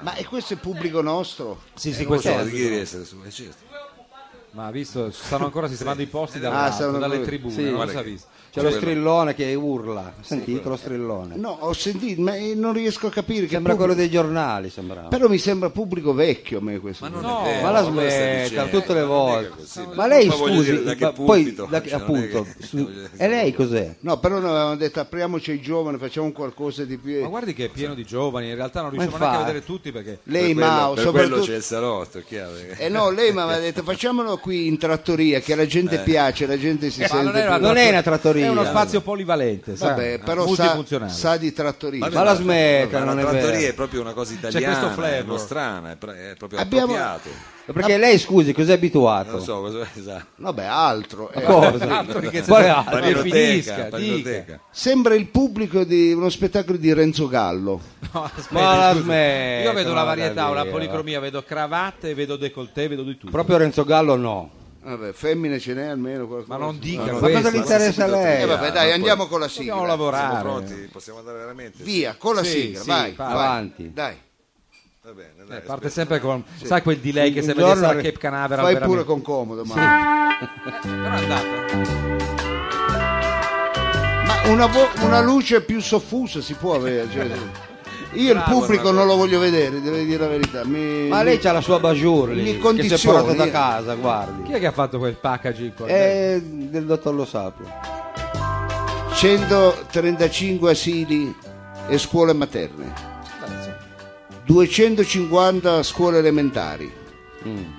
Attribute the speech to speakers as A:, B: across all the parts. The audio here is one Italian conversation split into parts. A: Ma e questo è pubblico nostro?
B: Sì, sì,
A: Eh,
B: questo
A: non
B: è.
A: lo so,
B: di
A: di chi deve
B: essere
C: Eh, certo.
B: Ma ha visto, stanno ancora sistemando i posti da un
A: Ah,
B: lato,
A: stanno
B: dalle
A: ancora-
B: tribune,
A: sì.
B: non
A: Guarda
B: si è
A: che-
B: visto.
A: c'è
B: C'è lo
A: quello.
B: strillone che urla, sentito lo strillone.
A: No, ho sentito, ma eh, non riesco a capire. Che
B: Sembra
A: pubblico-
B: quello dei giornali, sembrava.
A: Però mi sembra pubblico vecchio a me questo.
B: No, ma la smetta tutte le volte. Ma
C: Ma
B: lei
C: voglio
B: scusi,
C: dire, da che
B: ma
C: pulpito?
B: poi da che-
C: Cioè, non è che-
B: appunto, su- e lei cos'è?
A: No, però noi avevamo detto apriamoci ai giovani, facciamo qualcosa di più.
B: Ma guardi che è pieno di giovani, in realtà non
A: Ma
B: riusciamo neanche a
A: infatti.
B: vedere tutti perché
A: Lei,
C: quello-
A: Mao,
C: per quello
A: soprattutto...
C: c'è il salotto, è chiaro. che-
A: Eh no, lei mi aveva detto facciamolo qui in trattoria, che la gente piace, la gente si sente...
B: Eh. non è, una
A: più-
B: trattoria,
A: trattoria. Eh,
B: è uno spazio polivalente, sa,
A: Vabbè, però sa,
B: multifunzionale.
A: sa di trattoria.
C: Vabbè,
B: Ma la smetta,
C: ma
B: non è
C: La trattoria
B: vero.
C: è proprio una cosa
B: questo
C: italiana, è
B: flavor.
C: nostrana, è pro- è proprio
A: Abbiamo-
C: appropriato.
B: Perché lei scusi, cos'è abituato?
C: Non so cosa esatto.
A: Vabbè, altro. eh.
B: Cosa?
C: Altro che-
B: Quale altro?
C: Pariroteca,
B: ah, Finisca,
C: pariroteca.
B: dica.
A: Sembra il pubblico di uno spettacolo di Renzo Gallo.
D: No, aspetta,
B: Ma la
D: scusi.
B: smetta,
D: Io vedo una
B: ma
D: varietà,
B: davvero.
D: una policromia, vedo cravatte, vedo décolleté, vedo di tutto.
B: Proprio Renzo Gallo no.
A: Vabbè, femmine ce n'è almeno qualcosa.
D: Ma non dica
B: Ma
D: questo.
B: cosa gli interessa a
A: Eh,
B: lei?
A: vabbè, dai, andiamo con la
B: Dobbiamo
A: sigla.
C: Siamo
B: lavorare.
C: pronti? Possiamo andare veramente?
A: Via, con la
B: Sì,
A: sigla,
B: sì,
A: vai,
B: va
A: vai.
B: avanti.
A: Dai,
C: Va bene, dai,
B: Eh,
C: aspetta.
B: parte sempre con sai quel delay che Un se giorno vedesse a arri- Cape Canaveral
A: fai
B: veramente-
A: pure con comodo, ma,
D: Però è andata.
A: ma una, vo- una luce più soffusa si può avere. cioè, io il pubblico non lo voglio vedere, devo dire la verità. Mi-
B: Ma lei c'ha la sua bajour
A: Mi
B: lì, che si è
A: condizioni,
B: portata da
A: eh.
B: casa, guardi.
D: Chi è che ha fatto quel packaging? qua?
B: È del dottor Lo Sapio.
A: 135 asili e scuole materne, 250 scuole elementari,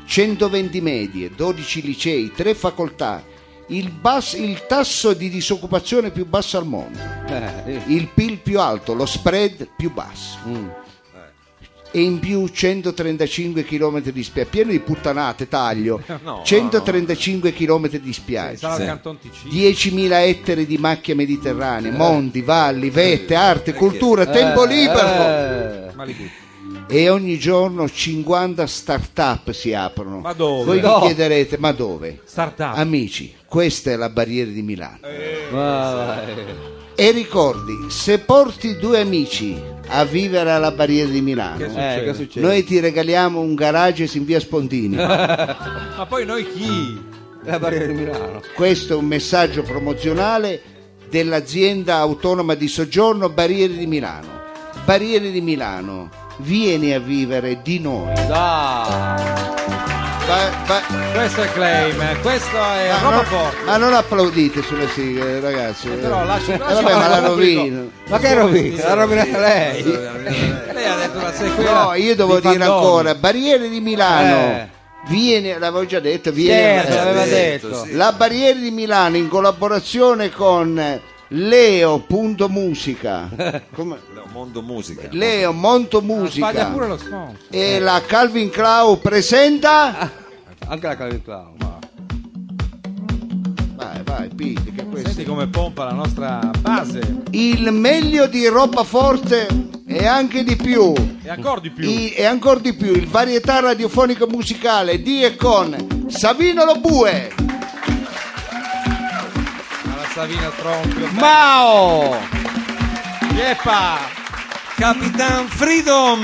A: 120 medie, 12 licei, 3 facoltà, il, bas- il tasso di disoccupazione più basso al mondo.
B: Eh,
A: il PIL più alto, lo spread più basso. E in più 135 km di spiaggia, pieno di puttanate, taglio. 135 km di
D: Sarà
A: spiaggia.
D: il Canton Ticino.
A: 10.000 ettari di macchie mediterranee,
D: Eh.
A: monti, valli, vette, arte, cultura, tempo libero.
B: eh.
D: Malibu.
A: E ogni giorno 50 start-up si aprono.
D: Ma dove? Ah.
A: Voi
B: No.
A: vi chiederete, ma dove?
D: Startup.
A: Amici, questa è la barriera di Milano.
B: eh, Ma vai.
A: E ricordi, se porti due amici a vivere alla barriera di Milano,
D: Che
A: eh,
B: Eh,
D: succede?
B: che succede?
A: noi ti regaliamo un garage in via Spondini.
D: Ma poi noi chi?
B: La barriera di Milano.
A: Questo è un messaggio promozionale dell'azienda autonoma di soggiorno Barriere di Milano. Barriere di Milano, vieni a vivere di noi.
B: Dai.
A: Ba- ba-
D: Questo è claim, eh, questo è
B: Ah,
A: ma,
D: roba
A: non,
D: forte.
A: ma non applaudite sulle sigle, ragazzi.
D: però lasci-
A: Eh,
D: lasci-
A: vabbè, ma la
D: al pubblico.
A: rovino.
B: Ma che rovina? L'ha rovinata lei.
D: Lei ha detto una sequela.
A: No, io devo
B: di
A: dire
B: Fandoni.
A: ancora, Barriere di Milano.
B: Eh.
A: Viene, l'avevo già detto, viene.
B: Certo, l'aveva detto.
A: La Barriere di Milano in collaborazione con Leo.musica. Come?
C: No, Mondo musica.
A: Leo Monto
D: Sbaglia
A: Musica
D: pure lo sponsor.
A: e la Calvin Clau presenta
B: Anche la Calvin Klein. ma-
A: Vai, vai, Pete, che questo
D: Senti come pompa la nostra base.
A: il meglio di roba forte e anche di più.
D: E ancora di più.
A: I- e ancora di più il varietà radiofonico musicale di e con Savino Lobue.
D: Alla Savina Tronfio.
B: Mao!
D: Yeppa!
C: Capitan Freedom!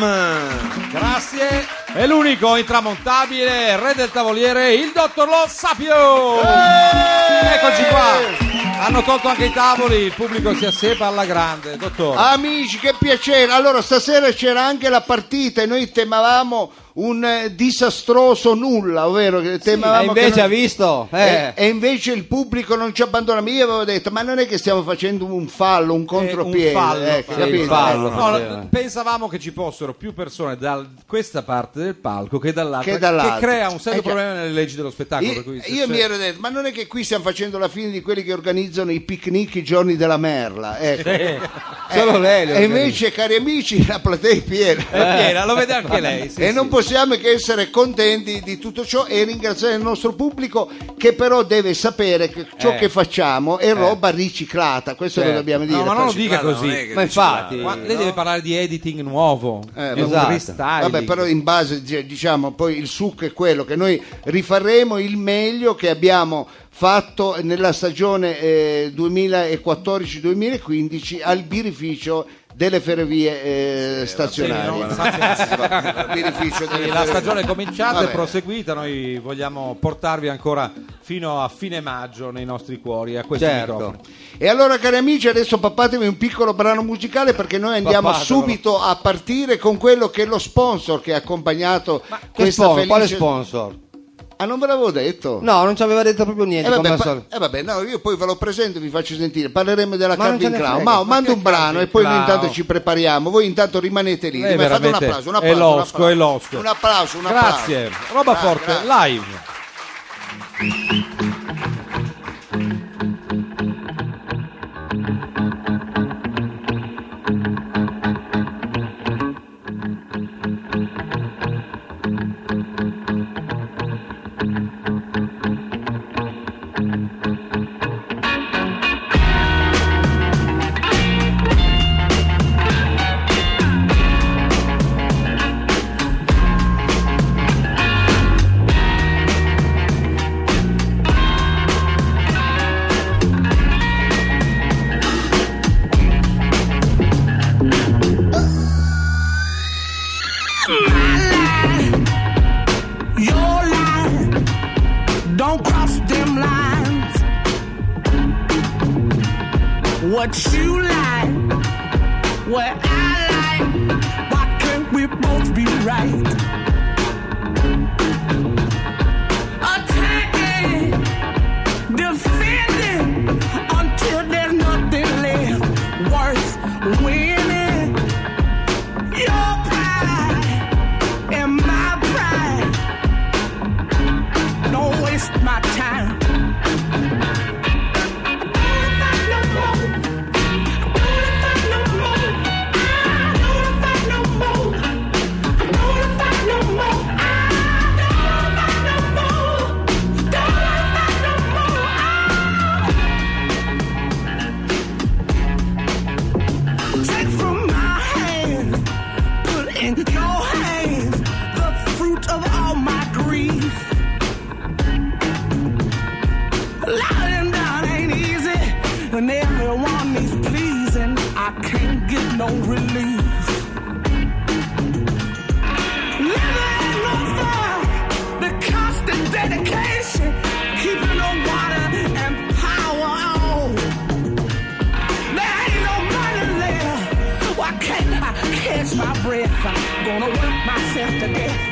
D: Grazie. È l'unico intramontabile re del tavoliere, il dottor Lo Sapio. Eccoci qua. Hanno tolto anche i tavoli, il pubblico si assepa alla grande,
A: Ah,
D: dottore.
A: Amici, che piacere! Allora, stasera c'era anche la partita e noi temavamo un eh, disastroso nulla, ovvero che temavamo
B: E invece
A: che
B: ha
A: non-
B: visto?
A: E,
B: Eh.
A: e invece il pubblico non ci abbandona. Io avevo detto, ma non è che stiamo facendo un fallo, un contropiede.
D: un fallo,
A: ecco,
D: sì,
A: capito?
B: un fallo.
D: No,
B: Eh.
D: pensavamo che ci fossero più persone da questa parte del palco che dall'altra,
A: Che dall'altra.
D: crea un serio
A: Eh, già.
D: problema nelle leggi dello spettacolo. per
A: Io,
D: cui se
A: io
D: c'è-
A: mi ero detto, ma non è che qui stiamo facendo la fine di quelli che organizzano i picnic i giorni della merla. Ecco.
B: Solo lei lo
A: e
B: organizza.
A: invece, cari amici, la platea è piena.
D: È piena, lo vede anche lei. Eh, sì,
A: Eh. e
D: sì.
A: non possiamo che essere contenti di tutto ciò e ringraziare il nostro pubblico che però deve sapere che ciò
B: Eh.
A: che facciamo è roba riciclata, questo
B: Certo.
A: lo dobbiamo dire.
D: No, ma non lo
A: Facci-
D: dica
C: Guarda, non
D: così.
C: è che
B: Ma
C: dici,
B: infatti.
C: guarda,
D: Qua- lei deve parlare di editing nuovo,
A: Eh,
D: di un
B: esatto.
D: restyling.
A: Vabbè, però in base, di- diciamo, poi il succo è quello che noi rifaremo il meglio che abbiamo fatto nella stagione eh, 2014-2015 al birrificio delle ferrovie eh, stazionarie.
E: sì, no,
A: Beneficio delle
E: Sì, la
A: ferrovie.
E: stagione è cominciata
A: Vabbè.
E: e proseguita, noi vogliamo portarvi ancora fino a fine maggio nei nostri cuori a questo
A: Certo. E allora cari amici, adesso pappatevi un piccolo brano musicale perché noi andiamo
E: Pappatevelo.
A: subito a partire con quello che è lo sponsor che ha accompagnato
B: Che
A: questa
B: sponsor?
A: felice...
B: Quale sponsor?
A: Ah, non ve l'avevo detto?
B: No, non ci aveva detto proprio niente.
A: Eh vabbè,
B: come al
A: pa-
B: solito.
A: eh vabbè, no, io poi ve lo presento e vi faccio sentire. Parleremo della
B: Ma non
A: Calvin
B: ce ne
A: Crown.
B: frega.
A: Ma mando un brano e poi noi
E: Crown.
A: intanto ci prepariamo. Voi intanto rimanete lì.
E: Lei
A: Rimane- Fate un
E: veramente
A: applauso, un
E: è
A: applauso. un
E: losco,
A: applauso.
E: è losco.
A: Un applauso, un applauso.
E: Grazie, roba
A: Grazie,
E: forte,
A: grazie.
E: live.
F: your line. Don't cross them lines. What you like, what I like. Why can't we both be right? Attacking, defending until there's nothing left worth winning. Your pride and my pride. Don't waste my time. I don't fight no more. I don't fight no more. I don't fight no more. I don't fight no more. I don't fight no more. Don't fight no more. I- Take from my hands put in your hands the fruit of all my grief. Lying down ain't easy, and everyone is pleasing. I can't get no relief. Living no fun, the constant dedication, keeping the water and power on. There ain't no money there. Why can't I catch my breath? I'm gonna work myself to death.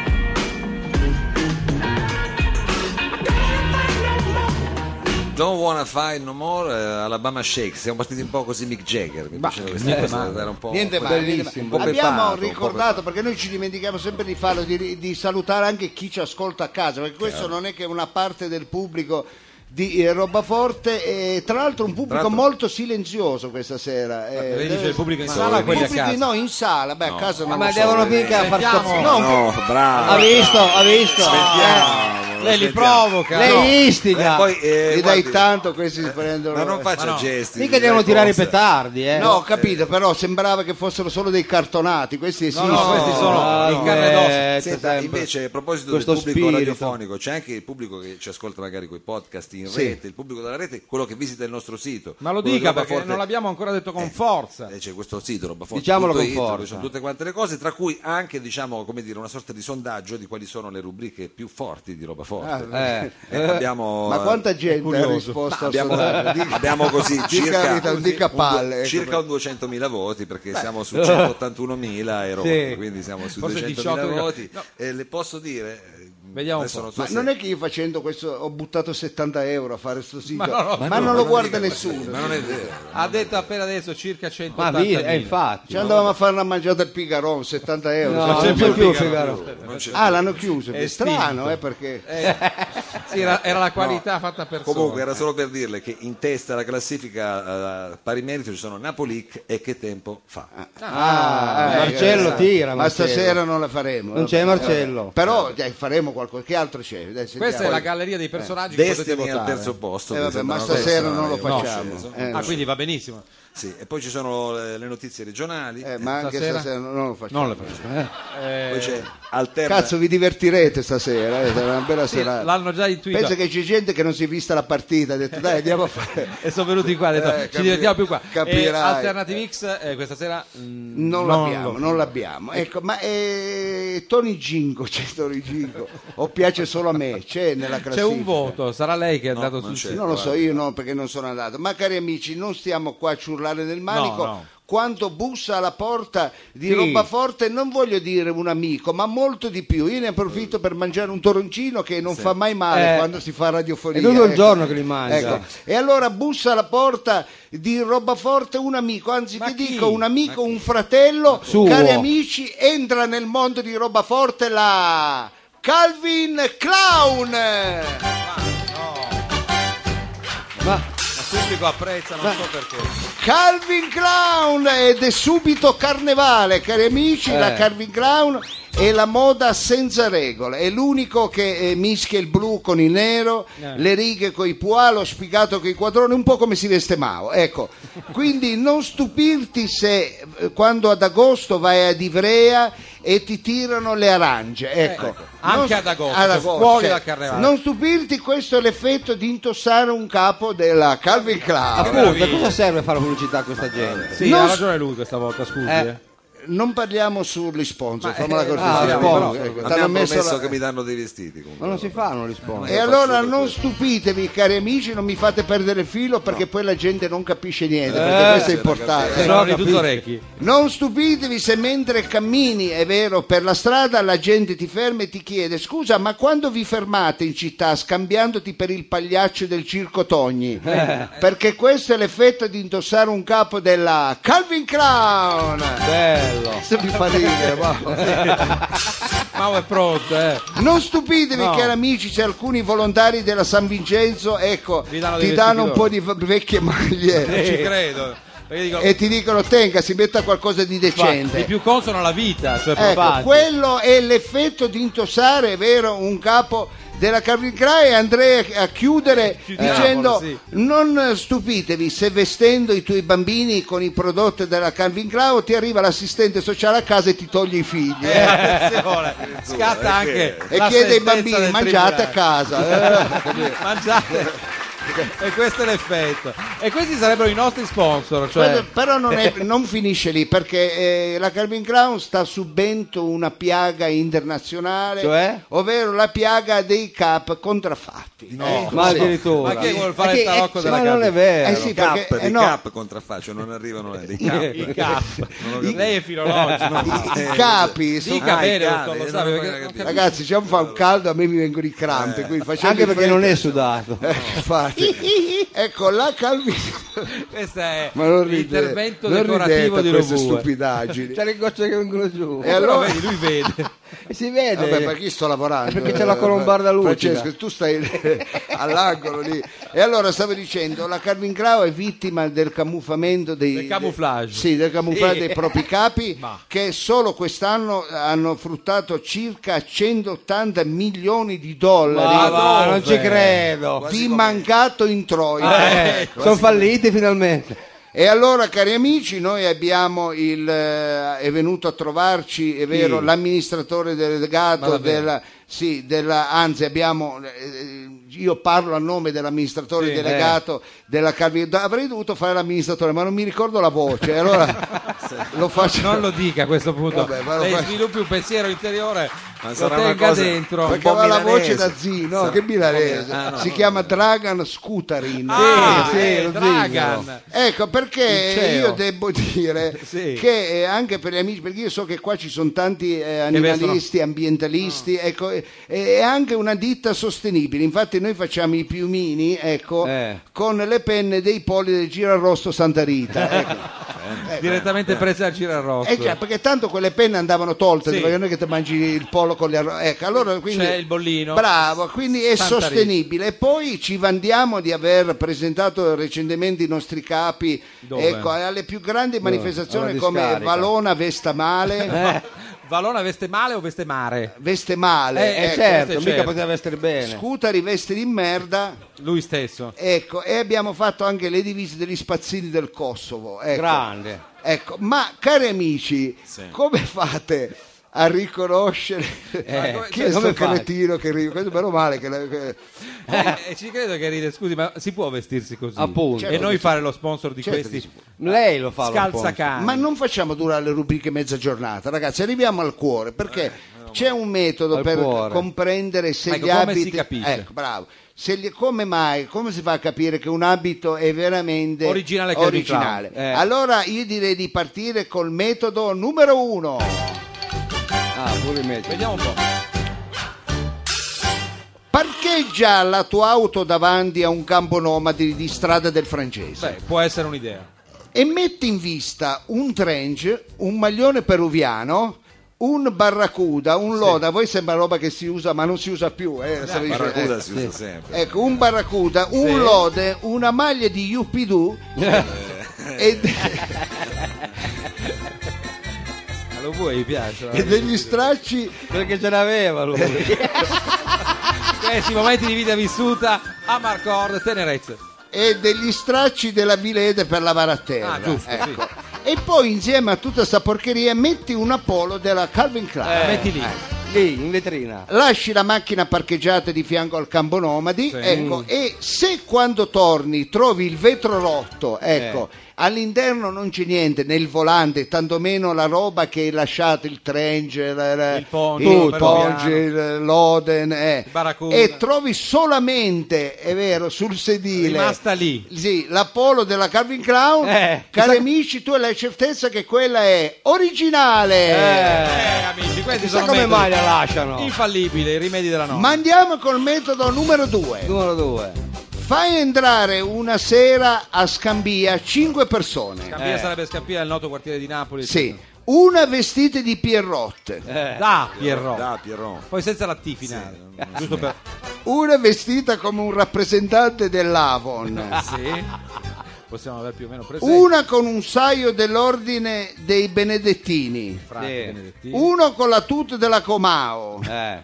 F: Don't fight no more.
C: Don't Wanna Fight No More, eh, Alabama Shake, siamo partiti un po' così Mick Jagger, mi piaceva questa cosa, era un po'...
A: Niente male, niente male.
C: un po'
A: Abbiamo
C: pepato, un po'
A: ricordato, perché noi ci dimentichiamo sempre di farlo, di, di salutare anche chi ci ascolta a casa, perché questo non è che una parte del pubblico di eh, roba forte e tra l'altro un pubblico
C: l'altro-
A: molto silenzioso questa sera eh,
E: lei dice il pubblico in
A: Ma-
E: sala,
A: il
E: quelli a
A: pubblico-
E: casa.
A: no in sala beh a casa non
B: Ma
A: lo so.
B: devono mica far
E: Sentiamo.
B: sto-
A: No,
C: No, bravo.
B: Ha visto, ha visto.
C: Smettiamo,
E: Lei li
C: smettiamo.
E: provoca.
B: Lei
E: No.
B: istiga.
C: Eh, poi, eh,
A: gli
C: guardi,
A: dai tanto questi si prendono eh.
C: Ma non faccia
E: Ma no.
C: gesti.
B: Mica
C: dai
B: devono
C: cose.
B: tirare i petardi, eh.
A: no ho capito però sembrava che fossero solo dei cartonati questi
E: No,
A: esistono
E: no, questi sono
B: Ah,
E: in carne ed ossa.
B: eh,
C: Senta,
B: sempre.
C: invece a proposito
B: Questo
C: del pubblico
B: spirito.
C: radiofonico, c'è anche il pubblico che ci ascolta magari con i podcast in
A: Sì.
C: rete, il pubblico della rete, quello che visita il nostro sito.
E: Ma lo
C: Quello di
E: dica
C: Roba
E: perché
C: Forte.
E: non l'abbiamo ancora detto con forza.
C: Eh, c'è questo sito robaforte.it,
B: Diciamolo con
C: dove ci
B: forza.
C: sono tutte quante le cose, tra cui anche diciamo, come dire, una sorta di sondaggio di quali sono le rubriche più forti di roba forte.
B: Eh.
C: Eh, abbiamo, eh,
A: ma quanta gente ha
E: curioso.
A: risposto al
C: abbiamo,
A: sondaggio? Dica-
C: abbiamo così
A: dica la
C: circa,
A: verità, non dica
C: un du-
A: palle, ecco.
C: circa un 200.000 voti perché siamo su 181.000 e roba,
E: Sì.
C: quindi siamo su
E: Forse
C: 200.000
E: 18.000.
C: voti
E: No.
C: e le posso dire eh,
E: Vediamo un
C: adesso
E: po'.
C: non so
A: Ma
C: se-
A: non è che io facendo questo ho buttato 70 euro a fare sto sito, ma,
C: no,
A: non lo
C: dica
A: guarda
C: questo,
A: nessuno.
C: ma non è vero
E: Ha detto appena adesso circa 180.000.
B: Ma vi- eh, infatti.
A: Ci andavamo a fare una mangiata al Pigaron, 70 euro.
B: No,
A: Cioè,
B: non c'è più Figaro.
C: non c'è-
A: Ah, l'hanno chiuso,
E: È
A: è strano, eh, perché...
E: Sì, era, era la qualità fatta per
C: Comunque era solo per dirle che in testa alla classifica eh, pari merito ci sono Napolic e che tempo fa.
A: Ah, eh,
B: Marcello
A: eh,
B: tira,
A: Ma
B: Marcello.
A: stasera non la faremo.
B: Non c'è
A: vabbè.
B: Marcello.
A: Però dai, faremo qualcosa, che altro c'è? Dai, sentiamo.
E: Questa è la galleria dei personaggi che potete
C: Destiny al
E: votare.
C: terzo posto.
A: Eh,
C: mi
A: vabbè,
C: sembra
A: ma
C: una cosa
A: stasera non lo
C: strana, io
A: facciamo.
C: non so.
A: Eh,
E: Ah, quindi va benissimo.
C: Sì, e poi ci sono eh, le notizie regionali,
A: Eh, ma anche
E: Stasera?
A: stasera, non lo facciamo.
E: Non le faccio. eh.
C: poi c'è Alterna.
A: Cazzo, vi divertirete stasera, eh, sarà una bella
E: Sì,
A: serata.
E: l'hanno già intuito.
A: Penso che c'è gente che non si è vista la partita, ha detto dai andiamo a fare.
E: E sono venuti qua, ha detto,
A: Eh,
E: ci
A: capi-
E: divertiamo più qua.
A: capirai.
E: E Alternative X eh, questa sera mm,
A: Non, l'abbiamo,
E: lo-
A: non l'abbiamo. Ecco, ma eh, Tony Gingo, c'è Tony Gingo, o piace solo a me, c'è nella
E: C'è
A: classifica.
E: un voto, sarà lei che è andato
C: non
E: sul
C: c'è.
E: sito.
A: Non lo so, io no, perché non sono andato. Ma cari amici, non stiamo qua a ciurlare nel manico.
E: no.
A: Quando bussa alla porta di
B: Sì.
A: Robaforte, non voglio dire un amico, ma molto di più. Io ne approfitto per mangiare un toroncino che non fa mai male
B: Eh.
A: quando si fa radiofonia.
B: È tutto il
A: ecco.
B: giorno che li mangia.
A: Ecco. E allora bussa alla porta di Robaforte un amico, anzi ti
E: chi?
A: dico un amico, un fratello.
B: Suo.
A: Cari amici, entra nel mondo di Robaforte la Calvin Clown.
B: Ma
E: Ma pubblico apprezza, non so perché.
A: Calvin Clown ed è subito carnevale, cari amici, la
E: Eh.
A: Calvin Clown è la moda senza regole, è l'unico che eh, mischia il blu con il nero,
E: Eh.
A: le righe con i pois, lo spigato con i quadroni, un po' come si veste Mao, ecco. Quindi non stupirti se eh, quando ad agosto vai ad Ivrea e ti tirano le arance, ecco.
E: anche
A: Non-
E: ad Eh, agosto, fuori dal carnevale.
A: cioè, Non stupirti, questo è l'effetto di intossare un capo della Calvin Clown.
B: appunto, a cosa serve fare pubblicità a questa gente?
E: Sì,
A: Non
E: ha
A: s-
E: ragione lui questa volta, scusi.
B: Eh.
E: eh.
A: Non parliamo sugli sponsor, fammi
C: eh,
A: la
B: ah,
A: cortesia.
B: sponsor,
A: Ecco, t'hanno
C: Abbiamo
A: messo
C: promesso
A: la-
C: che mi danno dei vestiti comunque.
B: Ma non si fa, non risponde.
A: E allora non stupitevi, cari amici, non mi fate perdere il filo perché poi la gente non capisce niente,
C: Eh,
A: perché questo è importante.
E: Sono di tutto orecchi.
A: Non stupitevi se mentre cammini, è vero, per la strada la gente ti ferma e ti chiede scusa, ma quando vi fermate in città scambiandoti per il pagliaccio del circo Togni?
C: Eh.
A: Perché questo è l'effetto di indossare un capo della Calvin Crown.
B: Bello.
A: Questo mi fa ridere, wow.
E: Mau è pronto, eh.
A: Non stupitevi,
E: No.
A: cari amici, se alcuni volontari della San Vincenzo ecco,
E: Vi danno dei
A: ti danno un
E: vestiti
A: po' di v- vecchie maglie
E: Non ci credo. Perché dico,
A: e ti dicono: Tenga, si metta qualcosa
E: di
A: di decente.
E: più consono alla vita, cioè proprio-
A: Ecco, quello è l'effetto di intossare, è vero, un capo della Calvin Klein e andrei a a chiudere
E: Chiudiamolo,
A: dicendo
E: Eh, sì.
A: non stupitevi se vestendo i tuoi bambini con i prodotti della Calvin Klein ti arriva l'assistente sociale a casa e ti toglie i figli eh.
E: Attenzione, scatta anche
A: e
E: la
A: chiede ai
E: sentenza
A: bambini
E: del
A: mangiate a
E: tribunale.
A: casa eh.
E: mangiate e questo è l'effetto e questi sarebbero i nostri sponsor cioè
A: Quello- però non, è- non finisce lì perché eh, la Calvin Klein sta subendo una piaga internazionale,
B: Cioè?
A: ovvero la piaga dei cap contraffatti. Eh,
B: Ma
A: sì.
B: addirittura.
E: Ma chi vuol fare il
B: Ma che-
E: tarocco
B: eh,
E: della
B: Ma non
E: gabbia?
B: è vero.
A: Eh sì, perché,
C: Cap,
A: eh,
C: di
A: no,
C: cap contraffaccio, non arrivano eh, dei cap.
E: i cap
C: Non ho capito.
E: lei è filologico no?
A: Ah, i
C: Eh,
A: capi sono-
E: dica
C: Ah, i
E: bene
C: capi,
E: dottor Lo
C: non
E: Sapio,
C: ho
E: perché
C: mai
E: non
C: capito.
E: capisco.
A: ragazzi se fa un caldo a me mi vengono i crampi quindi facendo
B: Anche
A: in
B: perché
A: fretta-
B: non è sudato.
A: Eh, infatti. ecco la Calvin
E: questo è
A: ma non ridete,
E: l'intervento
A: non
E: decorativo di Cioè,
A: ridete a queste
E: Robue
A: stupidaggini
B: C'è le gocce che vengono giù.
A: e
E: però
A: allora
E: vedi lui vede
B: E si vede.
A: Vabbè, perché io sto lavorando.
B: È perché c'è la colombarda
A: luce.
B: lucida.
A: Francesco, tu stai lì, all'angolo lì. E allora stavo dicendo, la Calvin Klein è vittima del camuffamento dei...
E: Del camouflage.
A: sì, del camuffage
E: Sì.
A: dei propri capi
E: Ma.
A: che solo quest'anno hanno fruttato circa 180 milioni di dollari.
B: Ma
E: Madonna.
B: va, Ah, non ci credo.
A: Di mancato introito.
B: Eh, sono falliti finalmente.
A: E allora, cari amici, noi abbiamo il. eh, è venuto a trovarci, è vero, l'amministratore delegato della. Sì, della, anzi abbiamo, eh, io parlo a nome dell'amministratore
E: Sì, eh.
A: delegato della Calvi, avrei dovuto fare l'amministratore ma non mi ricordo la voce, allora lo faccio,
E: non lo dica a questo punto
A: Vabbè, ma lo
E: lei
A: fa-
E: sviluppi un pensiero interiore
C: Ma
E: lo
C: sarà una
E: tenga
C: cosa-
E: dentro
A: perché
C: un po'
A: aveva la
C: milanese.
A: voce da zino, che milanese, si chiama Dragan Scutarin.
E: ah,
B: Sì, sì,
E: eh,
B: lo
E: Dragan
A: Ecco
E: Il
A: perché
E: CEO.
A: io devo dire
E: Sì.
A: che eh, anche per gli amici, perché io so che qua ci sono tanti eh, animalisti, ambientalisti, ecco, eh, eh, è anche una ditta sostenibile. Infatti, noi facciamo i piumini ecco,
B: Eh.
A: con le penne dei poli del Girarrosto Santa Rita. Ecco.
E: direttamente presa al girarrosto
A: Eh già, perché tanto quelle penne andavano tolte,
E: Sì.
A: perché non è che ti mangi il polo con le arro- ecco, allora quindi
E: il bollino.
A: Bravo, quindi è
E: Santa Rita.
A: sostenibile. E poi ci vandiamo di aver presentato recentemente i nostri capi
E: Dove?
A: ecco, alle più grandi manifestazioni
B: Alla
A: come
B: discarica.
A: Valona Vesta
E: Eh.
A: Male,
E: Valona veste male o veste mare?
A: Veste Male,
E: Eh,
B: Eh,
A: ecco,
B: certo,
E: questo è
B: mica
E: certo.
B: poteva essere bene.
A: Scutari Veste di merda.
E: Lui stesso.
A: Ecco, e abbiamo fatto anche le divise degli spazzini del Kosovo. Ecco.
B: Grande.
A: Ecco, ma cari amici, come fate a riconoscere
B: Eh,
A: chi è sto
B: come fai?
A: cretino che ride. Questo meno male che... la- che-
D: Eh, ci credo che ride, scusi, ma si può vestirsi così?
B: Appunto.
D: E noi fare lo sponsor di
A: Certo che
D: questi
A: si
B: Lei lo fa lo sponsor.
D: scalzacani.
A: Ma non facciamo durare le rubriche mezza giornata, ragazzi, arriviamo al cuore, perché c'è un metodo
B: Al
A: per
B: cuore.
A: comprendere se
D: Ecco,
A: gli
D: come
A: abiti...
D: si capisce?
A: Ecco, bravo. Se gli- come mai, come si fa a capire che un abito è veramente
D: Originale Calvin
A: originale?
B: Klein, eh.
A: Allora io direi di partire col metodo numero uno.
B: Ah, pure in mezzo.
D: Vediamo un po'.
A: Parcheggia la tua auto davanti a un campo nomadi di strada del francese
D: Beh, può essere un'idea.
A: e metti in vista un trench, un maglione peruviano, un barracuda, un loda. A voi sembra roba che si usa, ma non si usa più. Eh, stavo dicendo,
C: Barracuda
A: eh.
C: si usa sempre.
A: Ecco, un barracuda, un lode, una maglia di Yuppidoo
D: Eh.
A: e, de-
D: Ma lo vuoi, piace.
A: e degli stracci
B: Perché ce l'aveva lui.
D: Questi momenti di vita vissuta a Marcord, tenerezze.
A: e degli stracci della vilede per lavare a terra.
D: Ah, giusto, sì.
A: ecco. E poi insieme a tutta sta porcheria metti un Apollo della Calvin Klein.
D: Eh, metti lì.
B: Lì, in vetrina.
A: Lasci la macchina parcheggiata di fianco al campo nomadi, ecco, e se quando torni trovi il vetro rotto, ecco,
D: Eh.
A: all'interno non c'è niente, nel volante, tantomeno la roba che hai lasciato, il Trench, la- la-
D: Il Ponge,
A: il
D: tutto.
A: Ponge, il l'Oden, eh,
D: Il Barracuda.
A: e trovi solamente, è vero, sul sedile...
D: Rimasta lì.
A: Sì, l'Apollo della Calvin Crown,
B: Eh,
A: cari amici, tu hai la certezza che quella è originale.
D: Eh, amici, questi
B: Chissà
D: sono
B: come mai
D: metodi
B: la lasciano.
D: infallibili, i rimedi della notte.
A: Ma andiamo col metodo numero 2.
B: Numero due.
A: Fai entrare una sera a Scambia 5 persone.
D: Scampia
B: Eh.
D: sarebbe Scampia, il noto quartiere di Napoli. Eh,
A: Sì, una vestita di Pierrot,
B: Eh.
D: Da Pierrot.
C: Da Pierrot.
D: Poi senza la T finale. Giusto per...
A: una vestita come un rappresentante dell'Avon,
D: Eh, Sì. Possiamo aver più o meno presente.
A: una con un saio dell'ordine dei Benedettini,
D: Franco
B: Sì.
D: Benedettini.
A: uno con la tuta della Comao
B: Eh.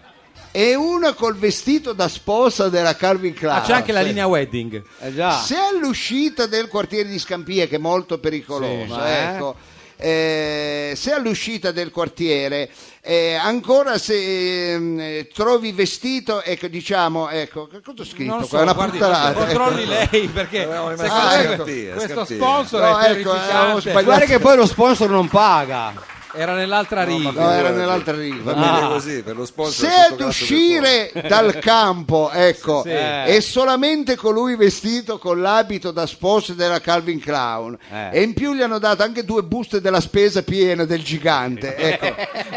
A: e una col vestito da sposa della Calvin Klein.
D: Ah, c'è anche la linea wedding.
B: Eh già.
A: Se all'uscita del quartiere di Scampia, che è molto pericoloso,
B: Sì, ma-
A: ecco, eh, se all'uscita del quartiere eh, ancora se ehm, eh, trovi vestito, ecco, diciamo, ecco, che cosa ho scritto?
D: Non so,
A: qua? È una ecco.
D: guardi,
A: puttanata. eh.
D: controlli lei perché
C: Avevamo
D: se
C: rimesso
D: questo-
A: la
C: scampia,
D: questo
C: scampia.
D: sponsor
A: No,
D: è
A: ecco, avevamo
D: terrificante.
A: sbagliato.
B: Guarda che poi lo sponsor non paga.
D: Era nell'altra riga.
A: No, era nell'altra riva.
C: Va
E: Ah.
C: bene così, per lo
A: Se
C: sponsor. è tutto
A: ad
C: grasso per
A: uscire dal campo, ecco,
D: Sì, sì.
A: è solamente colui vestito con l'abito da sposa della Calvin Crown
B: Eh.
A: e in più gli hanno dato anche due buste della spesa piena del gigante, ecco.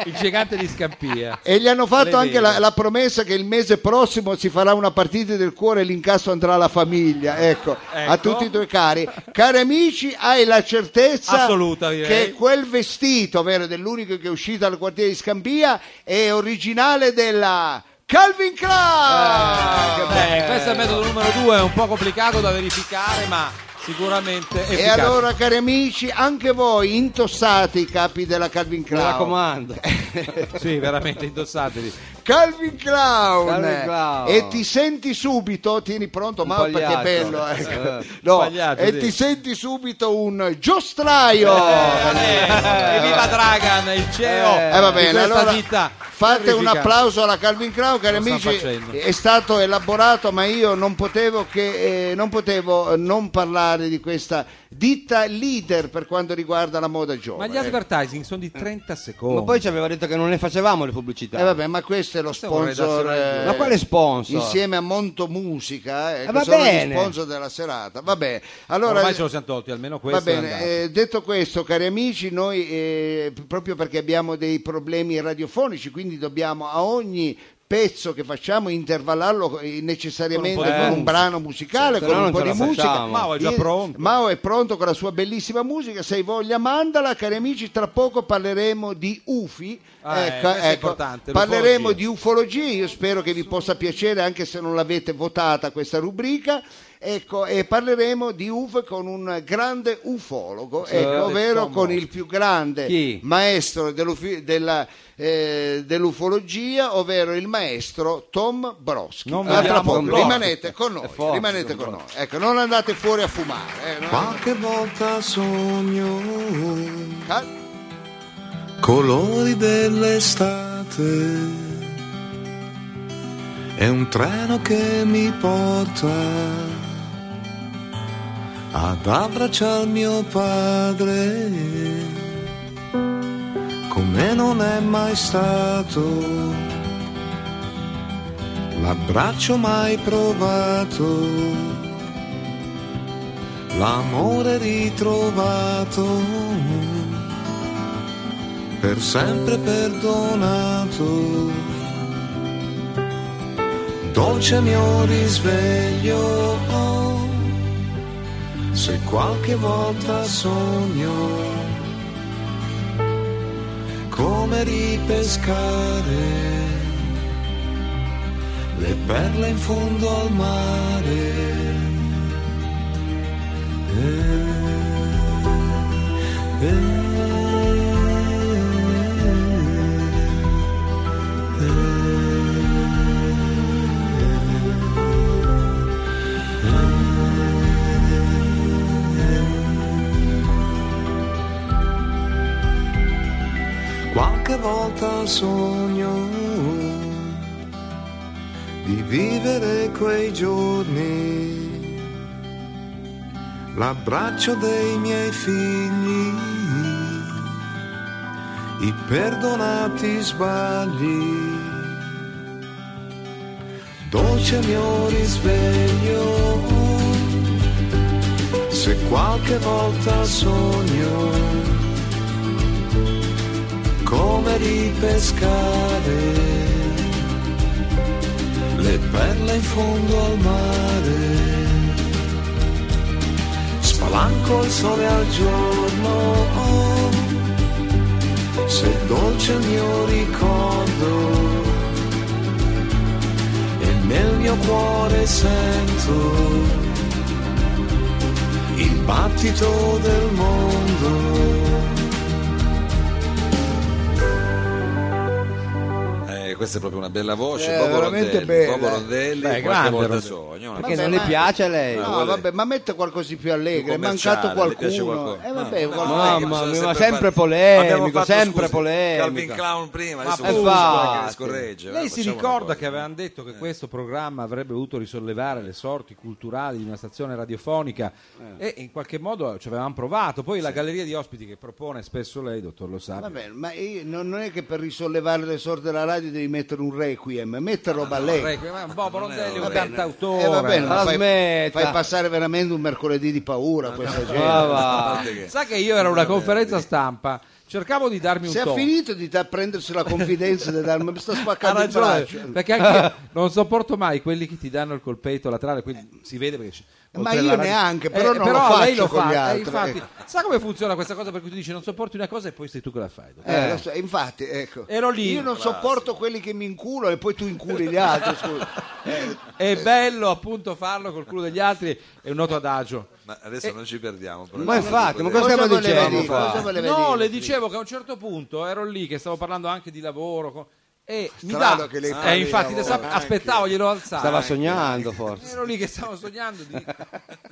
D: Il gigante di Scampia.
A: E gli hanno
D: Le
A: fatto anche la,
D: vele.
A: la promessa che il mese prossimo si farà una partita del cuore e l'incasso andrà alla famiglia. Ecco,
D: Ecco.
A: a tutti i tuoi cari. Cari amici, hai la certezza
D: Assoluta, direi.
A: che quel vestito, vero, dell'unico che è uscito dal quartiere di Scampia, è originale della Calvin
D: Eh,
A: Klein.
D: Beh, questo è il metodo numero due, è un po' complicato da verificare, ma sicuramente efficace.
A: e allora, cari amici, anche voi intossate i capi della Calvin
B: Mi
A: Klein.
B: raccomando.
D: Sì, veramente indossateli.
A: Calvin Clown,
B: Calvin Klein.
A: e ti senti subito tieni pronto ma perché è
B: pagliaccio.
A: bello ecco.
B: Eh.
A: No,
D: Pagliaccio,
A: e
D: sì.
A: ti senti subito un giostraio
D: Eh, viva Dragan, il CEO
A: Eh, va
D: di
A: bene,
D: questa
A: allora
D: ditta.
A: fate un
D: terrificante.
A: applauso alla Calvin Crown, cari
D: Lo sta
A: amici.
D: facendo.
A: È stato elaborato, ma io non potevo, che, eh, non potevo non parlare di questa ditta leader per quanto riguarda la moda
D: Ma
A: giovane.
D: gli advertising sono di 30 secondi.
B: Ma poi ci aveva detto che non ne facevamo le pubblicità.
A: Eh, vabbè, ma questo è lo
D: è un
A: sponsor.
D: redazionale.
A: eh,
B: Ma quale sponsor?
A: Insieme a Monto Musica, eh,
B: Eh,
A: che
B: va
A: sono gli
B: bene.
A: sponsor della serata. Va bene. Allora,
D: Ormai ce lo siamo tolti, almeno questo
A: va bene.
D: è
A: eh, detto questo, cari amici, noi eh, p- proprio perché abbiamo dei problemi radiofonici, quindi dobbiamo a ogni pezzo che facciamo intervallarlo eh, necessariamente
D: Con
A: con
D: un
A: un,
D: po' di musica.
A: brano musicale,
B: se
A: con
B: no
A: un
B: non
A: po'
B: ce
A: di
B: la
A: musica.
B: facciamo.
D: Mao è già
A: Io-
D: pronto.
A: Mao è pronto con la sua bellissima musica, se hai voglia mandala, cari amici, tra poco parleremo di UFI, Ecco,
D: Ah, eh, questo è importante, eh.
A: parleremo
D: l'ufologia.
A: di ufologia, io spero che vi possa piacere anche se non l'avete votata questa rubrica, ecco, e parleremo di UFO con un grande ufologo, ecco, ovvero con il più grande
B: Chi?
A: maestro dell'ufi- della, eh, dell'ufologia, ovvero il maestro Tom Broschi.
D: Non
A: Ah, tra
D: vogliamo
A: poco,
D: Tom Broschi.
A: rimanete con noi, rimanete con noi. Ecco, non andate fuori a fumare. eh, no?
G: Qualche volta sogno
A: Cal-
G: colori dell'estate. È un treno che mi porta ad abbracciare mio padre, come non è mai stato. L'abbraccio mai provato l'amore ritrovato, per sempre perdonato. Dolce mio risveglio, se qualche volta sogno, come ripescare le perle in fondo al mare. Qualche volta sogno di vivere quei giorni l'abbraccio dei miei figli, i perdonati sbagli. Dolce mio risveglio, se qualche volta sogno, come ripescare le perle in fondo al mare spalanco il sole al giorno, se è dolce il mio ricordo, e nel mio cuore sento il battito del mondo.
C: Eh, questa è proprio una bella voce,
A: Eh,
C: Bobo
A: veramente
C: Rondelli,
A: bella.
C: Bobo Rondelli,
D: Beh,
C: qualche
D: grande
C: volta
D: Rondelli.
C: sogno, una
B: Perché
A: Vabbè,
B: non le
A: ma-
B: piace a lei?
A: No,
C: vuole-
A: vabbè, ma mette qualcosa di più allegro, è
C: più
A: mancato
C: commerciale, le piace Ah,
A: qualcuno.
C: qualcosa.
A: Eh, vabbè,
C: No,
A: qualcuno-
C: guarda che
B: Mamma
C: bisogna
B: mia, ma sempre
C: fare-
B: polemico,
C: Abbiamo fatto,
B: sempre
C: scusi,
B: polemico.
C: Calvin Clown prima, adesso
B: Ma
C: scusi,
B: infatti.
C: guarda che scorregge.
D: Lei
C: eh,
D: si
C: facciamo una
D: ricorda
C: cosa.
D: che avevano detto che questo programma avrebbe voluto risollevare le sorti culturali di una stazione radiofonica
C: Eh.
D: e in qualche modo ci avevamo provato. Poi la galleria di ospiti che propone spesso lei, dottor Lo Sapio.
A: Vabbè, ma io- non, non è che per risollevare le sorti della radio devi mettere un requiem, mette roba allegro.
D: Ecco, ma Bobo Rondelli è un
C: Vabbè,
D: cantautore.
A: Eh, va bene,
B: Ma
A: ma fai,
B: smetta.
A: fai passare veramente un mercoledì di paura a questa gente.
B: Ah,
A: Eh,
B: va.
C: A parte che-
D: Sa che io ero a una conferenza stampa, cercavo di darmi un
A: Se ha
D: tono.
A: finito di ta- prendersi la confidenza di darmi, mi sta
D: Ha
A: spaccando il
D: ragione,
A: braccio.
D: perché anche io non sopporto mai quelli che ti danno il colpetto laterale, quindi si vede perché ci-
A: Ma
D: oltre
A: io
D: alla radio- Eh,
A: neanche, però non
D: però
A: lo
D: lei
A: faccio
D: lo
A: con
D: fa,
A: gli
D: eh,
A: altri,
D: infatti.
A: ecco.
D: Sa come funziona questa cosa per cui tu dici non sopporti una cosa e poi sei tu che la fai. dopo.
A: Eh, lo so, infatti, ecco.
D: Ero lì.
A: Io non sopporto quelli che mi inculano e poi tu inculi gli altri, scusa. Eh,
D: È bello appunto farlo col culo degli altri, è un noto adagio.
C: Ma
D: Eh,
C: adesso non ci perdiamo. però.
B: Ma infatti, ma cosa
A: Cosa
B: stiamo
A: voleva
B: dicendo
A: dire? Cosa
B: qua?
A: voleva
D: No,
A: dire?
D: le dicevo che a un certo punto ero lì che stavo parlando anche di lavoro con- e mi
A: Ah, Strano
D: dà
A: che lei
D: Eh,
A: parli di
D: infatti
A: lavoro,
D: sa- aspettavo glielo alzare.
B: Stava sognando forse.
D: Ero lì che stavo sognando di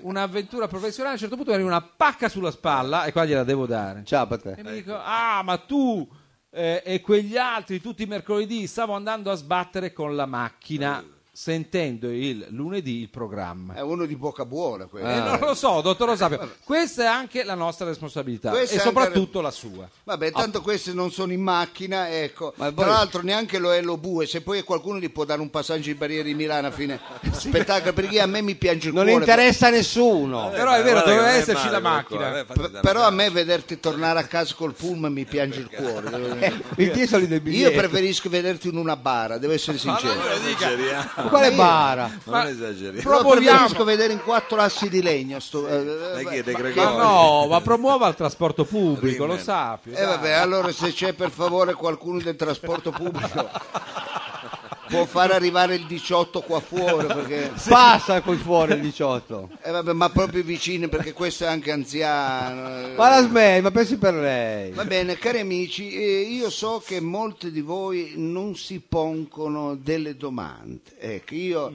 D: un'avventura professionale, a un certo punto ero una pacca sulla spalla e qua gliela devo dare.
B: Ciao per te.
D: E mi dico, ah, ma tu eh, e quegli altri tutti i mercoledì stavo andando a sbattere con la macchina sentendo il lunedì il programma.
A: È uno di bocca buona quello.
D: E non lo so, dottor Lo Sapio, questa è anche la nostra responsabilità
A: Eh, Questa
D: e
A: è
D: soprattutto la sua.
A: Vabbè, tanto questi non sono in macchina, ecco.
B: Ma poi-
A: Tra l'altro neanche lo è lo bue, se poi qualcuno gli può dare un passaggio in barriera di Milano a fine spettacolo, perché a me mi piange il
B: Non
A: cuore.
B: interessa a nessuno.
C: Eh,
D: Però è
C: ma guarda
D: vero,
C: che
D: doveva
C: non è
D: esserci
C: male
D: la
C: quel
D: macchina.
C: cuore, eh,
A: P-
C: fatti da-
A: Però a me vederti tornare a casa col pullman mi piange il cuore. devo dire.
B: Il titolo dei
A: Io
B: biglietti.
A: preferisco vederti in una bara, devo essere sincero.
C: Non esageriamo.
B: Ma Quale bara?
C: Non esageriamo.
A: Però
D: Proponiamo.
A: preferisco vedere in quattro assi di legno. Sto, eh,
C: Lei
A: eh,
C: chi è, De
A: ma-
D: Ma
C: Gregori?
D: no, ma promuova il trasporto pubblico, lo
C: Rimmen.
D: Sapio.
A: Eh, vabbè, allora se c'è per favore qualcuno del trasporto pubblico può far arrivare il 18 qua fuori perché...
B: Passa qui fuori il 18.
A: Eh, vabbè, ma proprio vicino perché questo è anche anziano. eh.
B: Ma la smetti, ma pensi per lei.
A: Va bene, cari amici, eh, io so che molti di voi non si pongono delle domande. Ecco, io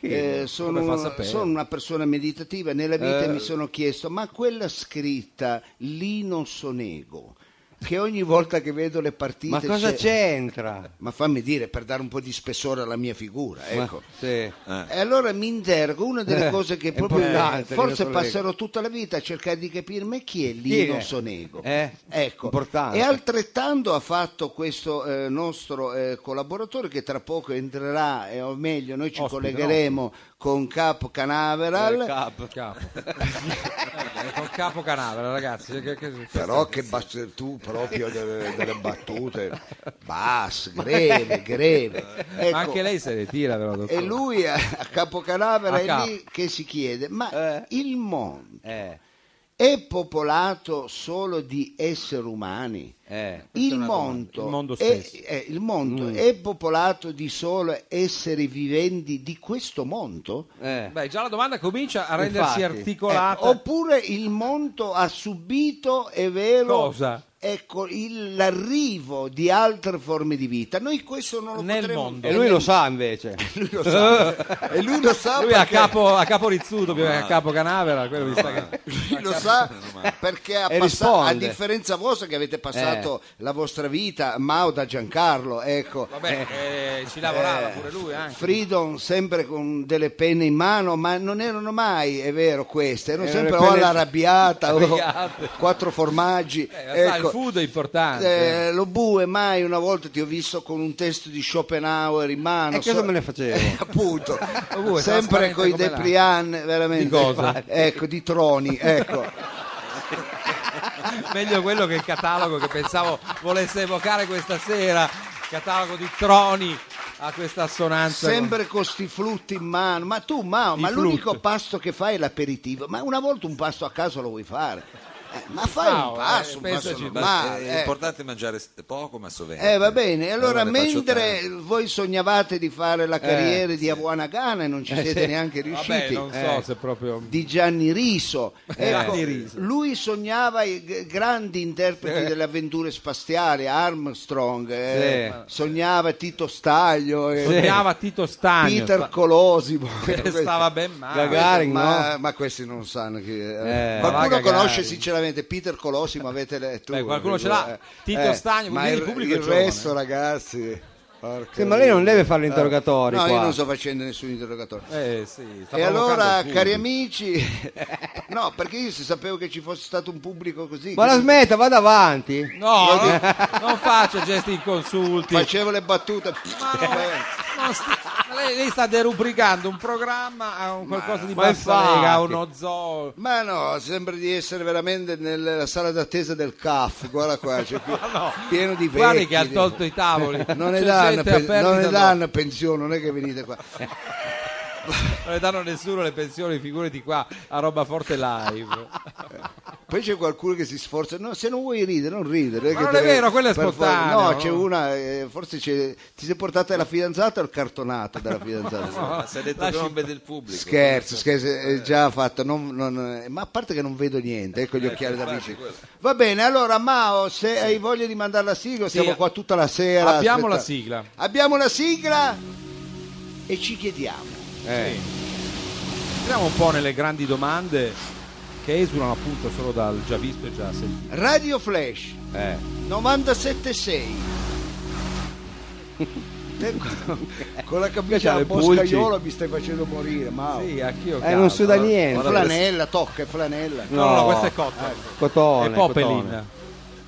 A: eh, sono,
D: Mm. come fa a
A: una-
D: sapere? Eh.
A: sono una persona meditativa, nella vita mi sono chiesto, ma quella scritta lì non sonego. che ogni volta che vedo le partite...
B: Ma cosa c'entra?
A: Ma fammi dire, per dare un po' di spessore alla mia figura, ecco.
B: Sì.
A: E allora mi interrogo, una delle
B: Eh,
A: cose che
B: è
A: proprio
B: importante,
A: forse
B: signor collega.
A: passerò tutta la vita a cercare di capirmi chi è
B: Chi è?
A: Lino Sonego.
B: Eh,
A: Ecco.
B: importante.
A: E altrettanto ha fatto questo eh, nostro eh, collaboratore che tra poco entrerà, eh, o meglio, noi ci collegheremo con Capo Canaveral.
B: Cap.
D: Ecco, Capo. Eh, Con capo canavera, ragazzi. Che, che-
A: Però che bas- tu proprio delle, delle battute, bas, greve, greve. Ecco,
D: Ma anche lei se ne tira, però. dottore.
A: E lui a, a Capocanavera
D: A
A: è
D: Cap-
A: lì che si chiede, ma
B: Eh.
A: il mondo
B: Eh,
A: è popolato solo di esseri umani?
B: eh.
A: Il mondo,
E: Il mondo
A: è,
E: stesso.
A: eh, il mondo è popolato di solo esseri viventi di questo mondo?
B: eh.
D: Beh, già la domanda comincia a rendersi
B: Infatti.
D: articolata.
A: Ecco, oppure il mondo ha subito, è vero,
D: Cosa?
A: ecco, il- l'arrivo di altre forme di vita. Noi questo non lo
D: Nel
A: potremo...
D: mondo.
B: E lui lo sa invece.
A: Lui lo sa. e lui lo sa
D: Lui è a
A: perché-
D: capo, a capo Rizzuto, più che a capo Canavera, quello mi sa che...
A: Chi lo sa perché ha
B: E
A: passato, a
B: risponde.
A: differenza vostra che avete passato la vostra vita, Mao da Giancarlo, ecco.
D: Vabbè, eh, ci lavorava pure lui anche.
A: Freedom sempre con delle penne in mano, ma non erano mai, è vero, queste, erano
B: Erano
A: sempre
B: le
A: o
B: penne-
A: all'arrabbiata o
D: Arrabbiate.
A: quattro formaggi.
D: Eh, sai,
A: ecco.
D: il food è importante.
A: Eh, lo bue mai una volta ti ho visto con un testo di Schopenhauer in mano
B: E cosa me ne facevo?
A: Eh, appunto
D: Lo bue è
A: sempre
D: trasparente
A: con i
D: come l'acqua.
A: Deprian veramente
D: Di cosa?
A: ecco di troni ecco
D: Meglio quello che il catalogo che pensavo volesse evocare questa sera. Catalogo di troni a questa assonanza.
A: Sempre con sti flutti in mano, ma tu Mao, ma
D: I
A: l'unico
D: flutti.
A: pasto che fai è l'aperitivo, ma una volta un pasto a caso lo vuoi fare, Eh, ma fai
D: Mao,
A: un passo,
D: eh,
A: un passo
D: pensaci,
C: Ma
A: normale.
C: è
A: eh.
C: importante mangiare s- poco ma sovente.
A: Eh, va bene, e allora,
C: ne faccio
A: mentre
C: tanto.
A: voi sognavate di fare
D: Eh,
A: la carriera di Abuana Ghana e non ci siete neanche riusciti, eh,
D: Vabbè, non so se proprio...
A: di Gianni Riso. Ecco,
D: Gianni Riso. Eh.
A: Lui sognava i g- grandi interpreti delle avventure spaziali, Armstrong, eh, sognava Tito Staglio, eh,
D: Sognava Tito Stagno.
A: Peter Colosimo.
D: che Eh, stava ben male.
B: Gaga- Gagarin,
A: ma, ma questi non sanno chi eh,
B: Eh,
A: qualcuno
B: va Gagarin.
A: conosce sinceramente Peter Colosimo avete letto eh.
D: Beh, qualcuno ce l'ha. Tito Stagno,
A: ma
D: quindi
A: il,
D: il pubblico è
A: il
D: giovane.
A: resto ragazzi porca
B: Sì, ma lei non
A: miseria.
B: deve fare l'interrogatorio
A: no
B: qua.
A: io non sto facendo nessun interrogatorio
D: Eh, sì, sta
A: e
D: provocando
A: allora,
D: il pubblico.
A: cari amici, no, perché io se sapevo che ci fosse stato un pubblico così,
B: Ma la
A: quindi
B: smetta, vada avanti. Eh,
D: No, non, non faccia gesti inconsulti.
A: facevo le battute.
D: Ma no, non sta- ma lei, lei sta derubricando un programma a un qualcosa di
B: ma
D: bassa lega, a
B: infatti.
D: uno zoo.
A: Ma no, sembra di essere veramente nella sala d'attesa del CAF, guarda qua, c'è più- pieno di vecchi.
D: Guardi che ha
A: di-
D: tolto i tavoli.
A: Non ne, danno,
D: C'è gente
A: pe-
D: a perdita,
A: non ne
D: no.
A: danno pensione, non è che venite qua.
D: Non ne danno nessuno le pensioni, figurati qua, a roba forte live.
A: Poi c'è qualcuno che si sforza, no, se non vuoi ridere, non ridere.
D: Ma
A: che
D: non è
A: deve-
D: vero, quello è
A: per forza-
D: spontaneo,
A: No,
D: no?
A: c'è una, eh, forse c'è- ti sei portata la fidanzata o il cartonato della fidanzata?
C: Ma si è Ah, detto che non Eh. vede il pubblico.
A: Scherzo, scherzo, è già fatto, non- non- eh, ma a parte che non vedo niente, ecco gli occhiali da
C: Eh, infatti,
A: vicino.
C: quello.
A: Va bene, allora Mao, se hai voglia di mandare la sigla, siamo qua tutta la sera.
D: Abbiamo la
A: aspetta.
D: sigla.
A: Abbiamo la sigla e ci chiediamo.
D: Entriamo un po' nelle grandi domande che esulano appunto solo dal già visto e già sentito.
A: Radio Flash 976. Te con- Con la
B: C'ha
A: camicia a
B: le
A: boscaiolo mi stai facendo morire, Mao.
D: Sì, anch'io.
B: Eh, non suda niente.
A: Flanella, tocca, è flanella.
D: No, no,
B: No.
D: questa è cotta.
B: Cotone.
D: è
B: cotone.
D: Popelin.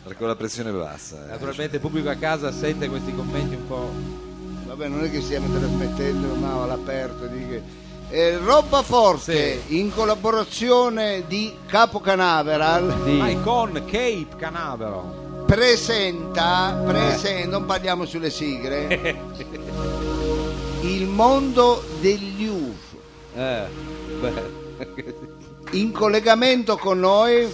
C: Perché la pressione è bassa. eh.
D: Naturalmente il pubblico a casa sente questi commenti un po'.
A: Vabbè, non è che stiamo trasmettendo ma all'aperto. di che- Eh, Roba Forte in collaborazione di Capo Canaveral
D: Vai con Cape Canaveral.
A: presenta,
B: Eh.
A: presen- non parliamo sulle sigle, il mondo degli UFO.
B: Eh, beh.
A: In collegamento con noi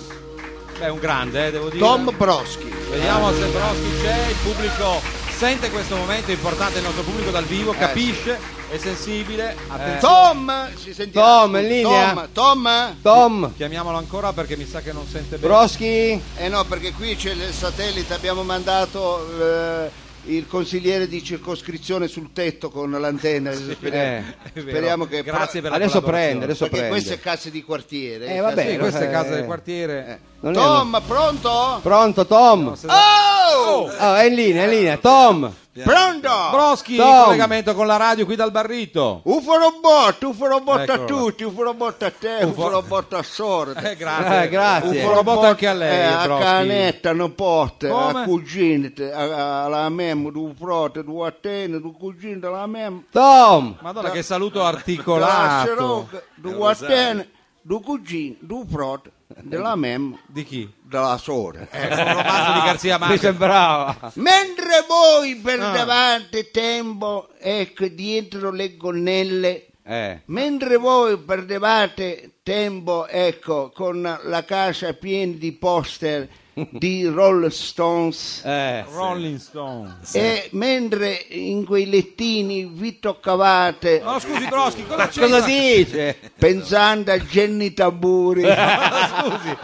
D: Beh, un grande, eh, devo dire.
A: Tom Prosky.
D: Vediamo se Broski c'è, il pubblico sente questo momento importante, il nostro pubblico dal vivo
B: Eh,
D: capisce, è sensibile. Attenzione.
A: Tom, ci sentiamo.
B: Tom, in linea?
A: Tom, Tom?
B: Tom,
D: eh, Chiamiamolo ancora perché mi sa che non sente bene.
B: Broschi,
A: Eh no, perché qui c'è il satellite, abbiamo mandato eh, il consigliere di circoscrizione sul tetto con l'antenna. adesso Speriamo,
B: Eh,
D: È vero.
A: speriamo che...
D: Grazie per la
B: adesso
D: collaborazione.
B: prende, adesso
A: Perché
B: prende.
A: queste casse di quartiere...
B: Eh,
A: case-
B: vabbè.
D: Sì, questa è casa
B: Eh,
D: del quartiere.
A: eh,
B: Non è una-
A: Tom, pronto?
B: Pronto, Tom?
A: Oh!
B: Oh, è in linea, è in linea. Tom! Oh.
A: Pronto?
D: Broschi
B: Tom.
D: in collegamento con la radio qui dal Barrito.
A: Ufo robot, ufo robot
D: Eccolo.
A: a tutti, ufo robot a te, ufo, robot a sorda.
D: Eh, grazie.
B: Eh, grazie.
D: Un robot anche a lei.
A: Eh, a
D: Broschi.
A: canetta, non porta,
D: Come?
A: a cugini, te, a- a- alla mem, du frote, du attene, du cugini, alla mem.
B: Tom!
D: Madonna, che saluto
A: Colato.
D: articolato.
A: Du attene, du cugini, du frote, della mem,
D: Di chi?
A: della sorda. Ecco.
D: Un romanzo di Garzia
B: Eh. Mi
D: Marquez.
B: sembrava.
A: Mentre voi per davanti tempo, ecco, dietro le gonnelle,
B: Eh.
A: Mentre voi perdevate tempo, ecco, con la casa piena di poster di Rolling Stones
B: Eh.
D: Rolling Stone.
A: e mentre in quei lettini vi toccavate
D: No, scusi, Broschi, cosa c'è?
B: Cosa dice?
A: pensando a Jenny Taburi,
D: Scusi,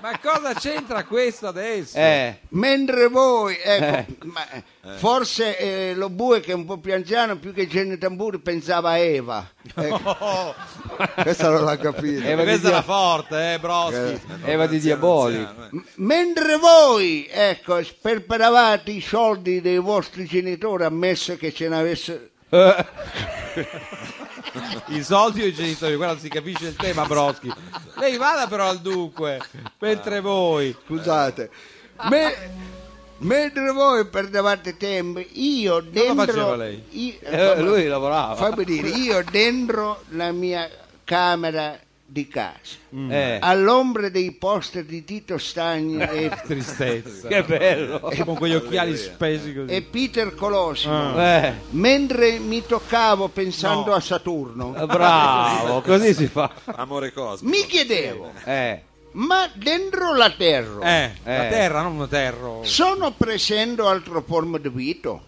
D: ma cosa c'entra questo adesso?
B: Eh.
A: mentre voi, ecco, ma, forse eh, lo bue che è un po' più anziano, più che Jenny Taburi pensava a Eva. Ecco. Questa non l'ha capito.
B: Eva di,
D: Oh, Questa era
B: dia-
D: forte, eh, Broschi.
B: Eva di Diabolico.
A: M- Mentre voi, ecco, sperperavate i soldi dei vostri genitori, ammesso che ce n'avessero...
D: I soldi o i genitori? Guarda, si capisce il tema, Broschi. Lei vada però al dunque, mentre voi.
A: Scusate. Me- mentre voi perdevate tempo, io dentro...
D: faceva lei?
A: io-
B: Eh, lui lavorava.
A: fammi dire, io dentro la mia camera di casa,
B: Eh.
A: all'ombra dei poster di Tito Stagni e,
D: Tristezza.
B: Che bello.
D: con quegli occhiali spesi così.
A: e Peter Colosimo,
B: Eh.
A: mentre mi toccavo pensando a Saturno,
B: Eh, Bravo, così si fa.
C: Amore cosmico.
A: mi chiedevo...
B: Eh.
A: Ma dentro la terra
D: Eh, la terra, non una terra.
A: sono presente altre forme di vita?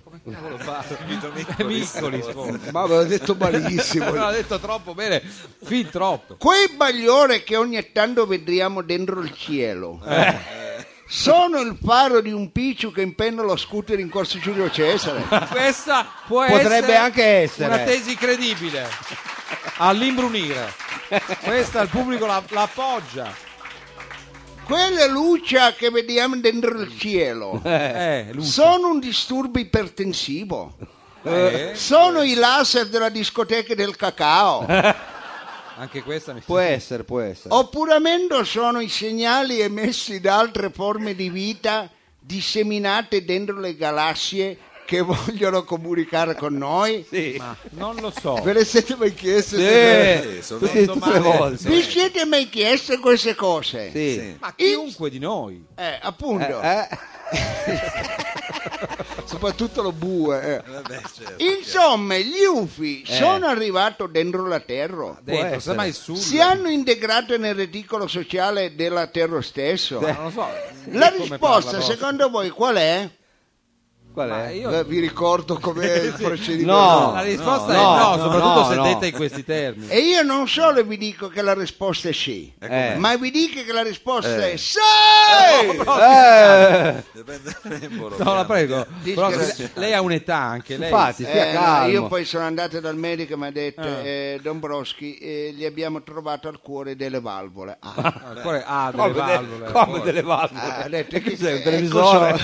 D: Piccoli, sforzi.
A: Ma avevo detto malissimo.
D: L'ha detto troppo bene, fin troppo.
A: Quei bagliore che ogni tanto vediamo dentro il cielo sono il faro di un picciu che impenna lo scooter in corso Giulio Cesare.
D: Questa può
B: Potrebbe
D: essere
B: anche essere.
D: una tesi credibile all'imbrunire. Questa il pubblico la, la appoggia.
A: Quelle luci che vediamo dentro il cielo
D: Eh, Lu-
A: sono un disturbo ipertensivo.
D: eh,
A: Sono i laser della discoteca del cacao.
D: anche questa mi
B: Può essere, può essere.
D: Oh,
A: Oppuramente sono i segnali emessi da altre forme di vita disseminate dentro le galassie che vogliono comunicare con noi?
D: non lo so.
A: Ve le siete mai chieste?
B: Sì,
C: sono
B: tutti- tutte le volte.
A: Vi siete mai chieste queste cose?
B: Sì.
D: Ma chiunque di noi.
A: Eh, appunto.
B: Eh,
A: Soprattutto lo bue.
C: Vabbè, certo.
A: Insomma, gli UFI sono arrivati dentro la Terra.
D: Dentro,
B: essere.
D: semmai su.
A: Si hanno integrato nel reticolo sociale della Terra stesso.
D: Non lo so.
B: Eh,
A: La
D: Come
A: risposta,
D: parla,
A: secondo voi, qual è?
B: qual
D: Ma
B: è?
D: io-
A: Beh, vi ricordo come il procedimento.
B: No.
D: la
B: no,
D: risposta è no,
B: no,
D: soprattutto
B: no,
D: se
B: no.
D: detta in questi termini.
A: E io non solo vi dico che la risposta è sì,
B: com'è?
A: ma vi dico che la risposta è sì! Eh,
B: Eh,
C: certo. Dipende- Bolognano.
D: No, la prego.
A: Dici
D: Però
A: che-
D: se- lei ha un'età anche lei.
B: infatti,
A: Eh,
B: stia
A: no,
B: calmo. Ah.
A: io poi sono andato dal medico e mi ha detto, eh, Don Broschi, eh, gli abbiamo trovato al cuore delle valvole. Ah,
D: Ah, il cuore ha delle valvole.
B: Come delle valvole?
A: Ah, ha detto,
B: E che
A: chi-
B: sei, un
A: eh,
B: televisore?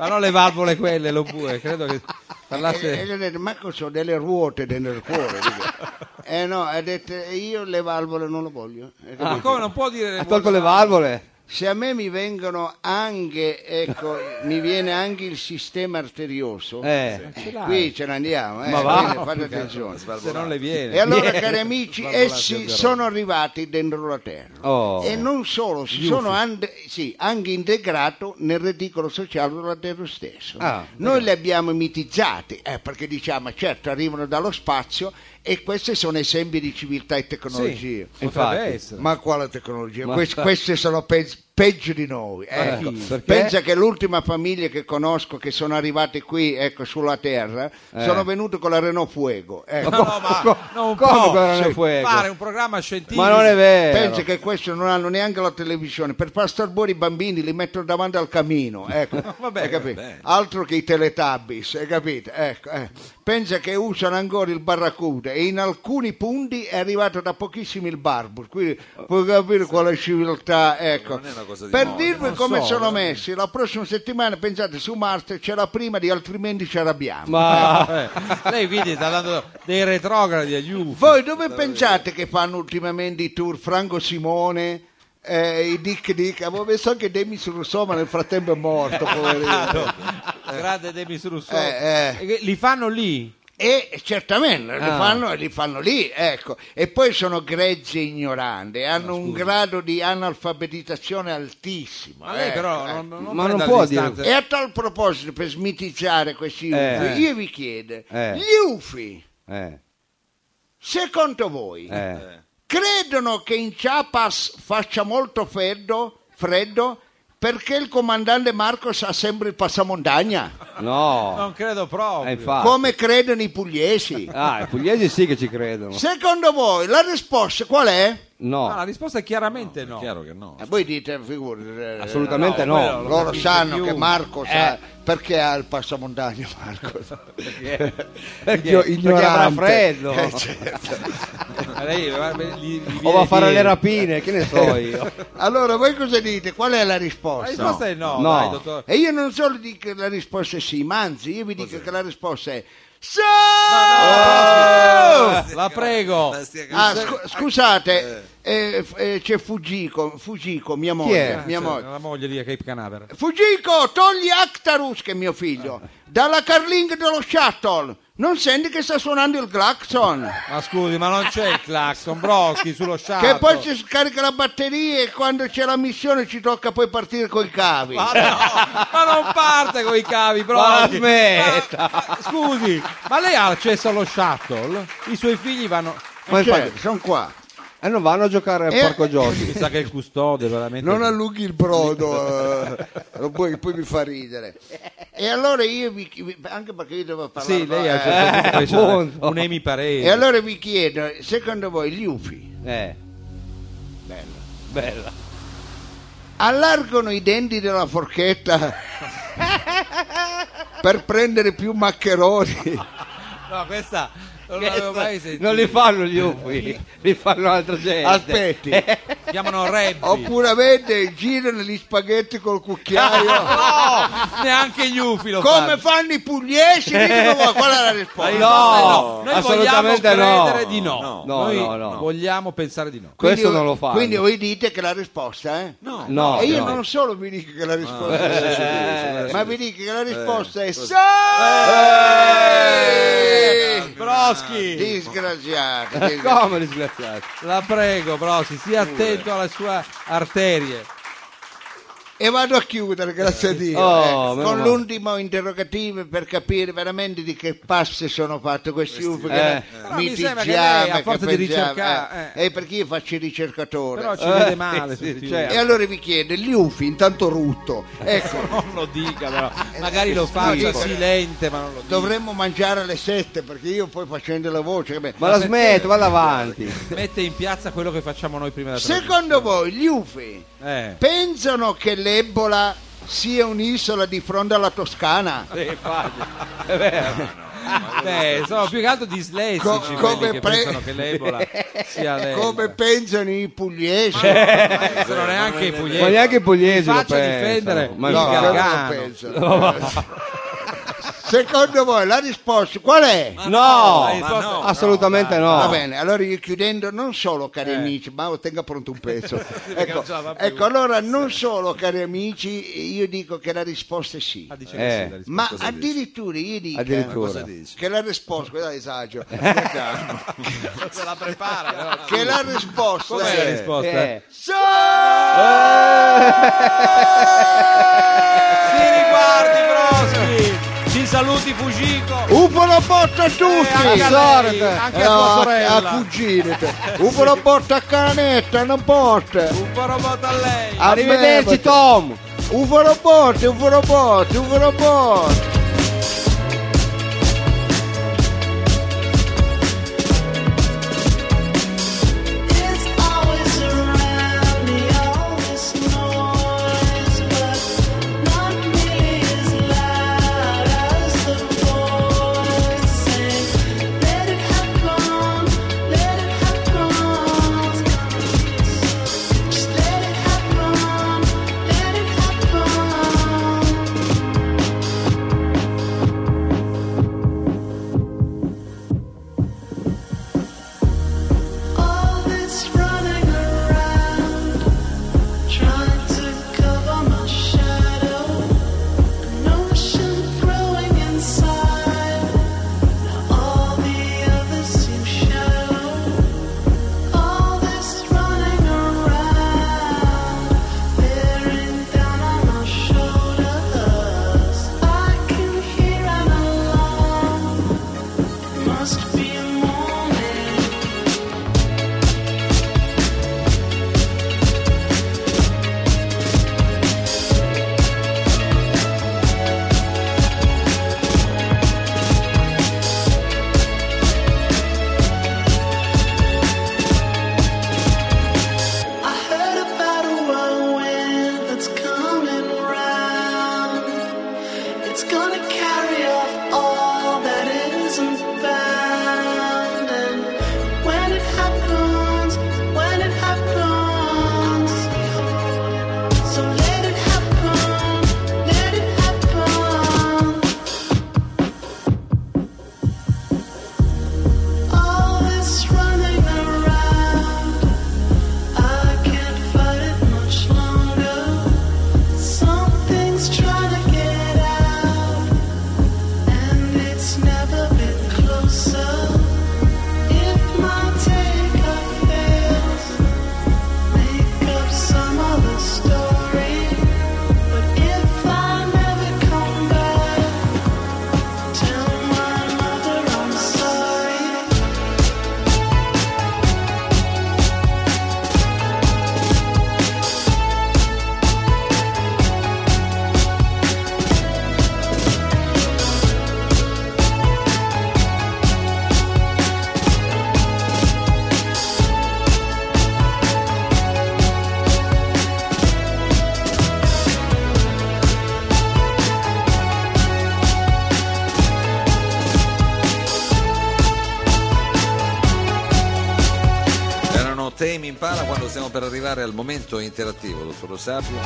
D: Ma non le valvole quelle, lo pure, credo che
A: e,
B: Eh,
A: eh, e
D: parlasse
A: gli ho detto, ma cosa sono delle ruote dentro il cuore? Dico. eh no, ha detto, io le valvole non le voglio.
B: Ah.
A: Eh,
D: Ma come non può dire
B: Ha tolto le valvole?
A: Se a me mi vengono anche, ecco, mi viene anche il sistema arterioso,
B: Eh.
A: qui ce ne andiamo, eh,
B: Ma va,
A: quindi fate attenzione.
D: se non le viene.
A: E allora, cari amici,
D: Valvolati
A: essi
D: alberò.
A: sono arrivati dentro la terra.
B: Oh.
A: E non solo, si sono and- sì, anche integrato nel reticolo sociale della terra stesso.
B: Ah,
A: Noi li abbiamo mitizzati, eh, perché diciamo, certo, arrivano dallo spazio e questi sono esempi di civiltà e tecnologia.
B: Infatti.
D: Potrebbe essere.
A: Ma quale tecnologia? Quest- questi sono pe- peggio di noi. Ecco.
B: chi? Perché?
A: Pensa che l'ultima famiglia che conosco che sono arrivate qui ecco, sulla terra sono venute con la Renault Fuego. Ecco.
D: No, ma
B: Come
D: non può
B: guardare nel
D: sì,
B: fuego?
D: fare un programma scientifico.
B: Ma non è vero.
A: Pensa che questi non hanno neanche la televisione. Per far star buoni i bambini li mettono davanti al camino. Ecco.
D: Vabbè,
A: Hai capito? Altro che i teletabis, hai capito? Ecco, eh. Pensa che usano ancora il barracuda e in alcuni punti è arrivato da pochissimi il barbur, quindi puoi capire quale civiltà. Ecco.
C: Non eh. è una cosa di
A: per
C: moda.
A: dirvi come sono messi, la prossima settimana pensate su Marte c'è la prima di altrimenti ci arrabbiamo.
D: Eh, lei quindi sta dando dei retrogradi agli UFO.
A: Voi dove pensate che fanno ultimamente i tour Franco Simone, eh, i Dick Dick? Avevo visto anche Demis Rousseau, ma nel frattempo è morto,
D: Ah,
A: poverino.
B: Eh.
D: Grande Demis Rousseau.
A: Eh, eh.
D: E che- Li fanno lì?
A: E certamente
D: Ah.
A: li, fanno, li fanno lì, ecco. E poi sono greggi e ignoranti, hanno un grado di analfabetizzazione altissimo.
D: Ma lei
A: ecco,
D: però
A: ecco.
D: non, non,
B: Ma
D: prenda
B: non può
D: le
B: dire-
D: distanze.
A: E a tal proposito, per smitizzare questi
B: Eh.
A: UFI, io vi chiedo,
B: Eh.
A: gli UFI,
B: Eh,
A: secondo voi,
B: eh.
A: Credono che in Chiapas faccia molto freddo, freddo perché il comandante Marcos ha sempre il passamontagna,
B: No,
D: Non credo proprio.
B: eh, infatti.
A: come credono i pugliesi.
B: Ah, i pugliesi sì che ci credono.
A: Secondo voi la risposta qual è?
D: No, la
B: No,
D: risposta è chiaramente no.
C: Chiaro che no.
A: Eh, voi dite, figurate.
B: assolutamente
D: no, quello
B: no.
D: lo-
A: Loro
D: capisce
A: sanno
D: più.
A: che Marcos ha, perché ha il passamontagna Marcos.
B: Perché
A: Perché
B: io
A: avrà
B: ignorante.
A: freddo. certo.
B: Eh,
D: Eh, Lei, guarda, gli- gli
B: O
D: viene
B: va a fare le
D: dietro.
B: rapine, che ne so io.
A: Allora voi cosa dite? Qual è la risposta?
D: La risposta è no,
B: No.
D: dai, dottore.
A: E io non solo dico che la risposta è sì, ma anzi io vi dico che la risposta è sì! Eh,
D: La prego.
C: Ma stia
A: Ah,
C: cazzo-
A: scu- scusate, eh, f- eh, c'è Fujiko, Fujiko, mia
B: Chi
A: moglie.
B: è?
A: mia
D: Cioè,
A: moglie.
D: la moglie lì a Cape Canaveral.
A: Fujiko, togli Actarus, che è mio figlio, dalla carling dello shuttle. Non senti che sta suonando il clacson?
B: Ah,
D: Ma scusi, ma non c'è il clacson, Brocchi sullo sciato.
A: Che
B: ecco.
A: poi si scarica la batteria e quando c'è la missione ci tocca poi partire coi cavi.
D: Ma, no, ma non parte con i cavi, Brocchi.
B: Ma smetta.
D: Ma- ma- scusi, ma lei ha accesso allo shuttle? I suoi figli vanno...
B: Ma
A: Cioè,
B: infatti,
A: sono qua.
B: eh, non vanno a giocare al
A: Eh.
B: parco giochi.
D: Mi sa che il custode veramente...
A: Non allunghi il brodo, eh, lo puoi- poi mi fa ridere. E allora io vi, vi- anche perché io devo parlare.
D: Sì, lei ha
A: eh,
D: il certo punto, c'ha
B: appunto.
D: un Amy Paresi.
A: E allora vi chiedo, secondo voi gli UFI
B: Eh, bella.
A: allargano i denti della forchetta per prendere più maccheroni?
D: No, questa non l'avevo mai sentita.
B: Non li fanno gli UFI, li fanno altra gente.
A: Aspetti,
B: Eh,
D: Chiamano Rebbi.
B: Oh.
A: oppure avete girano gli spaghetti col cucchiaio?
D: No, neanche gli UFI lo
A: Come
D: fanno.
A: fanno i pugliesi? Ditemi voi, qual è la risposta?
B: No,
D: Noi vogliamo
B: assolutamente
D: credere
B: no.
D: di no.
C: No,
B: no,
D: Noi
B: no, no.
D: vogliamo pensare di no.
B: Questo
A: Quindi-
B: non lo fanno.
A: Quindi voi dite che la risposta eh, è?
C: No,
B: no,
A: e io
B: no.
A: non solo vi dico che la risposta
C: Eh,
A: è
C: sì, sì, sì.
A: ma vi dico che la risposta è sì!
D: Broschi,
A: Disgraziato, disgraziato.
B: Come disgraziato?
D: la prego, Broschi, stia attento alle sue arterie.
A: E vado a chiudere, grazie a Dio.
B: Oh,
A: eh,
B: meno
A: con
B: male.
A: l'ultimo interrogativo per capire veramente di che passi sono fatti questi UFO
B: eh.
A: che
D: Però mi
A: mitigiamo,
D: sembra che lei, a
A: che
D: forza di
A: pensiamo,
D: ricercare,
A: eh. Eh, perché io faccio il ricercatore.
D: Però ci
B: Eh,
D: vede male.
B: sì,
D: tutti
B: cioè,
A: E allora vi chiedo, gli UFI intanto rutto, ecco,
D: uno. Non lo dica, però.
B: Eh,
D: Magari lo
A: No,
D: faccia
A: dico-
D: silente, ma non lo dica.
A: dovremmo mangiare alle sette perché io poi facendo la voce... vabbè.
B: Ma la smetto, vada avanti.
D: Mette in piazza quello che facciamo noi prima della
A: Secondo voi gli UFI
D: trasmissione. Eh.
A: pensano che l'Ebola sia un'isola di fronte alla Toscana?
D: Beh, sono più che altro
A: Co-
D: dislessici
A: come
D: quelli che
A: pre-
D: pensano che l'ebola sia l'ebola.
A: Eh, Come pensano i pugliesi?
D: non sono neanche i pugliesi.
B: Ma neanche i pugliesi
D: Ecco. Mi
B: lo
D: faccia
B: pensano.
D: difendere
B: Ma
D: il
A: No,
B: infatti.
A: quello non
D: Gargano.
A: penso. Secondo voi la risposta qual è?
B: No,
D: Ma no,
B: assolutamente no. Eh.
A: Va bene, allora io chiudendo non solo cari amici, ma tenga pronto un pezzo. ecco, ecco, allora non solo cari amici, io dico che la risposta è sì.
D: Ah, dice che
B: Eh.
D: sì, la risposta.
A: Ma addirittura io dico
B: Addirittura.
A: che la risposta, guarda esagio,
D: se la prepara. però.
A: che la risposta
D: Com'è la
A: è
D: risposta?
B: Eh.
D: Si riguardi, Broschi. Ci saluti, Fugico.
A: Un buona botta Eh, a tutti!
D: anche a lei, anche a sua sorella.
A: a cugine. te. Un buona botta a canetta, non botta.
D: Un po' robot a lei.
A: A me,
B: Arrivederci,
A: perché-
B: Tom.
A: Un buona botta, un buona botta, un buona botta.
F: It's always around me, all this noise, but not nearly as loud as the voice. Let it happen,
G: never been closer. If my take fails, make up some other story. But if I never come back, tell my mother I'm sorry.
C: Erano temi in pala quando stiamo per arrivare al momento interattivo, dottor Lo Sapio.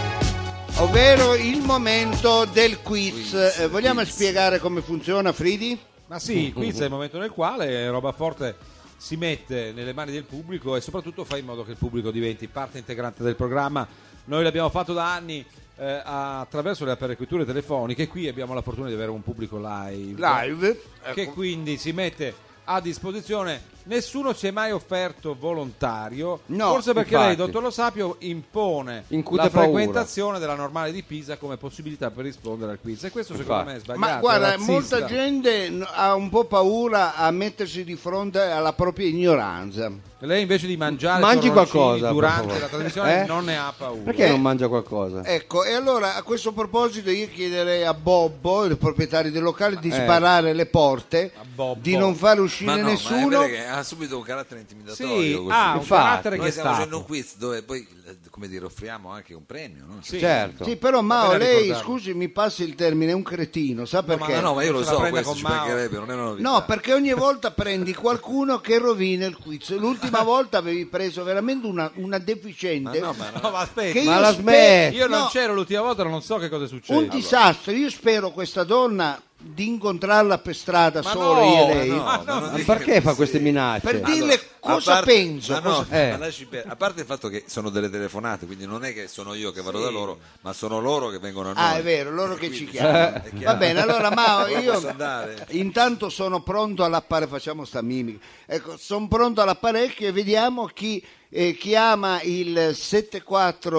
A: ovvero il momento del quiz. Eh, vogliamo spiegare come funziona, Fridi?
D: Ma sì, qui c'è il momento nel quale roba forte si mette nelle mani del pubblico e soprattutto fa in modo che il pubblico diventi parte integrante del programma. Noi l'abbiamo fatto da anni eh, attraverso le aperchiature telefoniche, qui abbiamo la fortuna di avere un pubblico live,
B: Eh,
D: Ecco. che quindi si mette a disposizione. Nessuno si è mai offerto volontario,
A: No,
D: forse perché
B: infatti.
D: lei, dottor Lo Sapio, impone
B: Incute
D: la
B: paura.
D: frequentazione della normale di Pisa come possibilità per rispondere al quiz e questo secondo
B: Infatti.
D: me è sbagliato.
A: Ma guarda,
D: è razzista.
A: molta gente n- ha un po' paura a mettersi di fronte alla propria ignoranza.
D: Lei invece di mangiare
B: Mangi
D: torroncini
B: qualcosa, per
D: durante
B: favore.
D: la trasmissione
B: Eh?
D: non ne ha paura.
B: Perché non mangia qualcosa?
D: Eh,
A: Ecco, e allora a questo proposito io chiederei a Bobbo, il proprietario del locale, di sparare le porte,
D: Bobbo.
A: di non far uscire
C: Ma no,
A: nessuno.
C: ma è vero che ha subito un carattere intimidatorio.
D: Sì,
C: questo.
D: ha un
B: Infatti.
D: carattere che
C: Noi
D: è
C: stiamo facendo un
D: stato.
C: quiz dove poi, eh, come dire, offriamo anche un premio, no?
D: Sì.
B: Certo.
A: Sì, però Mao,
D: bene
A: lei,
D: ricordarlo.
A: scusi, mi passi il termine, è un cretino, sa
C: Ma,
A: perché?
C: no, ma io lo
D: Se la
C: so,
D: prende
C: questo
D: con
C: ci
D: Mao.
C: mancherebbe, non è una novità.
A: No, perché ogni volta prendi qualcuno che rovina il quiz. L'ultima volta avevi preso veramente una, una deficiente.
C: No, ma
D: No, ma aspetta,
A: che
B: Ma
A: io
B: la
A: spe-
B: smetti.
D: io non
A: no,
D: c'ero l'ultima volta, non so che cosa succede.
A: Un disastro. Io spero questa donna di incontrarla per strada solo
D: no,
A: io e lei.
C: no, ma non
B: Ma
C: dica
B: perché
C: che
B: fa
C: sì.
B: queste minacce?
A: Per
C: Allora,
A: dirle
C: a
A: cosa
C: parte-
A: penso.
C: ma no,
A: cosa-
B: eh.
C: ma lasci per- a parte il fatto che sono delle telefonate, quindi non è che sono io che vado da loro, ma sono loro che vengono a noi.
A: Ah, è vero, loro che ci
C: Quindi, eh,
A: chiamano.
C: è chiaro.
A: Va bene, allora Mao,
C: Ora
A: io
C: posso andare?
A: intanto sono pronto all'apparecchio, facciamo sta mimica. Ecco, sono pronto all'apparecchio e vediamo chi eh, chiama il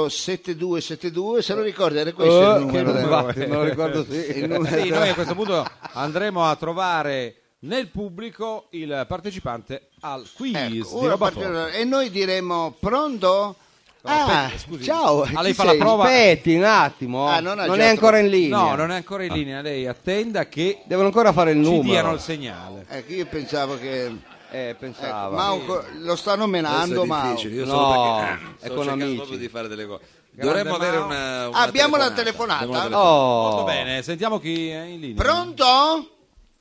A: 747272, se lo ricordi, era questo
B: Eh,
A: il
B: che
A: numero. Ecco,
B: non
A: del-
B: va, me lo ricordo sì.
A: il numero
D: Sì, noi a questo punto andremo a trovare nel pubblico il partecipante al quiz
A: Ecco,
D: di
A: ora
D: roba
A: partiamo-
D: forte.
A: e noi diremo pronto? Ah,
D: aspetta, scusi.
A: ciao.
D: Ah, lei
A: chi
D: fa la
A: sei?
D: prova?
B: Aspetti un attimo,
A: Ah, non
B: non,
A: ha
B: è
A: già
B: ancora in linea.
D: No, non è ancora in linea, lei attenda che
B: Devono ancora fare il
D: ci diano
B: numero.
D: il segnale.
A: Ecco, io pensavo che
B: Eh,
A: ecco,
D: Ah,
B: pensavo.
A: Mao co- lo stanno
C: Adesso
A: menando,
C: è
A: Mao.
C: difficile, io
B: No,
C: solo
B: è
C: perché sto
B: con
C: cercando
B: amici.
C: proprio di fare delle cose.
D: Grande
C: Dovremmo avere
D: Mao.
C: una, una
A: Abbiamo la telefonata?
C: Abbiamo una
B: Oh.
D: Molto bene, sentiamo chi è in linea.
A: Pronto?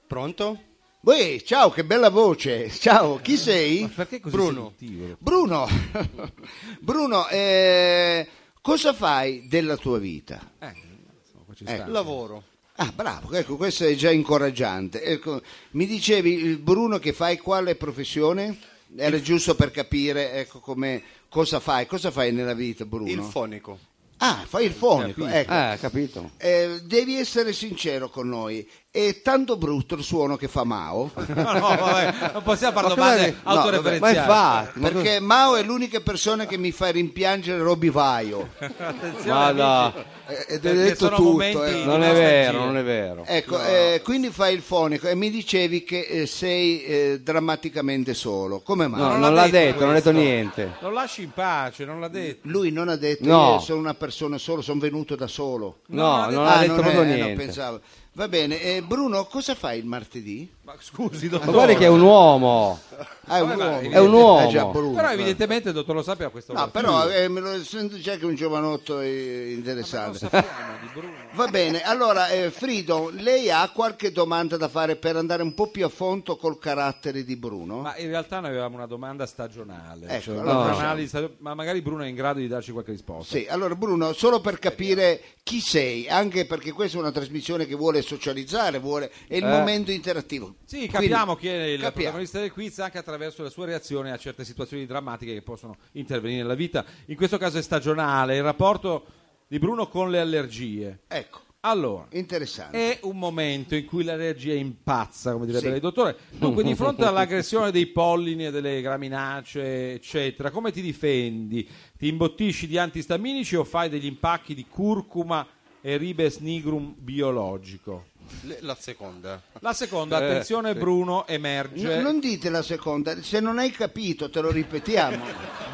H: Pronto? Eh,
A: Uè, ciao, che bella voce. Ciao, chi sei?
D: Perché così
H: Bruno.
D: sentivo?
A: Bruno. Bruno, eh, cosa fai della tua vita? Ecco.
D: Eh, insomma, qua ci sta.
H: Lavoro.
A: Ah, bravo, ecco, questo è già incoraggiante. Ecco, mi dicevi, il Bruno, che fai quale professione? Era giusto per capire ecco, come, cosa fai. Cosa fai nella vita, Bruno?
H: Il fonico.
A: ah, fai il fonico, ecco.
B: Eh, capito.
A: Eh, devi essere sincero con noi. È tanto brutto il suono che fa Mao.
D: No, no, Oh, vabbè, non possiamo fare
B: Ma
D: domande
B: come- no, Ma
D: autoreferenziali.
B: infatti, ma
A: Perché Mao è l'unica persona che mi fa rimpiangere Roby Vaio.
B: Ma no,
A: Eh, ed hai
D: Perché
A: detto
D: sono
A: tutto.
D: momenti-
A: eh.
B: non è vero, non è vero.
A: Ecco, eh, quindi fai il fonico e mi dicevi che eh, sei eh, drammaticamente solo. Come mai?
B: No,
D: non
B: non,
D: l'ha
B: l'ha
D: detto
B: detto, non ha detto
D: questo.
B: niente.
D: Lo lasci in pace, non l'ha detto.
A: Lui non ha detto
B: No.
A: io sono una persona solo, sono venuto da solo.
B: No, non
A: Ah,
B: ha detto
A: non è-
B: proprio
A: eh, no,
B: niente.
A: pensavo. Va bene, eh, Bruno, cosa fai il martedì?
D: Ma scusi,
B: Ma
D: dottore.
B: guarda che è un uomo.
A: Ah, è un
D: ma-
A: uomo.
B: è un uomo.
A: Eh, già, Bruno.
D: Però evidentemente il dottor lo sappia a questo
A: No, però eh, me lo sento già che è un giovanotto eh, interessante.
D: sappiamo di Bruno.
A: Va bene, allora eh, Frido, lei ha qualche domanda da fare per andare un po' più a fondo col carattere di Bruno?
D: Ma in realtà noi avevamo una domanda stagionale,
A: Ecco,
D: cioè,
A: allora
D: una
A: facciamo.
D: analisi stagio- ma magari Bruno è in grado di darci qualche risposta.
A: Sì, allora Bruno, solo per capire chi sei, anche perché questa è una trasmissione che vuole socializzare, vuole, è il momento interattivo.
D: Eh. Sì, capiamo chi
A: Quindi,
D: è il
A: capiamo.
D: protagonista del quiz anche attraverso la sua reazione a certe situazioni drammatiche che possono intervenire nella vita. In questo caso è stagionale, il rapporto di Bruno con le allergie.
A: Ecco,
D: Allora,
A: Interessante.
D: è un momento in cui la regia impazza, come direbbe
A: Sì.
D: lei, dottore. Dunque, di fronte all'aggressione dei pollini e delle graminacee, eccetera, come ti difendi? Ti imbottisci di antistaminici o fai degli impacchi di curcuma e ribes nigrum biologico?
H: Le- La seconda.
D: La seconda, attenzione, Bruno emerge.
A: Eh, No, non dite la seconda, se non hai capito te lo ripetiamo.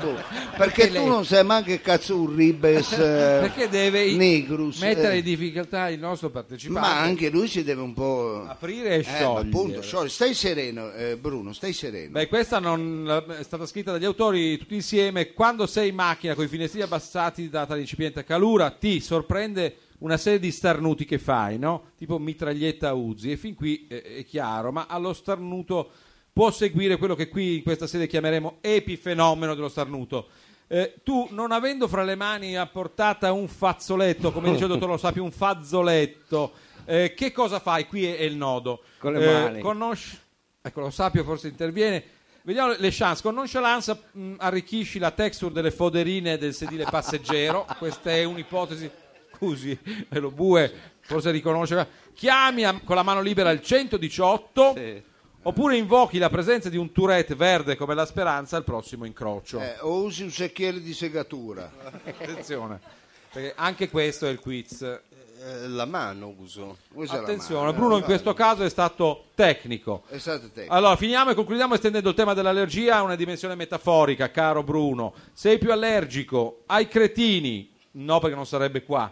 A: Tu, perché tu non sai manco che cazzo un ribes eh,
D: Perché deve
A: negrus.
D: mettere
A: eh.
D: in difficoltà il nostro partecipante?
A: ma anche lui si deve un po'...
D: aprire e
A: Eh, ma
D: sciogliere.
A: appunto, sciogli- stai sereno, eh, Bruno, stai sereno.
D: Beh, questa non è stata scritta dagli autori tutti insieme. Quando sei in macchina con i finestrini abbassati data l'incipiente calura, ti sorprende una serie di starnuti che fai, no? Tipo mitraglietta Uzi. E fin qui eh, è chiaro, ma allo starnuto può seguire quello che qui in questa sede chiameremo epifenomeno dello starnuto. Eh, tu, non avendo fra le mani a portata un fazzoletto, come dice il dottor Lo Sapio, un fazzoletto, eh, che cosa fai? Qui è, è il nodo. Eh,
B: Con le mani.
D: conosci- Ecco, lo Sapio forse interviene. Vediamo le chance. Con nonchalance mh, arricchisci la texture delle foderine del sedile passeggero. Questa è un'ipotesi. Scusi, eh, lo bue forse riconosce. Chiami a- con la mano libera il 118. Oppure invochi la presenza di un tourette verde come la speranza al prossimo incrocio.
A: Eh, o usi un secchiere di segatura.
D: Attenzione, perché anche questo è il quiz.
H: Eh, La mano uso.
A: Usa la
D: Attenzione,
A: mano.
D: Bruno in questo caso è stato tecnico.
A: È stato te.
D: Allora, finiamo e concludiamo estendendo il tema dell'allergia a una dimensione metaforica, caro Bruno. Sei più allergico ai cretini? No, perché non sarebbe qua.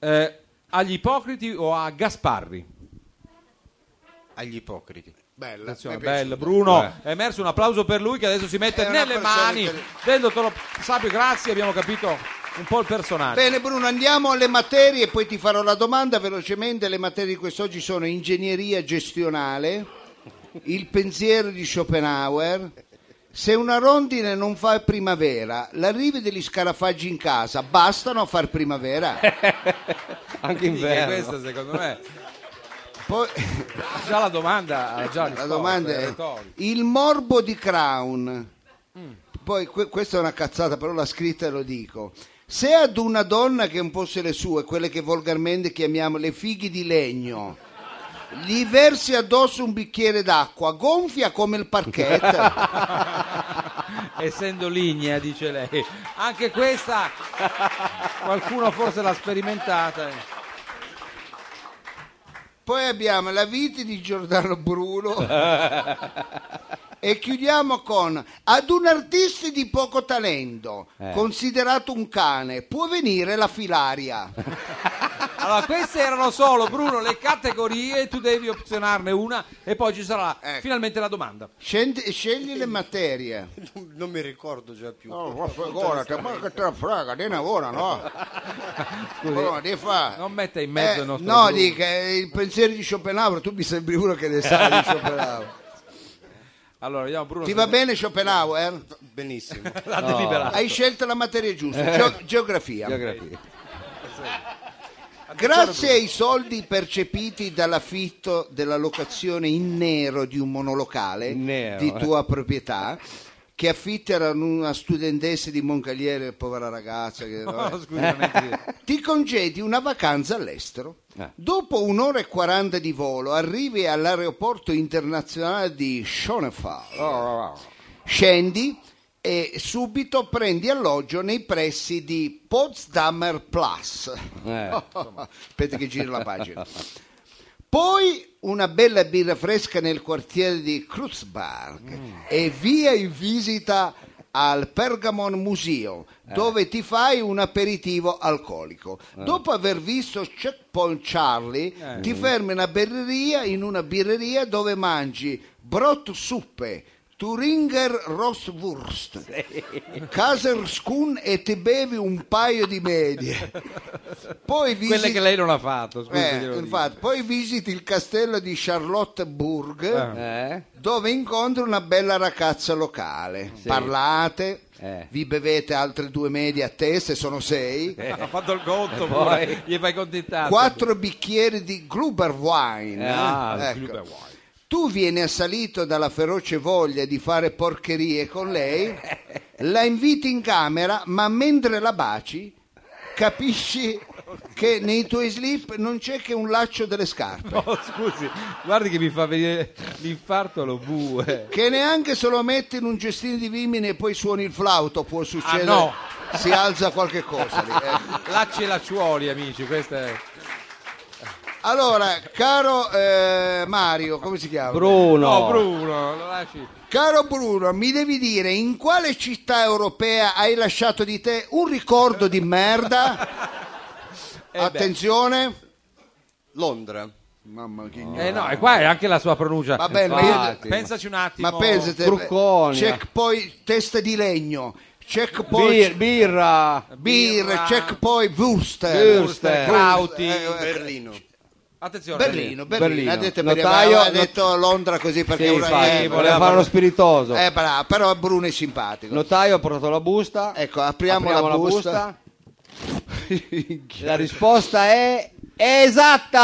D: Eh, agli ipocriti o a Gasparri?
H: Agli ipocriti.
A: Bella,
D: Attenzione,
A: mi è piaciuta.
D: bello, Bruno. È emerso un applauso per lui che adesso si mette
A: È una
D: nelle
A: persona
D: mani
A: intelli-
D: del dottor Sapio. Grazie, abbiamo capito un po' il personaggio.
A: Bene Bruno, andiamo alle materie e poi ti farò la domanda velocemente. Le materie di quest'oggi sono ingegneria gestionale, il pensiero di Schopenhauer, se una rondine non fa primavera, l'arrivo degli scarafaggi in casa bastano a far primavera.
B: Anche
D: Sì, che
B: inverno.
D: questa secondo me
A: Poi,
D: già la domanda ha già eh.
A: la
D: risposta,
A: domanda è
D: retorica.
A: il morbo di Crown. Poi que- questa è una cazzata, però la scritta lo dico. Se ad una donna che è un po' se le sue, quelle che volgarmente chiamiamo le fighi di legno, gli versi addosso un bicchiere d'acqua, gonfia come il parquet,
D: essendo lignea dice lei anche questa qualcuno forse l'ha sperimentata eh.
A: poi abbiamo la vite di Giordano Bruno e chiudiamo con ad un artista di poco talento, considerato un cane, può venire la filaria.
D: allora queste erano solo Bruno le categorie tu devi opzionarne una e poi ci sarà
A: Ecco.
D: finalmente la domanda
A: Scendi- scegli le materie.
H: Non, non mi ricordo già più.
A: ma che te la frega, di lavora, no? Però di fa.
D: non metta in mezzo il
A: Eh,
D: nostro
A: no,
D: Bruno.
A: dica, eh, il pensiero di Schopenhauer, tu mi sembri uno che ne sa di Schopenhauer.
D: allora vediamo Bruno
A: Ti
D: se-
A: va bene Schopenhauer?
H: Benissimo.
D: l'ha deliberato
A: Hai scelto la materia giusta, geo- geografia.
B: Eh. Geografia.
A: Grazie ai soldi percepiti dall'affitto della locazione in nero di un monolocale
B: In nero,
A: di
B: eh.
A: tua proprietà, che affitta era una studentessa di Moncaliere, povera ragazza. Che, vabbè.
D: No, scusa, metti-
A: ti congedi una vacanza all'estero.
B: Eh.
A: Dopo un'ora e quaranta di volo arrivi all'aeroporto internazionale di Schönefeld. Scendi e subito prendi alloggio nei pressi di Potsdamer Plus.
B: Eh.
A: Aspetta che giri la pagina. Poi una bella birra fresca nel quartiere di Kreuzberg
D: Mm.
A: e via in visita al Pergamon Museo
D: Eh.
A: dove ti fai un aperitivo alcolico. Dopo aver visto Checkpoint Charlie
D: Eh.
A: ti fermi in una birreria, in una birreria dove mangi brot suppe, Turinger Rostwurst, Kaserskun e ti bevi un paio di medie. Poi visiti...
D: quelle che lei non ha fatto scusi,
A: Eh,
D: glielo dico.
A: infatti, poi visiti il castello di Charlotteburg
B: Eh?
A: dove incontri una bella ragazza locale. Parlate,
B: Eh.
A: vi bevete altre due medie a testa, e sono sei.
D: ha fatto il conto
B: poi?
D: pure. gli fai contentato
A: Quattro bicchieri di Gruber Wine.
B: Ah,
A: Ecco. Tu vieni assalito dalla feroce voglia di fare porcherie con lei,
B: Eh.
A: la inviti in camera, ma mentre la baci capisci che nei tuoi slip non c'è che un laccio delle scarpe,
D: Oh, scusi, guardi che mi fa venire l'infarto allo bue.
A: che neanche se lo metti in un cestino di vimini e poi suoni il flauto può succedere,
D: Ah, no.
A: si alza qualche cosa lì. ecco.
D: Lacci e lacciuoli, amici, questa è...
A: Allora, caro eh, Mario, come si chiama?
B: Bruno.
D: Oh, Bruno, lo lasci.
A: Caro Bruno, mi devi dire in quale città europea hai lasciato di te un ricordo di
D: Eh
A: merda? Attenzione.
H: Londra.
A: Mamma mia.
D: Eh no, e qua è anche la sua pronuncia.
A: Va bene, ma io-
B: Infatti.
D: Pensaci un attimo.
A: Ma pensate,
B: Brucconia.
A: checkpoint testa di legno,
B: Bir-
A: checkpoint
B: birra.
A: beer,
D: birra.
A: checkpoint Wurster.
B: Wurst.
D: Wurster, Krauti.
H: Berlino.
D: Attenzione.
A: Berlino, Berlino,
B: Berlino.
A: ha detto,
B: Notaio-
A: ha detto Londra così perché
B: Sì,
A: ora
B: infatti,
A: eh,
B: voleva fare lo spiritoso.
A: eh, bravo, però Bruno è simpatico.
B: Notaio ha portato la busta.
A: Ecco, apriamo, la busta.
B: la risposta è esatta.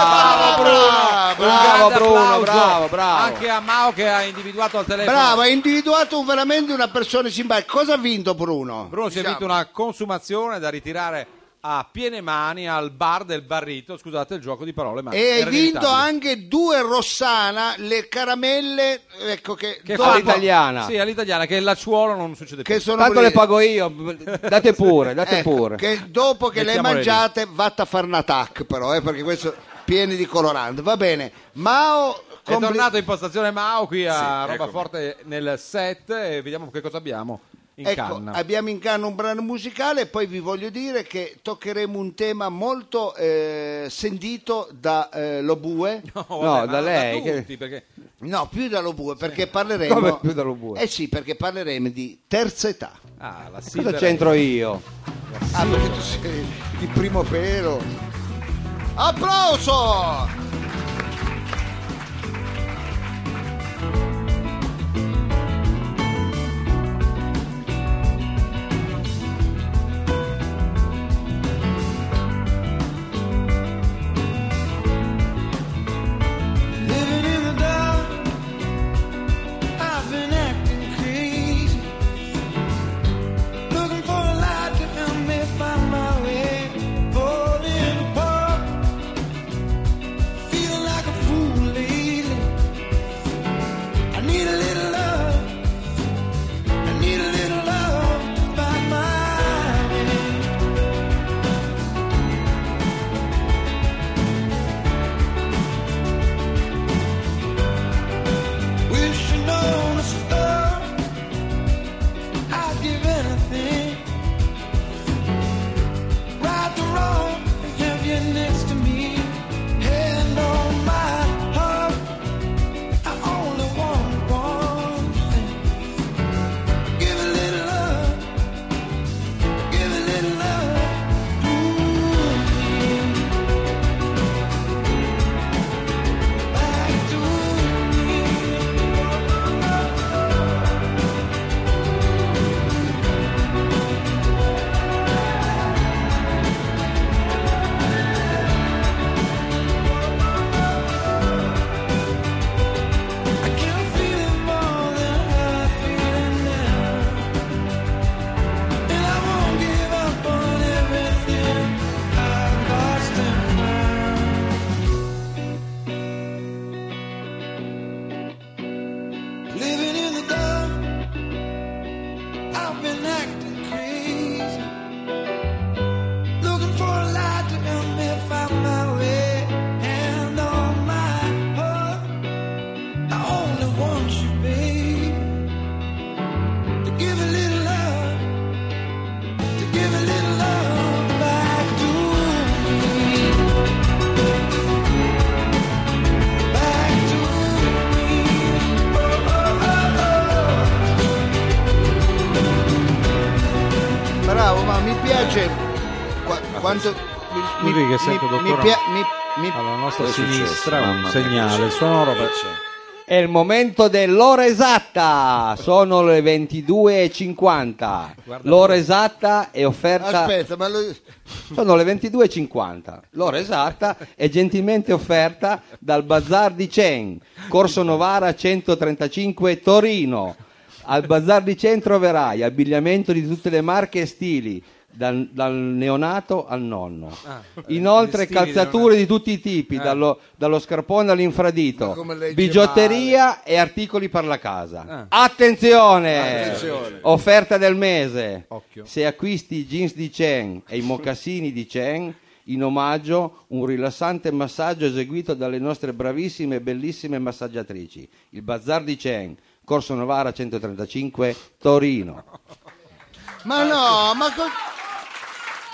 A: bravo, Ah, bravo,
B: Bruno,
D: Grande
B: bravo, Bruno,
D: applauso
B: bravo, bravo.
D: Anche a Mao che ha individuato al telefono.
A: Bravo, eh. hai individuato un- veramente una persona simpatica. Cosa ha vinto Bruno?
D: Bruno si è vinto una consumazione da ritirare a piene mani al bar del Barrito. Scusate il gioco di parole, ma
A: E hai
D: era
A: vinto
D: inevitabile.
A: anche due Rossana, le caramelle, ecco che,
D: Che
A: dopo-
D: fa-
B: all'italiana.
D: Sì, all'italiana, che il lacciuolo non succede più.
A: che sono
B: Tanto
A: quelle-
B: le pago io. Date pure, date
A: ecco,
B: pure.
A: Che dopo che le hai
D: Mettiamole lì.
A: mangiate, vatta a fare un attack, però, eh, perché questo è pieno di colorante. Va bene, Mao.
D: È
A: compli-
D: tornato in postazione Mao qui a Robaforte nel set e vediamo che cosa abbiamo in
A: Ecco,
D: canna.
A: abbiamo in canna un brano musicale e poi vi voglio dire che toccheremo un tema molto eh, sentito da eh, Lobue.
D: No,
B: da lei, che-
D: tutti, perché
A: No, più da Lobue, perché parleremo...
B: Come più da Lobue?
A: Eh sì, perché parleremo di terza età.
D: ah, la
B: Cosa
D: Silver-
B: c'entro io?
A: Ah, perché tu sei di primo pelo. Applauso!
G: Living in the dark, I've been acting crazy. Looking for a light to help me find my way. Falling apart, feeling like a fool lately. I need a little love, I need a little love to find my way. Wishing on a star, I'd give anything. Right the wrong and have you next to me. Hand on my heart, I only want one thing. Give a little love, give a little love. Ooh, back to me. I can feel it more than I feel it now, and I won't give up on everything I've lost and found. Living in the dark, I've been acting crazy, looking for a light to help me find my way, hand on my heart. I only want you, babe, to give a little love, to give a little love back to me, back to me. Oh, oh, oh, oh.
A: Bravo, ma mi piace qua- quando... Mi,
D: Scusi che sento, dottore.
A: mi- mi-
D: alla nostra
C: Cosa è successo?
D: sinistra un
C: Mamma mia,
D: segnale
C: che c'è?
D: sonoro per-
A: Cioè,
B: È il momento dell'ora esatta, sono le 22.50. L'ora esatta è offerta.
A: aspetta, ma lo-
B: Sono le 22.50. L'ora esatta è gentilmente offerta dal Bazar di Cen, Corso Novara 135 Torino. Al Bazar di Cen troverai abbigliamento di tutte le marche e stili, dal, dal neonato al nonno. Inoltre calzature di tutti i
D: Eh.
B: tipi, dallo, dallo scarpone all'infradito,
A: come legge
B: bigiotteria e articoli per la
D: Eh.
B: casa. Attenzione!
A: Attenzione.
B: Offerta del mese.
D: Occhio.
B: Se acquisti i jeans di Chen e i mocassini di Chen, in omaggio un rilassante massaggio eseguito dalle nostre bravissime e bellissime massaggiatrici. Il Bazar di Chen, Corso Novara 135, Torino. Ah,
A: Ma no, ma co-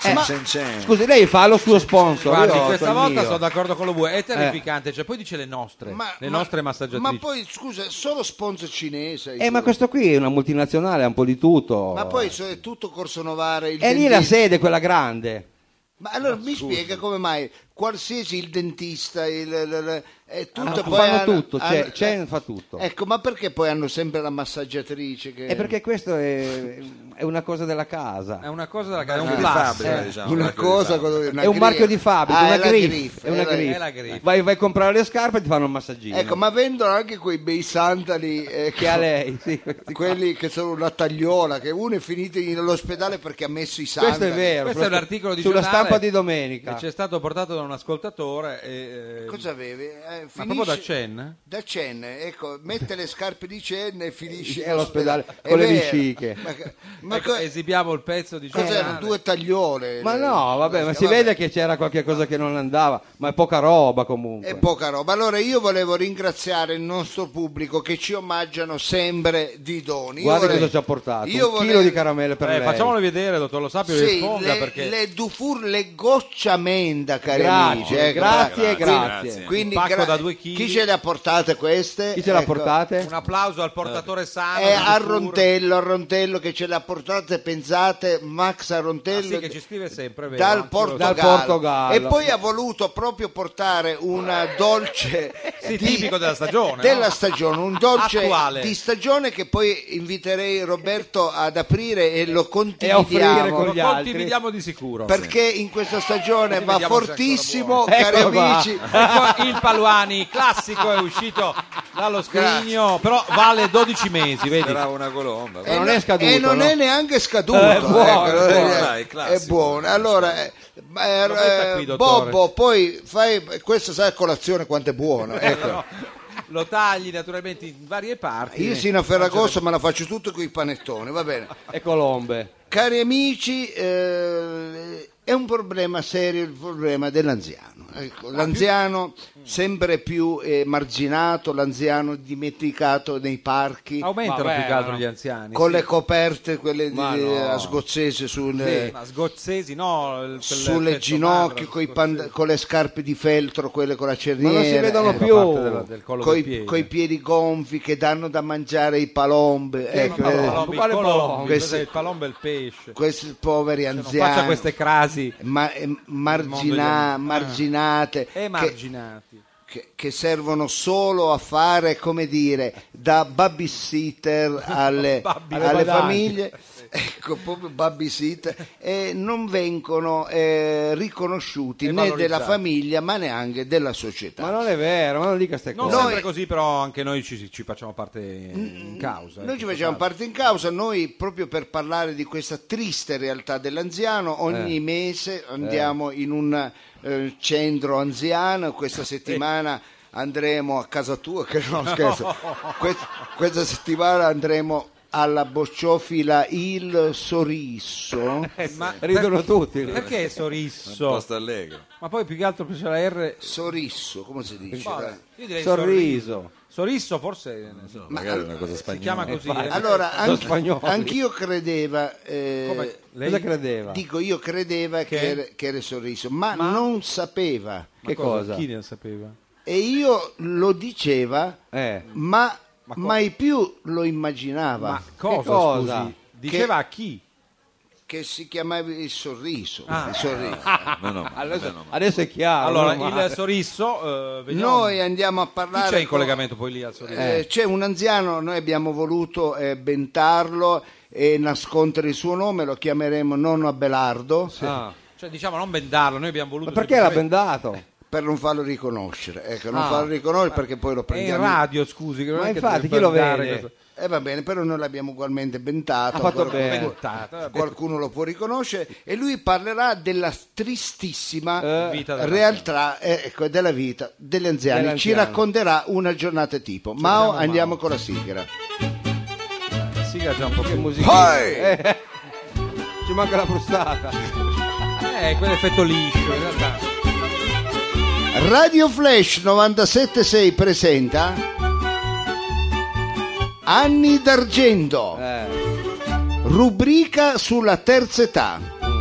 C: Cen,
B: ma-
C: cen, cen.
B: Eh, Scusi, lei fa lo suo sponsor.
D: Guardi,
A: Cioè,
B: io ho
D: questa
B: il
D: volta
B: mio.
D: sono d'accordo con lo bue, è terrificante, cioè poi dice le nostre,
A: Eh. ma-
D: le
A: ma-
D: nostre massaggiatrici.
A: Ma poi scusa, solo sponsor cinese.
B: Eh, ma questo qui è una multinazionale, ha un po' di tutto.
A: Ma poi so- è tutto Corso Novara. Il
B: E Eh, lì la
A: dentista.
B: sede, quella grande.
A: Ma allora mi spiega come mai qualsiasi il dentista, il, il- il- è tutto
B: Ah,
A: poi
B: fanno
A: hanno-
B: tutto,
A: hanno-
B: c'è- c'è- fa tutto.
A: Ecco, ma perché poi hanno sempre la massaggiatrice che
B: E perché questo è, è una cosa della casa.
D: È una cosa della cara, è
C: Marchio
D: un
C: di
D: plus.
C: fabbrica,
B: eh.
C: diciamo,
A: una
C: marchio di
A: cosa
C: fabbrica.
A: cosa- una
B: è un
A: griffa.
B: marchio di fabbrica,
A: Ah,
B: una
A: è la
B: griffe,
A: griffa,
B: è una
A: è la-
B: griffe.
D: è la griffe.
B: Vai, vai a comprare le scarpe e ti fanno un massaggino.
A: Ecco, ma vendono anche quei bei sandali eh,
B: Che a lei, sì.
A: di quelli che sono una tagliola, che uno è finito in- all'ospedale perché ha messo i sandali.
B: Questo è vero.
D: Questo è un articolo di
B: Sulla
D: giornale
B: stampa di
D: che
B: domenica.
D: ci è stato portato da un ascoltatore e, eh,
A: Cosa avevi? Eh,
D: ma
A: finisce-
D: proprio da Chen?
A: Da Chen, ecco, mette le scarpe di Chen e finisce
B: È all'ospedale,
A: all'ospedale.
B: con
A: È
B: le
A: vero.
B: vesciche. eh,
A: Ma, ma
D: Ecco,
A: co-
D: esibiamo il pezzo di Eh,
A: cos'erano?
D: giornale.
A: Due tagliole? eh,
B: Ma
A: Le-
B: no, vabbè, ma si
A: vabbè.
B: vede che c'era qualche cosa che non andava, ma è poca roba comunque.
A: È poca roba. Allora io volevo ringraziare il nostro pubblico che ci omaggiano sempre di doni. Io
B: Guarda
A: vorrei-
B: cosa ci ha portato,
A: io
B: un
A: vorrei-
B: chilo di caramelle per
D: Eh,
B: lei.
D: facciamolo vedere, dottor Lo Sapio,
A: Sì,
D: risponda
A: le,
D: perché
A: le Dufour, le gocciamenda, cari amici.
B: Grazie,
A: ecco,
B: grazie, grazie.
A: Quindi- Quindi,
D: Un pacco
A: gra-
D: da due chili.
A: Chi ce le ha portate queste?
B: Chi ce l'ha
A: Ecco.
B: portate?
D: un applauso al portatore sano.
A: Eh. È
D: del
A: a
D: futuro.
A: Rontello, a Rontello che ce l'ha portate, pensate, Max a
D: Ah,
A: Rontello
D: sì, che ci scrive sempre, è vero,
A: dal,
D: anche lo-
A: Portogallo.
B: Dal Portogallo.
A: E poi ha voluto proprio portare una dolce
D: Sì,
A: di-
D: tipico della stagione. no?
A: della stagione, un dolce
D: Attuale.
A: di stagione che poi inviterei Roberto ad aprire e lo
B: E offrire
A: condividiamo.
B: con
D: Lo
B: gli altri.
D: condividiamo di sicuro.
A: Perché in questa stagione va
D: Vediamo se è ancora
A: fortissimo,
D: buono.
A: cari
B: Eccolo qua.
A: amici.
D: E poi il Paluani classico è uscito dallo scrigno, però vale 12 mesi, vedi?
C: Sembrava una colomba.
A: E
B: non è scaduto,
A: E non
B: no?
A: è neanche scaduto.
B: Eh, è buono,
A: ecco, non è-
C: è buono, dai,
A: è
C: classico.
A: buono. Allora, eh, ma, eh,
D: Lo metta qui,
A: eh,
D: dottore.
A: Bobbo, poi fai questa sai a colazione quanto è buono. Ecco.
D: No, lo tagli naturalmente in varie parti.
A: Io sino a Ferragosto me la faccio tutto con i panettoni, va bene.
B: E colombe.
A: Cari amici, eh, è un problema serio il problema dell'anziano. Ecco,
D: Ah,
A: l'anziano sempre più eh, marginato, l'anziano dimenticato nei parchi.
D: Aumentano
B: Vabbè,
D: più che altro
B: ma-
D: gli anziani.
A: con
D: sì.
A: le coperte quelle di,
B: Ma no.
A: a scozzese sul, eh,
D: Sì, ma sgozzesi, no? il- quel
A: sulle
D: pezzo
A: ginocchia
D: magro,
A: coi
D: sgozzesi. Eh,
A: pan- con le scarpe di feltro, quelle con la cerniera,
B: Ma non si vedono
A: eh,
D: Fa
B: più.
D: parte della- del collo
A: coi,
D: dei piedi.
A: coi piedi gonfi che danno da mangiare i palombe.
D: Ma
A: ecco, eh,
D: palombi,
B: Quale
D: colombi?
B: palombi?
D: Cos'è,
A: Questi-
D: il palombo è il pesce.
A: questi poveri
D: Non
A: anziani.
D: faccia queste crasi
A: ma- eh, margina- marginate
D: e
A: che,
D: marginati.
A: che- che servono solo a fare come dire da babysitter alle,
D: Babbi-
A: alle
D: alle badanti.
A: famiglie ecco proprio babysitter e non vengono eh, riconosciuti
D: E
A: né della
D: valorizzati.
A: famiglia ma neanche della società
B: Ma non è vero, ma non dica queste
D: Non
B: cose.
A: Noi-
D: sempre così, però anche noi ci, ci facciamo parte in causa.
A: Noi ci
D: ecco,
A: facciamo parte in causa, noi proprio per parlare di questa triste realtà dell'anziano, ogni
C: Eh.
A: mese andiamo in un eh, centro anziano,
C: Eh.
A: questa settimana andremo a casa tua, che no scherzo, Que- questa settimana andremo alla bocciofila Il Sorriso,
D: Eh, Ma
B: Eh, Ridono tutti.
D: perché sorriso?
C: Posto allegro.
D: Ma poi più che altro c'è la R.
A: Sorriso, come si dice?
D: Vabbè,
A: Dai.
D: io direi
B: eh. Sorriso.
D: Sorriso forse ne so,
C: Magari è una cosa
D: si
C: spagnola.
D: chiama così. eh.
A: Allora,
B: Sono
A: anch-
B: spagnoli.
A: anch'io credeva... eh,
D: Come- lei-
B: Cosa credeva?
A: Dico, io credeva che,
D: Che?
A: era, che era sorriso, ma, non sapeva.
D: Ma
B: che cosa?
D: Chi ne sapeva?
A: E io lo diceva,
B: Eh.
A: ma, mai più lo immaginava.
D: Ma cosa,
B: cosa?
D: scusi? Diceva a chi?
A: Che si chiamava il sorriso.
D: Ah.
A: il sorriso.
C: No, no, ma-
B: Adesso, adesso è chiaro.
D: Allora,
B: no?
D: il
B: Ma-
D: sorriso eh, vediamo.
A: Noi andiamo a
D: chi
A: parlare...
D: c'è in
A: con-
D: collegamento poi lì al sorriso?
A: Eh, c'è un anziano, noi abbiamo voluto eh, bentarlo e nascondere il suo nome, lo chiameremo nonno Abelardo.
B: Ah.
D: Cioè, diciamo, non bendarlo, noi abbiamo voluto
B: Ma perché l'ha
D: semplicemente-
B: bendato?
I: per non farlo riconoscere. Ecco, non
B: Ah.
I: farlo riconoscere perché poi lo
D: È Eh, in
I: prendiamo.
D: radio, scusi. che non
B: Ma
D: è che
B: infatti,
D: per
B: chi lo
D: dare
B: vede?
D: questo-
I: E Eh, va bene, però noi l'abbiamo ugualmente bentato.
B: Ha fatto
I: qualcuno-
B: bene.
D: Bentato, vabbè.
I: Qualcuno lo può riconoscere. E lui parlerà della tristissima
B: Eh,
D: Vita della
I: realtà eh, ecco, della vita degli anziani.
B: Degli
I: Ci
B: anziani.
I: racconterà una giornata tipo. Mao, andiamo con la sigla.
D: La sigla è già un po'
B: Che
D: più...
B: musichina. Eh, Ci manca la frustata.
D: Eh, quell'effetto liscio, eh. in realtà.
I: Radio Flash 976 presenta Anni d'argento,
B: Eh,
I: rubrica sulla terza età.
D: Mm.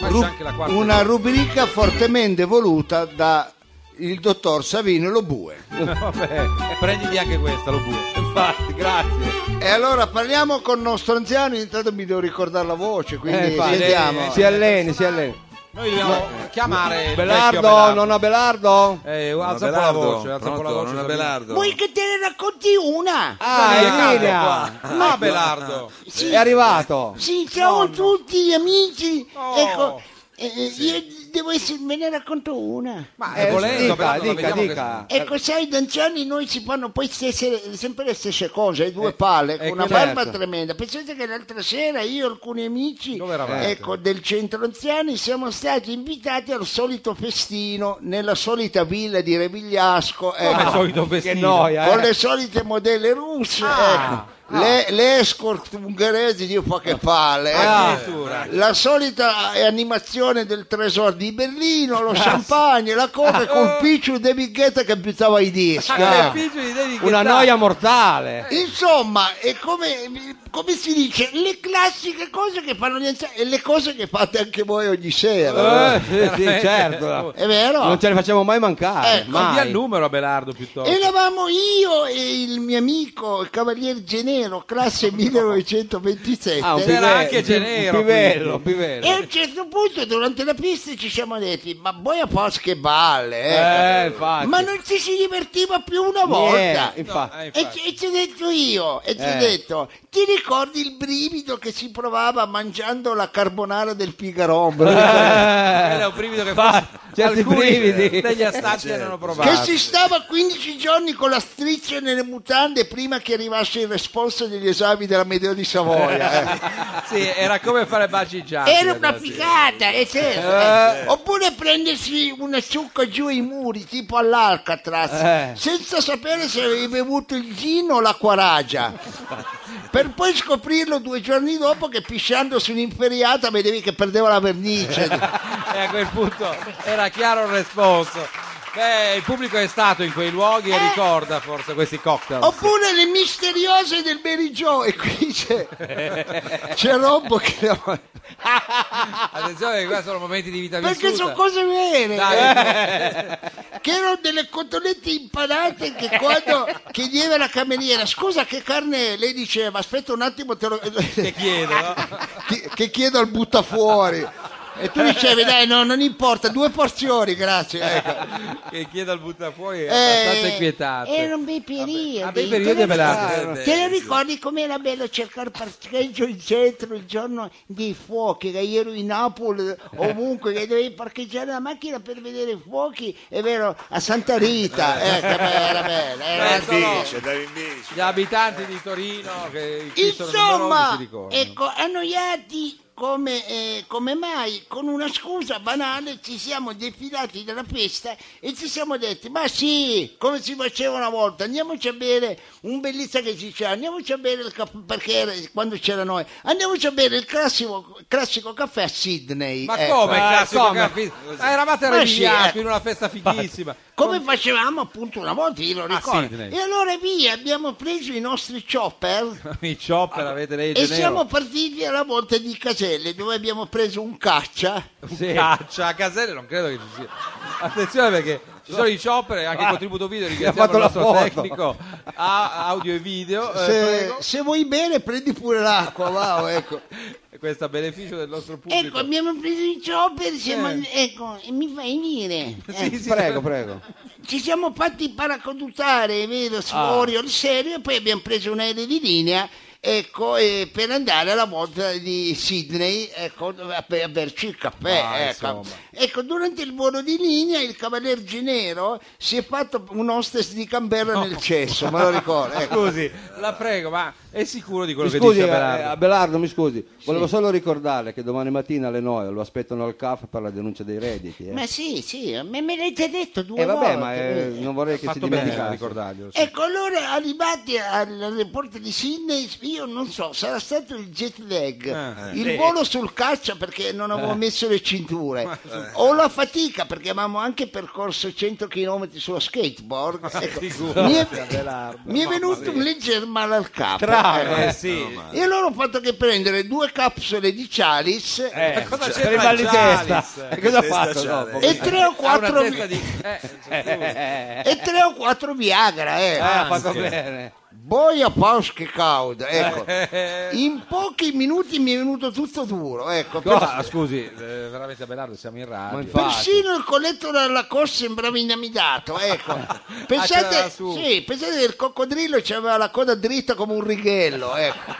D: Ma
I: Ru-
D: c'è anche la quarta.
I: una rubrica fortemente voluta da il dottor Savino Lobue.
D: Vabbè, prenditi anche questa, lo pure.
B: infatti, grazie.
I: E allora parliamo con il nostro anziano, intanto mi devo ricordare la voce,
B: Eh,
I: quindi
B: infatti,
I: sentiamo.
B: Si alleni, si alleni.
D: Noi dobbiamo chiamare il vecchio
B: Belardo,
D: Belardo.
B: nonna Belardo.
D: Eh,
C: Nonna
D: alza un po' la
C: Belardo,
D: voce, alza un po' la
C: pronto?
D: voce.
C: Nonna
D: Sabino.
C: Belardo.
I: che te ne racconti una?
B: Ah,
D: Lì è
B: è in
D: caldo
B: linea.
D: qua. Ecco. Ma Belardo.
B: È arrivato.
A: Sì, ciao a tutti amici.
D: Oh.
A: Ecco, eh, io devo essere, ve ne racconto una.
D: Ma
B: Eh,
D: è volendo,
B: dica,
D: Belardo,
B: dica,
D: vediamo che-
B: dica.
A: Ecco, sai, da anziani noi si fanno poi stesse- sempre le stesse cose, eh, due palle, con
D: ecco,
A: una barba
B: certo.
A: tremenda. Pensate che l'altra sera io e alcuni amici
D: Dove eravate?
A: ecco, del centro anziani siamo stati invitati al solito festino nella solita villa di Revigliasco.
D: Come
A: ecco.
D: al solito
B: Che
D: vestito.
B: noia,
I: con
B: eh.
I: le solite modelle russe,
D: Ah,
I: ecco. le, le escort ungheresi di un po' che palle,
B: Ah.
I: ecco. la solita animazione del tesoro di Berlino, lo champagne, la coca con Picciu De Bighetta che buttava i dischi.
B: Ah.
I: ecco.
B: Una noia mortale.
I: Insomma, è come, come si dice, le classiche cose che fanno gli anziani e le cose che fate anche voi ogni sera.
B: Eh, sì, sì,
D: Eh,
B: certo.
I: È vero?
B: Non ce le facciamo mai mancare.
I: Ecco,
D: Ma dia
B: mai.
D: il numero a Belardo piuttosto.
A: Eravamo io e il mio amico, il cavalier Genero, classe 1927.
B: Ah, un
D: C'era
B: pivello,
D: anche
B: un
D: Genero,
B: Pivello,
D: quindi.
B: pivello.
A: E a un certo punto durante la pista ci siamo detti, ma voi a posto che balle,
I: Ecco.
A: eh.
B: Eh, infatti.
A: ma non ci si divertiva più una volta.
B: Niente, Ah, infatti.
D: No, eh,
A: E, ci- e ci ho detto io, e ci
B: Eh.
A: ho detto, ti ricordi il brivido che si provava mangiando la carbonara del Pigarombo?
B: Eh,
D: Quello è un brivido che
B: fa-
D: forse
B: certi
D: alcuni
B: brividi.
D: degli astaggi erano provati.
A: che si stava 15 giorni con la striscia nelle mutande prima che arrivasse il responso degli esami della Medeo di Savoia. eh.
D: Sì, era come fare baci già.
A: Era una figata, è certo. eh. Oppure prendersi una ciucca giù ai muri, tipo all'Alcatraz,
B: Eh.
A: senza sapere se avevi bevuto il gino o la quaragia. Per poi scoprirlo due giorni dopo che pisciando su un'inferiata vedevi che perdeva la vernice.
D: e a quel punto era chiaro il responso. Beh, il pubblico è stato in quei luoghi
A: Eh.
D: e ricorda forse questi cocktail.
A: Oppure le misteriose del Berigio. E qui c'è, c'è Robbo che...
D: Attenzione, che questi sono momenti di vita
A: Perché sono Eh.
D: vissuta.
A: cose vere.
D: Dai, eh,
A: che erano delle cotolette impanate che quando chiedeva la cameriera scusa che carne è?", lei diceva aspetta un attimo te lo-
D: che chiedo, no?
I: Ti- che chiedo al buttafuori.
A: e tu dicevi dai no non importa due porzioni grazie ecco.
D: Che chiedo al buttafuori è Eh,
A: Eh.
D: abbastanza inquietante.
A: erano bei periodi
D: Ah, bei periodi
A: Te lo-
D: velati.
C: Eh, beh,
A: te lo
C: sì.
A: ricordi com'era bello cercare parcheggio in centro il giorno dei fuochi che io ero in Napoli ovunque che dovevi parcheggiare la macchina per vedere i fuochi è vero a Santa Rita ecco, beh, era bello era
D: Beh, sono
J: dai in bici.
D: gli abitanti di Torino che qui sono numerosi
A: Insomma,
D: si ricordano.
A: ecco, annoiati come, eh, come mai, con una scusa banale, ci siamo defilati dalla festa e ci siamo detti, ma sì, come si faceva una volta, andiamoci a bere un bellista che ci diceva, andiamoci a bere il caffè, perché era quando c'era noi, andiamoci a bere il classico, classico caffè a Sydney.
D: Ma
A: ecco.
D: come,
B: eh,
D: classico
B: come?
D: caffè? Ah, eravate a
A: Ma sì,
D: Rebigliasco
A: eh.
D: in una festa fighissima.
A: Come facevamo appunto una volta, io lo ricordo.
D: Sydney.
A: e allora via, abbiamo preso i nostri chopper.
D: I chopper avete lei
A: E
D: Genero?
A: siamo partiti alla volta di Caselle dove abbiamo preso un caccia.
D: Un caccia a caselle non credo che ci sia. Attenzione perché ci sono i chopper e anche il contributo video ringraziamo
B: fatto
D: il
B: la
D: nostro
B: foto.
D: tecnico a audio e video. eh,
I: Se,
D: prego.
I: se vuoi bene prendi pure l'acqua, wow, ecco.
D: Questo a beneficio del nostro
A: Ecco,
D: pubblico.
A: abbiamo preso il chopper, siamo- ecco, e mi fai dire. eh,
B: prego, prego.
A: Ci
B: Ah.
A: siamo fatti paracadutare, vero, sforio, il serio, e poi abbiamo preso un aereo di linea ecco, eh, per andare alla volta di Sydney ecco, a pe- a berci il caffè.
B: Ah,
D: Ma,
A: ecco.
D: insomma.
A: Ecco, durante il volo di linea il cavalier Ginero si è fatto un hostess di Canberra
B: Oh.
A: nel cesso, me lo ricordo. ecco.
D: Ah, Scusi, la prego, ma è sicuro di quello
B: mi
D: che
B: scusi,
D: dice
B: eh,
D: Berardo?
B: Abelardo, mi scusi, volevo solo ricordarle che domani mattina alle 9 lo aspettano al CAF per la denuncia dei redditi. E
A: Ma sì, sì, me, me l'avete detto due
B: vabbè,
A: volte.
B: ma eh,
A: quindi.
B: non vorrei che si
D: Fatto bene a
B: dimenticasse.
D: ricordarglielo. sì.
A: Ecco, allora arrivati all'aeroporto di Sydney, io non so, sarà stato il jet lag,
D: Ah, Eh.
A: il volo sul caccia perché non avevo messo le cinture, o la fatica perché avevamo anche percorso 100 km sullo skateboard. ecco, mi, è, mi è venuto un leggero male al capo. ecco.
D: Eh, sì.
A: E allora ho fatto che prendere due capsule di Chalice
B: eh,
D: Ma cosa
B: cioè,
D: c'è
K: per i
D: tra
K: mal di
D: Gialis?
K: testa.
D: Eh,
K: E cosa ha
C: testa
K: fatto
C: c'ha,
K: dopo?
C: eh.
A: e tre o
D: Ha una
A: quattro,
D: testa di... eh,
A: e tre o quattro Viagra. eh.
B: Ah, eh, ha fatto bene.
A: Boia Pausche Cauda, ecco.
D: Eh.
A: In pochi minuti mi è venuto tutto duro, ecco.
D: Cosa- ah, scusi, eh, veramente Abelardo siamo in radio.
B: Ma infatti-
A: Persino il colletto della coscia sembrava inamidato, ecco.
D: Ah, c'era
A: Pensate,
D: la sua.
A: sì, pensate che il coccodrillo aveva la coda dritta come un righello, ecco.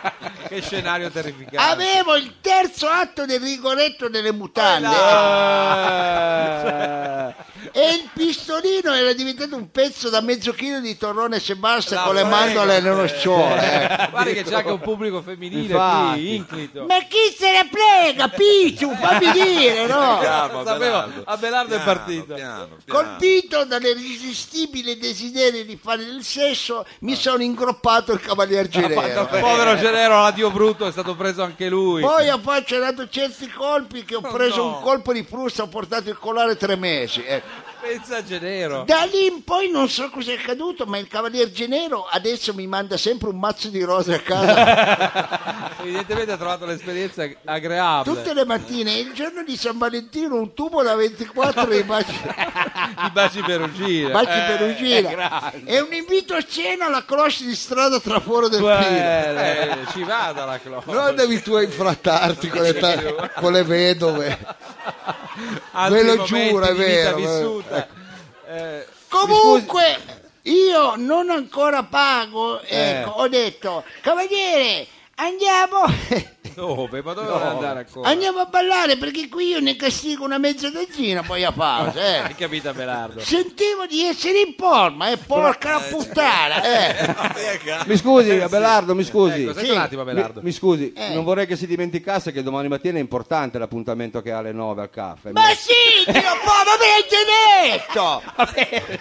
D: che scenario terrificante.
A: Avevo il terzo atto del rigoretto delle mutande
B: Eh.
A: ecco. e il pistolino era diventato un pezzo da mezzo chilo di torrone sebasta con le
D: prego.
A: mandorle nello sciole. ecco.
D: Guarda che c'è anche un pubblico femminile qui,
B: Infatti.
D: inclito.
A: Ma chi se ne prega, Picciu, fammi dire, no?
C: Calmo,
D: Sapevo,
C: Abelardo.
D: Abelardo è
C: Piano,
D: partito.
C: Piano, piano.
A: Colpito dall'irresistibile desiderio di fare del sesso,
D: Ah.
A: mi sono ingroppato il cavalier Girero.
D: Povero Genero, l'addio brutto, è stato preso anche lui.
A: Poi ho facciato certi colpi che ho preso
D: Oh, no.
A: un colpo di frusta, ho portato il collare tre mesi. ecco.
D: Pensa a Genero.
A: Da lì in poi non so cos'è accaduto, ma il cavalier Genero adesso mi manda sempre un mazzo di rose a casa
D: Evidentemente ha trovato l'esperienza agreabile.
A: tutte le mattine. Il giorno di San Valentino un tubo da 24 di baci.
D: I baci per uscire.
A: Baci
D: Eh,
A: per uscire. È un invito a cena alla croce di strada tra Foro del Pino.
D: eh, ci vada la cloche.
L: Non devi tu a infrattarti con le, ta- con le vedove.
D: Altri
L: lo
D: momenti
L: giuro, è
D: di vita
L: vero,
D: vissuta. Eh,
A: Comunque, io non ancora pago.
L: Eh.
A: Ecco, ho detto, cavaliere, andiamo,
D: dove? Ma dove vuole andare ancora?
A: andiamo a ballare perché qui io ne castigo una mezza dozzina poi a pausa.
D: Hai
A: eh.
D: capito Abelardo?
A: Sentivo di essere in forma e porca la puttana. eh.
B: Mi
D: Eh,
B: scusi, Abelardo, mi scusi.
D: Ecco, senti un attimo Abelardo.
B: Mi, mi scusi,
A: Eh.
B: non vorrei che si dimenticasse che domani mattina è importante l'appuntamento che ha alle 9 al caffè.
A: Ma sì, Dio, ma me l'hai detto!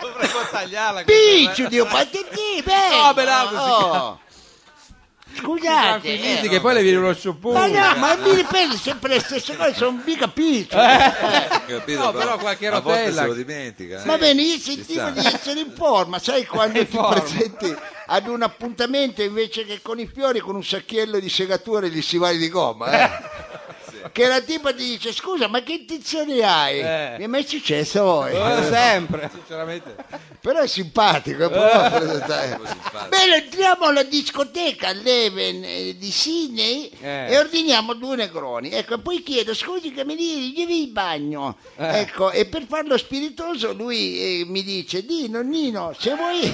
D: Dovremmo tagliarla.
A: Piccio, Dio, ma che dì, bello!
D: No, Belardo, si
A: Oh. Scusate, eh.
D: Tranquillizzi che poi le viene uno
A: Ma
D: sciopero.
A: no, ma mi ripeto sempre le stesse cose, sono mica piccio.
C: Capito,
D: No, però qualche
C: a volte
D: rotella-
C: se lo dimentica. eh.
A: Va bene, io
C: sta.
A: sentivo di essere in forma, sai quando ti presenti ad un appuntamento invece che con i fiori, con un sacchiello di segature gli stivali di gomma. eh? Che la tipa ti dice, scusa, ma che intenzioni hai? Mi è mai successo a voi?
D: sempre. Eh, Sinceramente.
A: Però è simpatico, Eh. è proprio da presentare.
C: simpatico.
A: Bene, entriamo alla discoteca Leven eh, di Sydney e ordiniamo due negroni. Ecco, e poi chiedo, scusi camerieri, devi il bagno. Ecco, e per farlo spiritoso lui eh, mi dice, di nonnino, se vuoi,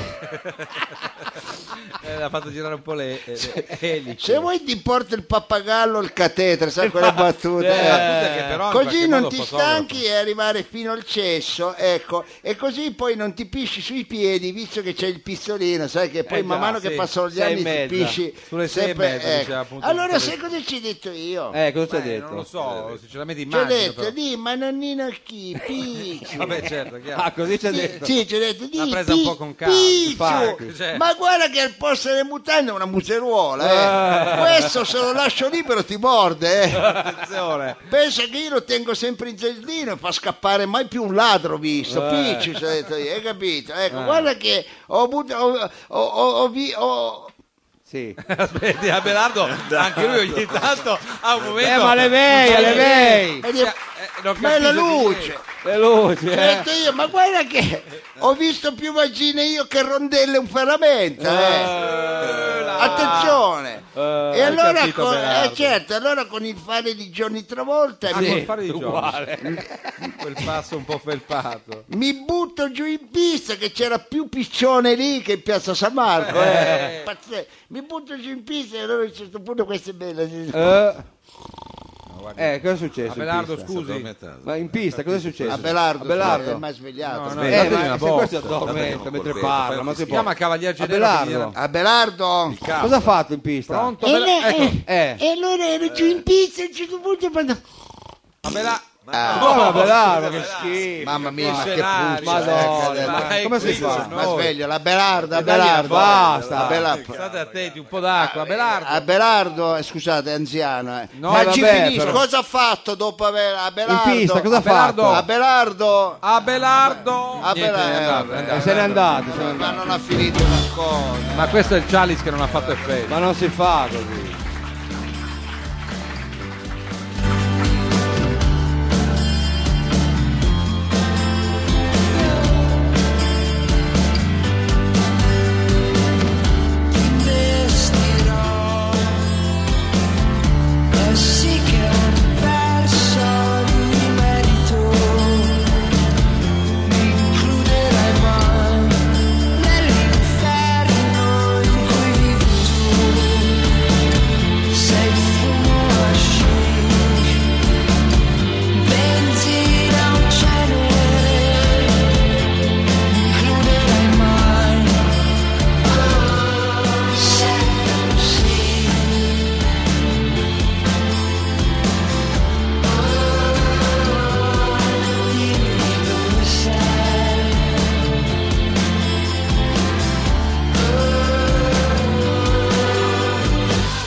D: Eh, l'ha fatto girare un po' le, le, le elici.
A: se vuoi ti porto il pappagallo al catetere, sai quella battuta.
D: Eh, la
A: eh.
D: battuta che però in
A: Così
D: qualche
A: non
D: modo
A: ti
D: fotografo.
A: stanchi e arrivare fino al cesso, ecco, e così poi non ti pisci sui piedi, visto che c'è il pistolino, sai che poi
D: Eh
A: man
D: già,
A: mano che
D: sì,
A: passano gli
D: sei e
A: anni ti
D: mezza.
A: pisci
D: Sulle sei e
A: sempre-
D: mezza,
A: ecco.
D: diceva appunto
A: Allora
D: il
A: sai cosa ci ho detto io?
B: Eh, cosa ci ha
D: Eh,
B: detto?
D: Non lo so, sinceramente
A: ci ho
D: immagino.
A: detto,
D: però.
A: di ma nonnino chi, Piccio.
D: Vabbè, certo, chiaro.
B: Ah, così ci ha
A: Sì,
B: detto.
A: sì, ci ho detto di
D: L'ha presa un po' con calma,
A: Piccio,
D: infatti, cioè.
A: ma guarda che al posto delle mutande è una
D: Ah.
A: museruola. eh. Questo se lo lascio libero ti morde. eh.
D: Attenzione.
A: Pensa che io lo tengo sempre in zeldino e fa scappare mai più un ladro
D: Ah.
A: visto. Picci, ci ho detto io, hai capito? Ecco, guarda che ho avuto. Ho, ho, ho, ho vi- ho-
B: Sì.
D: Aspetti, Abelardo, anche lui ogni tanto ha un momento...
B: vei, Eh, le vei.
A: ho
D: Cioè,
A: detto,
D: eh, non
A: Bella
D: capisco di-
A: luce!
B: Le luci,
A: Ho
B: eh.
A: detto io, ma guarda che ho visto eh.
D: Ah.
A: più vagine io che rondelle un ferramenta. eh. Attenzione!
D: eh,
A: E allora
D: capito,
A: con, eh,
D: Berardi?
A: certo, allora con il fare di Johnny Travolta
D: Ah,
A: mi-
D: col fare di Jones. Quel passo un po' felpato.
A: mi butto giù in pista che c'era più piccione lì che in piazza San Marco. eh. Pazzesco. Mi butto giù in pista e allora a un certo punto questa è bella.
B: Eh, eh, cosa è successo?
D: A
B: in
D: Belardo,
B: pista?
D: scusi.
B: Ma in pista cosa è successo?
A: A Belardo,
B: Belardo.
A: mi ha svegliato.
D: No, no,
B: Eh,
D: Dategli
B: ma
D: una
B: se poi si
D: botta,
C: dategli una
B: addormenta mentre
C: borbetta, fai
B: parla, ma si
C: un
B: può.
C: festino.
D: Chiama Cavalier
B: A
D: Genero. che
B: Belardo.
D: viene-
A: Abelardo,
B: Cosa ha fatto in pista?
D: Pronto?
A: e,
D: Bela-
A: la-
D: ecco.
B: Eh.
A: e allora ero giù in pista e a un certo punto vado-
D: A Bela-
B: Buona Belardo, che schifo.
A: Mamma mia,
D: Ma
A: ma che
D: scenario,
A: puzza,
B: Madonna,
A: ecco,
B: ma
A: dai.
D: dai,
B: come si
D: qui
B: fa?
D: sono
A: Ma
D: noi.
A: sveglio, la Belardo,
B: Eh, Belardo, basta.
A: la Belardo.
D: State attenti, un po' d'acqua. A Belardo.
B: Ah,
A: A Belardo, eh, scusate, è anziano. eh.
D: No,
A: Ma
B: vabbè,
A: ci finisco.
B: però.
A: Cosa ha fatto dopo aver. A Belardo?
B: pista, cosa ha
D: Abelardo.
B: fatto?
A: A Belardo.
D: A Belardo.
A: A
D: Niente,
A: Bela-
D: è andato,
A: eh,
D: è
B: Eh,
D: andato.
B: se n'è andato, se n'è
A: Ma
B: andato.
A: non ha finito una cosa.
D: Ma questo è il Chalice che non ha fatto effetto.
B: Ma non si fa così.
M: Sì che ho perso ogni merito, mi includerai mai nell'inferno in cui vivi tu. Sei fumo a sci, benzina a un cielo, mi includerai mai. Sempre sì.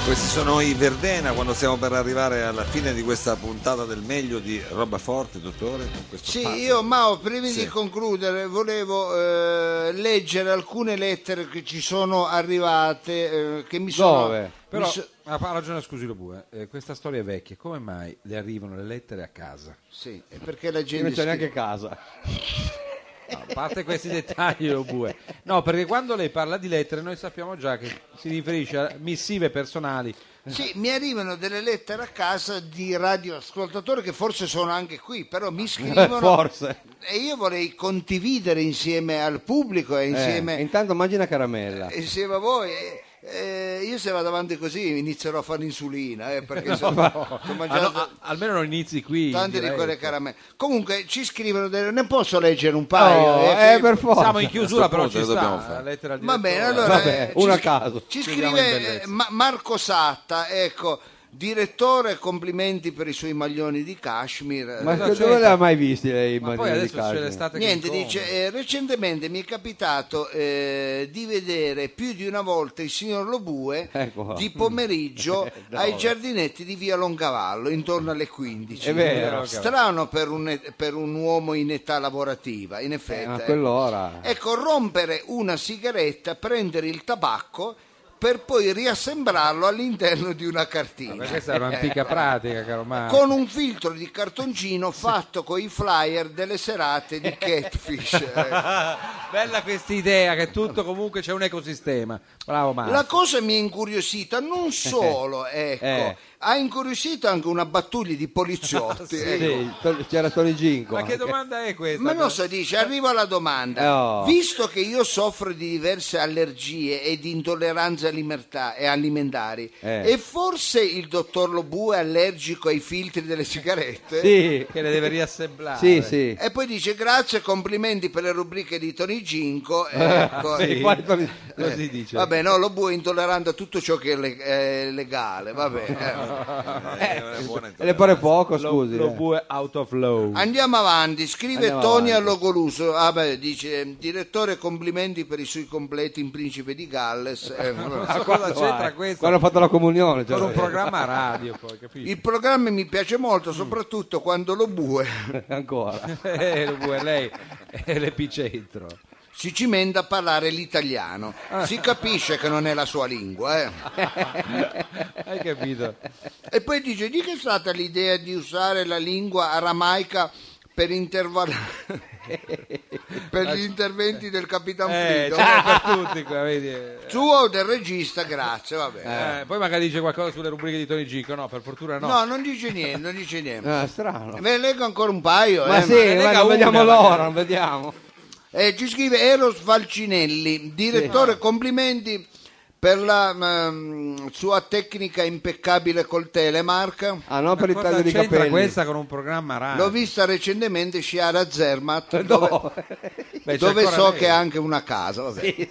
C: Questi sono i Verdena quando stiamo per arrivare alla fine di questa puntata del meglio di Roba Forte, dottore. con questo
A: Sì,
C: pazzo.
A: io Mao, prima
C: Sì.
A: di concludere volevo eh, leggere alcune lettere che ci sono arrivate, eh, che mi sono...
B: Dove?
D: Però
A: mi so-
D: ha ha ragione, scusi lo bue, eh, questa storia è vecchia, come mai le arrivano le lettere a casa?
A: sì, è perché la
B: Io non
A: gente...
B: c'è neanche
A: scrive.
B: casa.
D: No, a parte questi dettagli lo bue. No, perché quando lei parla di lettere noi sappiamo già che si riferisce a missive personali.
A: Sì, mi arrivano delle lettere a casa di radioascoltatori che forse sono anche qui, però mi scrivono...
B: Eh, Forse.
A: E io vorrei condividere insieme al pubblico e
B: Eh,
A: insieme...
B: intanto mangi una caramella.
A: insieme a voi. eh, eh, io se vado avanti così inizierò a fare insulina eh, perché sono, sono
D: Ah,
A: mangiato
D: no, a- almeno non inizi qui. ecco.
A: tante
D: in
A: di
D: diretta.
A: quelle caramelle. Comunque ci scrivono delle... ne posso leggere un paio?
B: Oh,
A: Eh,
B: eh, per forza.
D: Siamo in chiusura,
C: A sto
D: però
C: punto
D: ci
C: che dobbiamo
D: sta.
C: fare?
D: la lettera al
A: Va bene,
D: direttore.
A: allora
B: Vabbè,
A: eh,
B: uno
A: ci
B: a caso.
A: Ci
D: Chiudiamo in
A: scrive
D: bellezza.
A: eh, Ma- Marco Satta, ecco, direttore, complimenti per i suoi maglioni di cashmere.
B: Ma
A: Eh,
B: che- dove l'ha mai visti lei
D: Ma poi
B: Marina di
D: adesso c'è
B: Calcio?
D: l'estate
A: Niente,
D: che mi
A: dice, eh, recentemente mi è capitato eh, di vedere più di una volta il signor Lobue
B: Ecco qua.
A: di pomeriggio ai giardinetti di via Longavallo intorno alle 15.
B: È vero.
A: Strano per un, per un uomo in età lavorativa, in
B: Eh,
A: effetti.
B: ma
A: eh.
B: quell'ora.
A: Ecco, rompere una sigaretta, prendere il tabacco per poi riassemblarlo all'interno di una
D: Ma
A: cartina.
D: questa è un'antica pratica, caro Marco.
A: eh, Con un filtro di cartoncino fatto con i flyer delle serate di Catfish. ecco.
D: Bella questa idea che tutto comunque c'è un ecosistema. Bravo Marco.
A: La cosa mi ha incuriosita non solo, ecco,
B: Eh.
A: ha incuriosito anche una battaglia di poliziotti. ecco.
B: Sì, to- c'era Tony Ginco.
D: Ma che
B: anche.
D: domanda è questa?
A: Ma non so, dice, arrivo alla domanda.
B: Oh.
A: Visto che io soffro di diverse allergie e di intolleranze alimerta- e alimentari,
B: Eh.
A: e forse il dottor Lobu è allergico ai filtri delle sigarette?
B: Sì,
D: Che le deve riassemblare.
B: sì, sì.
A: E poi dice grazie, complimenti per le rubriche di Tony Ginco. Ecco,
B: Sì,
A: eh,
B: qua è Tony-
D: Così dice.
A: Vabbè, no, Lobu è intollerante a tutto ciò che è, le- è legale. Vabbè. eh.
C: Eh, è una buona
B: E le pare poco,
D: Lo-
B: scusi.
D: Lo
B: eh.
D: bue out of low.
A: Andiamo avanti, scrive
B: Andiamo
A: Tony
B: avanti.
A: Allogoluso. Ah, beh, dice direttore, complimenti per i suoi completi in Principe di Galles. Eh, vabbè.
D: Ma cosa c'entra
B: Vai.
D: questo?
B: Quando ho fatto la comunione.
D: Con
B: cioè.
D: un programma radio, poi, capisci?
A: Il programma mi piace molto, soprattutto quando lo bue
B: Ancora.
D: Eh, lo bue, lei è l'epicentro.
A: si cimenta a parlare l'italiano. Si capisce che non è la sua lingua. eh.
D: Hai capito?
A: E poi dice: di che è stata l'idea di usare la lingua aramaica per intervallare. per gli interventi del Capitan
D: Eh,
A: Frido.
D: ce n'è per tutti qua, vedi. Eh,
A: Suo o del regista, grazie, va bene.
D: poi magari dice qualcosa sulle rubriche di Tony Gico, no, per fortuna Eh, no.
A: No, non dice niente, non dice niente.
B: Ah, strano.
A: Eh, Ve ne leggo ancora un paio.
B: Ma
A: eh,
B: sì,
D: ne
B: ma
D: lega
B: non
D: una,
B: vediamo
D: magari.
B: l'ora, non vediamo.
A: Eh, ci scrive Eros Falcinelli, direttore, complimenti per la mm, sua tecnica impeccabile col telemark.
B: Ah, no, per il
D: Cosa
B: taglio di
D: c'entra
B: capelli.
D: questa con un programma radio?
A: L'ho vista recentemente sciare a Zermatt,
B: No.
D: Beh, c'è
A: dove
D: ancora
A: so
D: lei.
A: che ha anche una casa. vabbè.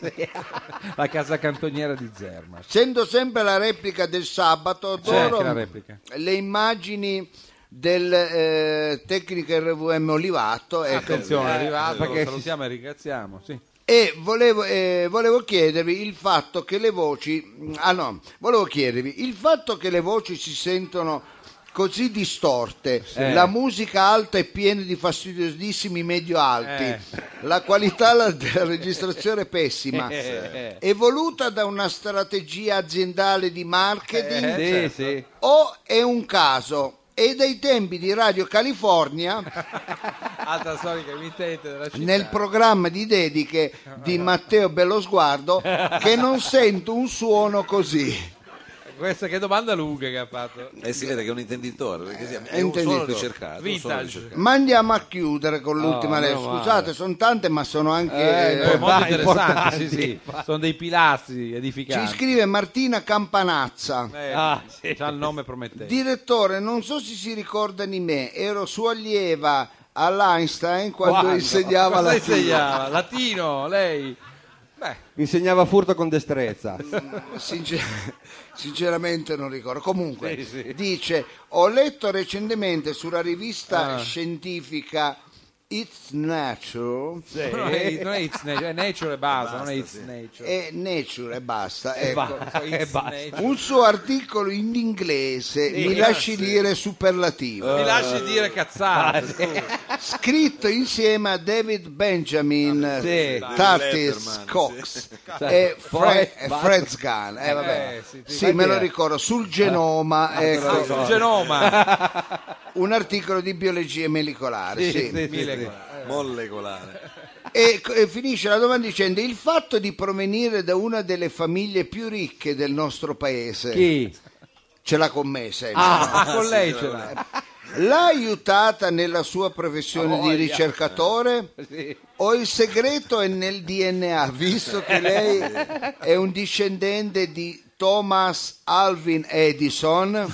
D: La casa cantoniera di Zerma.
A: Sendo sempre la replica del sabato,
D: C'è
A: adoro
D: anche la replica.
A: le immagini del eh, tecnico RVM Olivato. ecco.
D: Ah, Attenzione, è arrivato,
B: perché
D: lo
B: si-
D: salutiamo e ringraziamo. Sì.
A: E volevo, eh, volevo chiedervi il fatto che le voci. Ah no, volevo chiedervi il fatto che le voci si sentono così distorte, la musica alta e piena di fastidiosissimi medio alti,
D: Eh.
A: la qualità la- della registrazione è pessima,
B: Eh.
A: è voluta da una strategia aziendale di marketing
B: Eh, sì, sì.
A: o è un caso? E dai tempi di Radio California
D: Altra storica emittente della città.
A: nel programma di dediche di Matteo Bellosguardo che non sento un suono così.
D: Questa che domanda lunga che ha fatto.
C: E Eh, si vede che è un intenditore, perché sì,
B: Eh,
C: è un
A: Intenditore.
C: suono ricercato. un suono
D: Vintage.
C: ricercato.
A: Ma andiamo a chiudere con l'ultima
B: Oh, meno
A: lettera.
B: male.
A: Scusate, sono tante, ma sono anche.
B: Eh,
D: Poi,
A: eh,
D: molto
B: importanti,
D: interessante, sì, sì. Sono dei pilastri
A: ci
D: edificanti.
A: scrive Martina Campanazza.
D: Eh,
B: Ah, sì.
D: C'ha il nome promettente.
A: Direttore, non so se si ricorda di me, ero sua allieva all'Einstein quando,
B: Quando?
A: insegnava
D: Cosa
A: la
D: insegnava? Latino, lei. Beh,
B: Insegnava furto con destrezza.
A: Sincer- sinceramente non ricordo. Comunque, dice: Ho letto recentemente sulla rivista
D: Ah.
A: scientifica It's Nature
D: non è, non è it's nature, è nature e basta, non è it's nature.
A: e Nature e basta. ecco.
D: It's nature.
A: Un suo articolo in inglese, mi lasci dire superlativo,
D: Mi lasci dire
A: Ah,
D: cazzate.
A: scritto insieme a David
D: Ah,
A: Benjamin,
B: Sì.
A: Tartis
C: Letterman,
A: Cox e Fre-
B: Poi-
A: e Fred Sgan. Eh, vabbè.
D: Eh, sì, sì.
A: Sì, me lo ricordo, sul genoma.
D: Ah,
A: ecco.
D: sul genoma.
A: un articolo di biologia molecolare. sì.
D: Mille
C: Molecolare.
A: E, co- e finisce la domanda dicendo: il fatto di provenire da una delle famiglie più ricche del nostro paese
B: Chi?
A: ce l'ha con me sempre.
D: Ah, con lei ce l'ha.
A: L'ha aiutata nella sua professione di ricercatore? O il segreto è nel DNA, visto che lei è un discendente di Thomas Alvin Edison?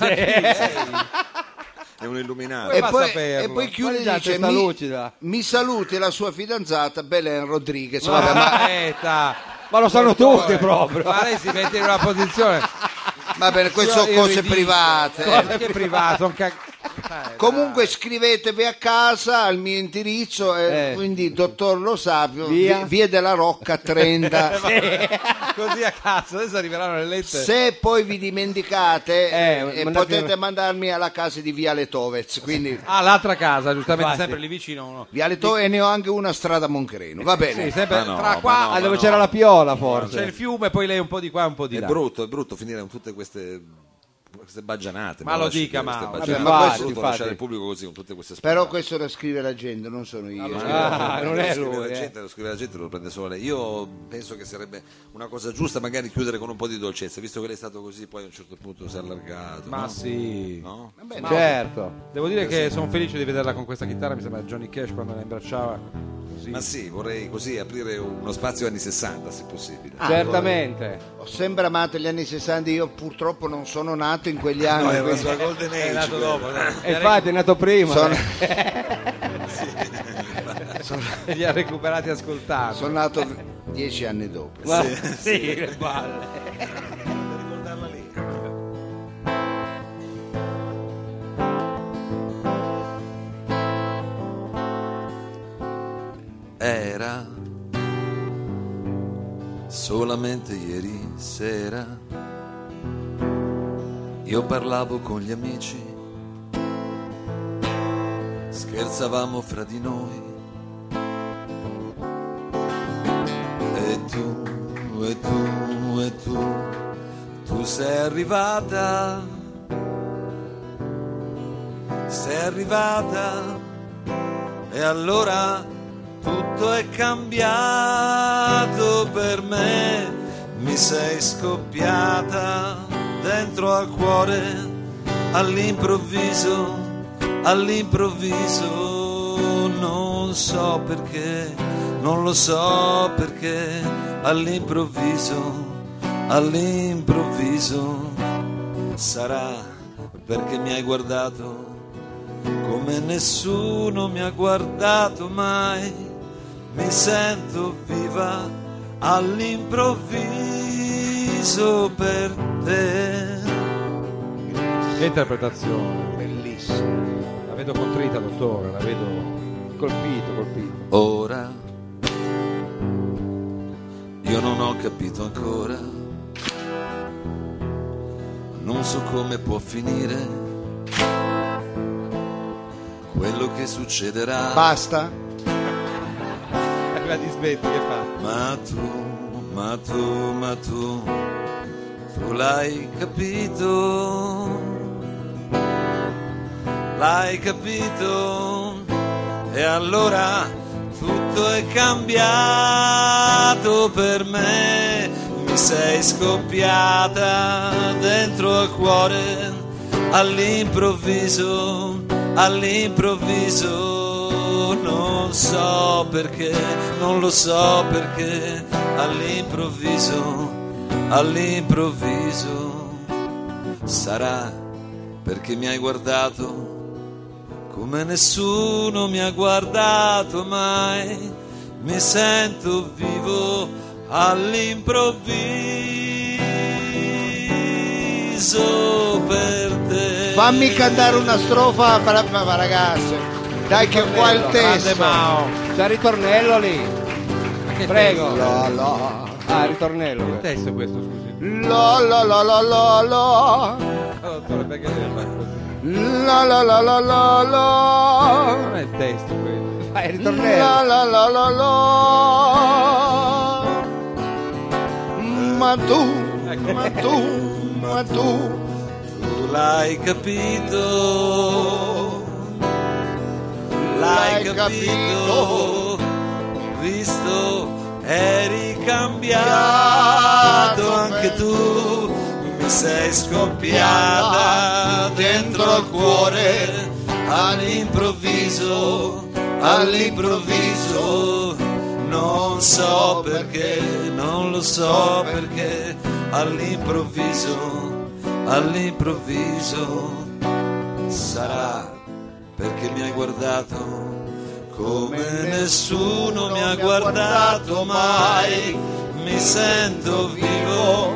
C: È un illuminato.
B: Eh,
A: e,
D: fa a
A: poi,
D: saperlo?
A: e poi chiude e
B: Guarda,
A: dice
B: testa
A: mi,
B: lucida."
A: mi saluti la sua fidanzata Belen
D: Ah.
A: Rodriguez Vabbè, ma,
D: Aspetta.
B: Ma lo sanno tutti
D: Eh,
B: proprio.
D: Ma lei si mette in una posizione.
A: va bene, queste sono
D: Io- io
A: cose
D: ridicolo.
A: private
D: Eh, Perché è privato? un cag- Eh,
A: comunque scrivetevi a casa al mio indirizzo eh,
B: Eh.
A: quindi dottor Lo Sapio vi-
B: Via.
A: via. della Rocca 30
D: Così a cazzo, adesso arriveranno le lettere.
A: se poi vi dimenticate
B: Eh,
A: eh,
B: mandate-
A: potete mandarmi alla casa di Viale Tovez quindi
D: Ah, l'altra casa, giustamente, sempre lì vicino uno.
A: Viale Tovez e ne ho anche una a strada Moncreno va bene
D: Sì, sempre
C: Ma no,
D: tra
C: ma
D: qua
C: no,
B: Ah,
C: ma
B: dove c'era la piola forse.
D: c'è il fiume, poi lei un po' di qua e un po' di
C: È
D: là.
C: brutto, è brutto finire con tutte queste, queste baggianate.
D: Ma
C: me
D: lo
C: lasci
D: dica,
C: dire, queste
D: Mauro.
C: baggianate.
A: Vabbè, ma
C: Ma
A: questo-
C: questo brutto
B: infatti.
C: lasciare il pubblico così con tutte queste
A: però
C: spalle.
A: questo lo scrive la gente non sono io cioè,
B: Ah, non è
C: Lo scrive
B: lui,
C: la
B: eh.
C: gente, lo scrive la gente, lo prende solo lei. Io penso che sarebbe una cosa giusta magari chiudere con un po' di dolcezza, visto che lei è stato così, poi a un certo punto si è allargato.
D: Ma
C: no?
D: sì.
C: No?
B: Certo.
D: Devo dire che sono felice di vederla con questa chitarra, mi sembra Johnny Cash quando la imbracciava. Così.
C: Ma sì, vorrei così aprire uno spazio anni 60 se possibile.
B: Certamente.
A: Ho sempre amato gli anni 60, io purtroppo non sono nato in quegli anni.
C: No, era la
A: quindi
C: sua Golden Age.
D: È nato
C: quella.
D: dopo, dai.
B: E infatti è nato prima.
A: sono,
D: li ha recuperati ascoltando.
A: sono nato dieci anni dopo.
B: Ma- sì, le palle.
C: Era solamente ieri sera. Io parlavo con gli amici, scherzavamo fra di noi. E tu, e tu, e tu, tu sei arrivata. Sei arrivata. E allora tutto è cambiato per me, mi sei scoppiata dentro al cuore, all'improvviso, all'improvviso, non so perché, non lo so perché, all'improvviso, all'improvviso, sarà perché mi hai guardato come nessuno mi ha guardato mai, mi sento viva all'improvviso per te.
D: Che interpretazione. Bellissima. La vedo contrita, dottore, la vedo...
B: Colpito, colpito.
C: Ora io non ho capito ancora, non so come può finire quello che succederà.
A: Basta?
D: La disbetti che fa?
C: Ma tu, ma tu, ma tu, tu l'hai capito, l'hai capito, e allora tutto è cambiato per me, mi sei scoppiata dentro al cuore, all'improvviso, all'improvviso, non so perché, non lo so perché, all'improvviso, all'improvviso, sarà perché mi hai guardato come nessuno mi ha guardato mai, mi sento vivo all'improvviso per te.
A: Fammi cantare una strofa, ma, ma- ma ragazze, dai che qua il
B: Grande
A: testo.
B: Mao. C'è il ritornello lì. Prego.
A: La la
B: Ah, il ritornello.
D: Che testo è questo, scusi?
A: la la la la la la
D: Allora, dottore, perché deve fare così?
A: la la la la la la
D: Non è il testo quello.
B: Vai, il
A: La
B: ritornello.
A: la la la la. Ma tu,
C: Ecco.
A: ma tu, ma tu.
C: Tu l'hai capito, l'hai
A: L'hai
C: capito,
A: capito.
C: visto eri cambiato anche tu, mi sei scoppiata dentro al cuore, all'improvviso, all'improvviso, non so perché, non lo so perché, all'improvviso, all'improvviso sarà perché mi hai guardato come nessuno mi ha guardato mai. Mi sento vivo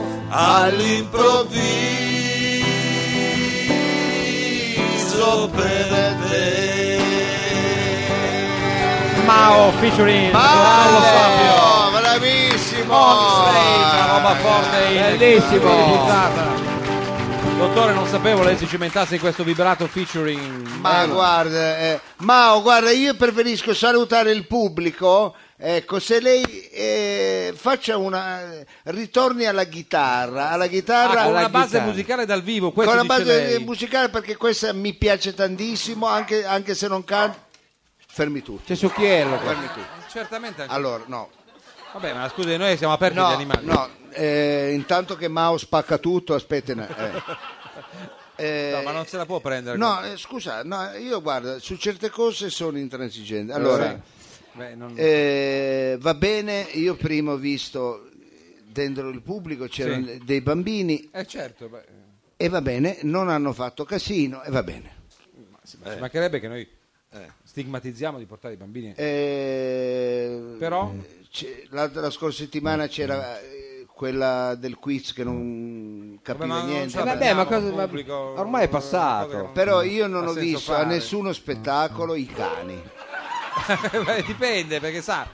C: all'improvviso per te.
D: oh,
N: Mao featuring
A: oh,
N: Paolo Fabio.
A: Bravo, bravissimo.
D: Oh,
A: eh.
D: Senta, roba forte. in-
B: Bellissimo.
D: in puntata. Dottore, non sapevo lei si cimentasse in questo vibrato featuring.
A: Ma guarda, eh, Mao, guarda, io preferisco salutare il pubblico. Ecco, se lei eh, faccia una. ritorni alla chitarra, alla
D: Ah,
A: chitarra
D: con
B: alla
D: una base
B: chitarra.
D: musicale dal vivo, questo
A: con la
D: dice
A: base
D: lei.
A: musicale perché questa mi piace tantissimo, anche, anche se non canto. Fermi tutti,
B: C'è Succhiello. qua.
A: fermi tutti.
D: Certamente. anche-
A: Allora, no,
D: Vabbè, ma scusi, noi siamo aperti agli
A: no,
D: animali.
A: no, eh, intanto che Mao spacca tutto, aspetta. un- eh. Eh,
D: No, ma non se la può prendere.
A: No, eh, scusa, no, io guarda, su certe cose sono intransigente.
D: Eh,
A: Allora,
D: Beh, non-
A: eh, va bene, io prima ho visto eh, dentro il pubblico c'erano
D: Sì.
A: dei bambini
D: Eh certo, beh,
A: e va bene, non hanno fatto casino e va bene.
D: ci mancherebbe che noi eh, stigmatizziamo di portare i bambini.
A: Eh,
D: Però?
A: c'è- la, la scorsa settimana c'era eh, quella del quiz che non
D: Vabbè,
A: capiva
D: ma non ce
A: niente. Eh,
D: la
B: Vabbè,
D: prendiamo
B: ma cosa-
D: col
B: ma ormai è passato.
D: cose che non-
A: Però io non
D: ha
A: ho
D: senso
A: visto a
D: fare.
A: nessuno spettacolo i cani.
D: Beh, Dipende, perché sa,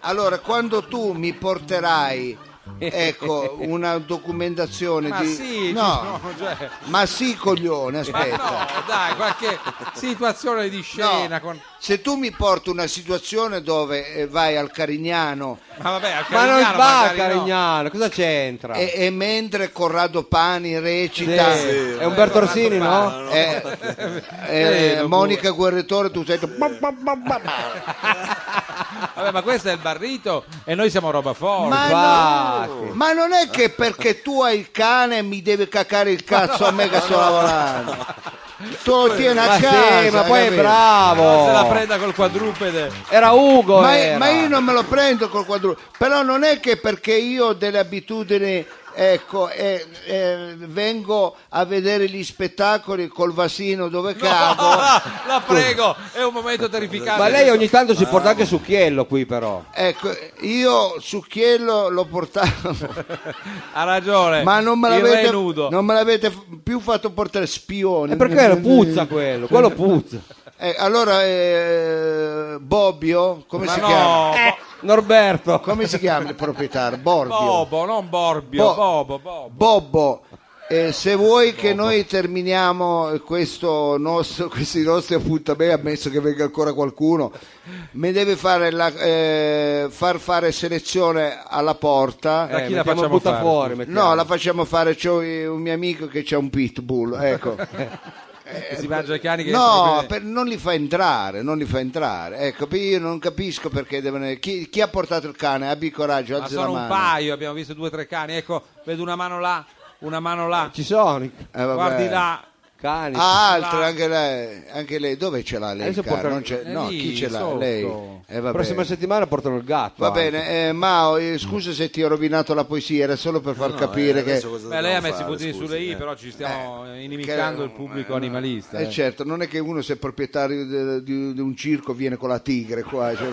A: Allora, quando tu mi porterai ecco, una documentazione
D: ma
A: di...
D: sì,
A: no,
D: no, cioè,
A: ma sì, coglione,
D: ma
A: aspetta.
D: no, dai, qualche situazione di scena
A: No,
D: con...
A: Se tu mi porti una situazione dove eh, vai al Carignano
D: Ma vabbè, al
B: Ma non
D: Carignano
B: va
D: magari no.
B: Carignano, cosa c'entra?
A: e, e mentre Corrado Pani
B: Sì,
A: recita...
B: È Umberto Orsini, no?
A: Eh, eh, Monica Guerritore, tu sei.
D: Vabbè, ma questo è il barrito e noi siamo roba forte.
A: Ma, no- ma non è che perché tu hai il cane mi devi cacare il cazzo a me che sto lavorando. Tu lo tieni a
B: Ma sì,
A: casa.
B: ma poi è
A: capito?
B: bravo.
D: Se la prenda col quadrupede.
B: Era Ugo.
A: Ma,
B: era.
A: ma io non me lo prendo col quadruplo, però non è che perché io ho delle abitudini, ecco, eh, eh, vengo a vedere gli spettacoli col vasino dove cago.
D: la prego, è un momento terrificante.
B: Ma lei ogni tanto si porta anche succhiello qui però.
A: Ecco, io Succhiello l'ho portato,
D: Ha ragione.
A: ma non me,
D: Eh, il re
A: l'avete,
D: nudo.
A: non me l'avete f- più fatto portare spione.
B: E perché lo puzza quello? Quello puzza.
A: Eh, allora, eh, Bobbio, come
D: Ma
A: si
D: no,
A: chiama? Eh,
D: Eh,
B: Norberto. eh,
A: Come si chiama il proprietario? Borbio.
D: Bo- Bobo, non Borbio,
A: Bo-
D: Bobo, Bobo.
A: Bobbo, eh, se vuoi che noi terminiamo questo nostro, questi nostri appuntamenti, ammesso che venga ancora qualcuno, mi deve fare la, eh, far fare selezione alla porta.
D: Da chi la
B: mettiamo
D: facciamo
B: butta
D: fare?
B: fuori?
A: No,
B: mettiamo.
A: la facciamo fare, c'è un mio amico che c'ha un pitbull, ecco.
D: Che si mangia i cani che
A: Eh, No,
D: entrano
A: per- non li fa entrare, non li fa entrare. Ecco, io non capisco perché devono... Chi, chi ha portato il cane? Abbi coraggio,
D: Ma
A: alzi la
D: sono un
A: mano.
D: paio, abbiamo visto due o tre cani. Ecco, vedo una mano là, una mano là.
B: Ci sono i
A: Eh, vabbè.
D: Guardi là.
B: cani.
A: Ah, altre, anche lei, anche lei, dove ce l'ha lei?
B: Adesso
A: il cane?
B: porta-
A: Non c'è-
D: è
A: no,
D: lì,
A: chi ce l'ha?
D: sotto.
A: Lei. Eh,
B: La
A: va
B: prossima
A: bene,
B: settimana portano il gatto.
A: Va
B: anche.
A: bene. eh, Mao, eh, scusa se ti ho rovinato la poesia, era solo per far
D: eh,
A: capire che...
D: Beh, lei ha messo i puntini sulle i, però ci stiamo eh, inimicando il pubblico animalista.
A: Eh,
D: eh.
A: certo, non è che uno se è proprietario de- di, di un circo viene con la tigre qua. Cioè,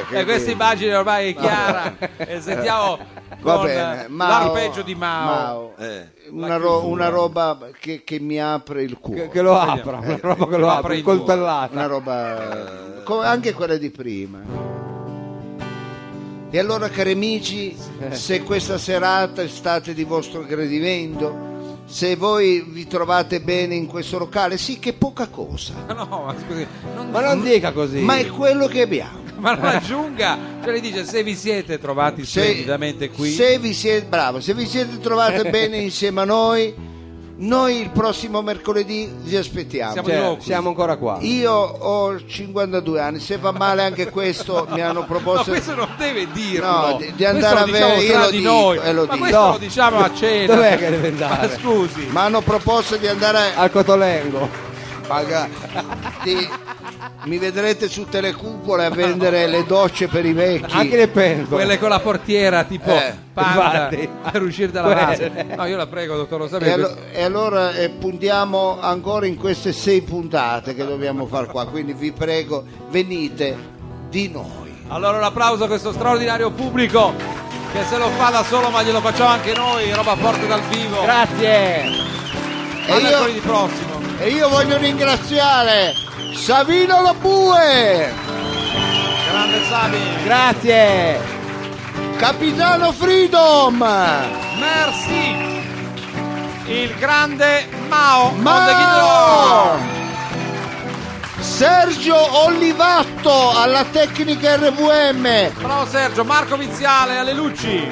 A: eh, che-
D: E questa immagine ormai è chiara. e sentiamo
A: Eh, Va
D: con,
A: bene,
D: eh,
A: Mao-
D: l'arpeggio di Mao.
A: Mao,
C: Eh.
A: Una, ro- una roba che, che mi apre il cuore.
B: Che, che lo apra, una roba che lo
D: apre
B: apra,
D: il
A: una
B: coltellata.
A: roba come anche quella di prima. E allora cari amici, se questa serata è stata di vostro gradimento, se voi vi trovate bene in questo locale, sì che è poca cosa,
D: Ma No, ma scusi, non,
B: Ma non dica così. Cioè,
A: ma è quello che abbiamo.
D: ma non aggiunga. Cioè, le dice, se vi siete trovati splendidamente qui...
A: se vi siete, bravo, se vi siete trovate bene insieme a noi, noi il prossimo mercoledì vi aspettiamo.
D: Siamo
B: Cioè,
D: di nuovo qui.
B: siamo ancora qua.
A: Io ho 52 anni, se va male anche questo mi hanno
D: No,
A: proposto...
D: questo non deve dirlo.
A: No, di- di andare
D: Questo lo
A: a vedere,
D: diciamo
A: io
D: tra
A: lo
D: di
A: dico,
D: noi.
A: e lo
D: Ma
A: dico.
D: questo
B: No.
D: lo diciamo a cena.
B: Dov'è che deve
A: Ah,
D: Ma
B: andare?
D: scusi.
A: Mi hanno proposto di andare a
B: Al Cotolengo.
A: paga- di- mi vedrete su telecupole a vendere le docce per i vecchi.
B: Anche le pentole.
D: Quelle con la portiera tipo
A: Eh,
D: panda
B: infatti.
D: per uscire dalla casa.
B: Quelle.
D: No, io la prego, dottor Lo
A: E, allo- e allora eh, puntiamo ancora in queste sei puntate che dobbiamo fare qua, quindi vi prego venite di noi.
D: Allora un applauso a questo straordinario pubblico che se lo fa da solo ma glielo facciamo anche noi, roba forte dal vivo.
B: Grazie.
D: A
A: E
D: mercoledì
A: io,
D: prossimo.
A: e io voglio ringraziare Savino Lobue,
D: Grande Sabi.
B: Grazie.
A: Capitano Freedom.
D: Merci. Il grande Mao. on the
A: Ma
D: guitar.
A: Sergio Olivatto alla tecnica RVM
D: Bravo Sergio, Marco Viziale alle luci.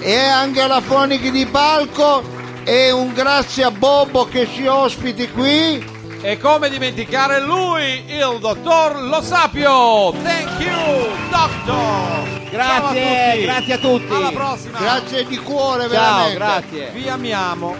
A: e anche alla Fonichi di Palco e un grazie a Bobbo che ci ospiti qui.
D: E come dimenticare lui, il dottor Lo Sapio. Thank you, doctor.
B: Grazie,
D: Ciao a tutti.
B: grazie a tutti.
D: Alla prossima.
A: Grazie di cuore
B: Ciao,
A: veramente.
B: grazie.
D: Vi amiamo.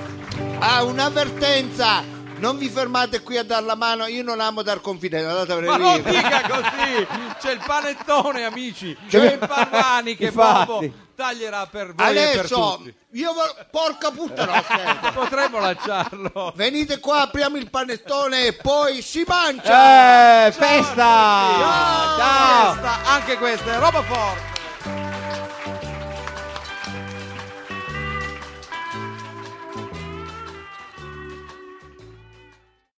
A: Ah, un'avvertenza. Non vi fermate qui a dar la mano, io non amo dar confidenza, andate a
D: Ma
A: vedere
D: non
A: lì.
D: dica così! C'è il panettone, amici! C'è il Pallani che
B: Infatti.
D: Bobo taglierà per voi e per
A: Adesso
D: tutti.
A: io vo- porca puttana, no, scherzo.
D: Potremmo lanciarlo.
A: Venite qua, apriamo il panettone e poi si mangia.
B: Eh, festa. Ciao.
D: Questa- anche questa è roba forte!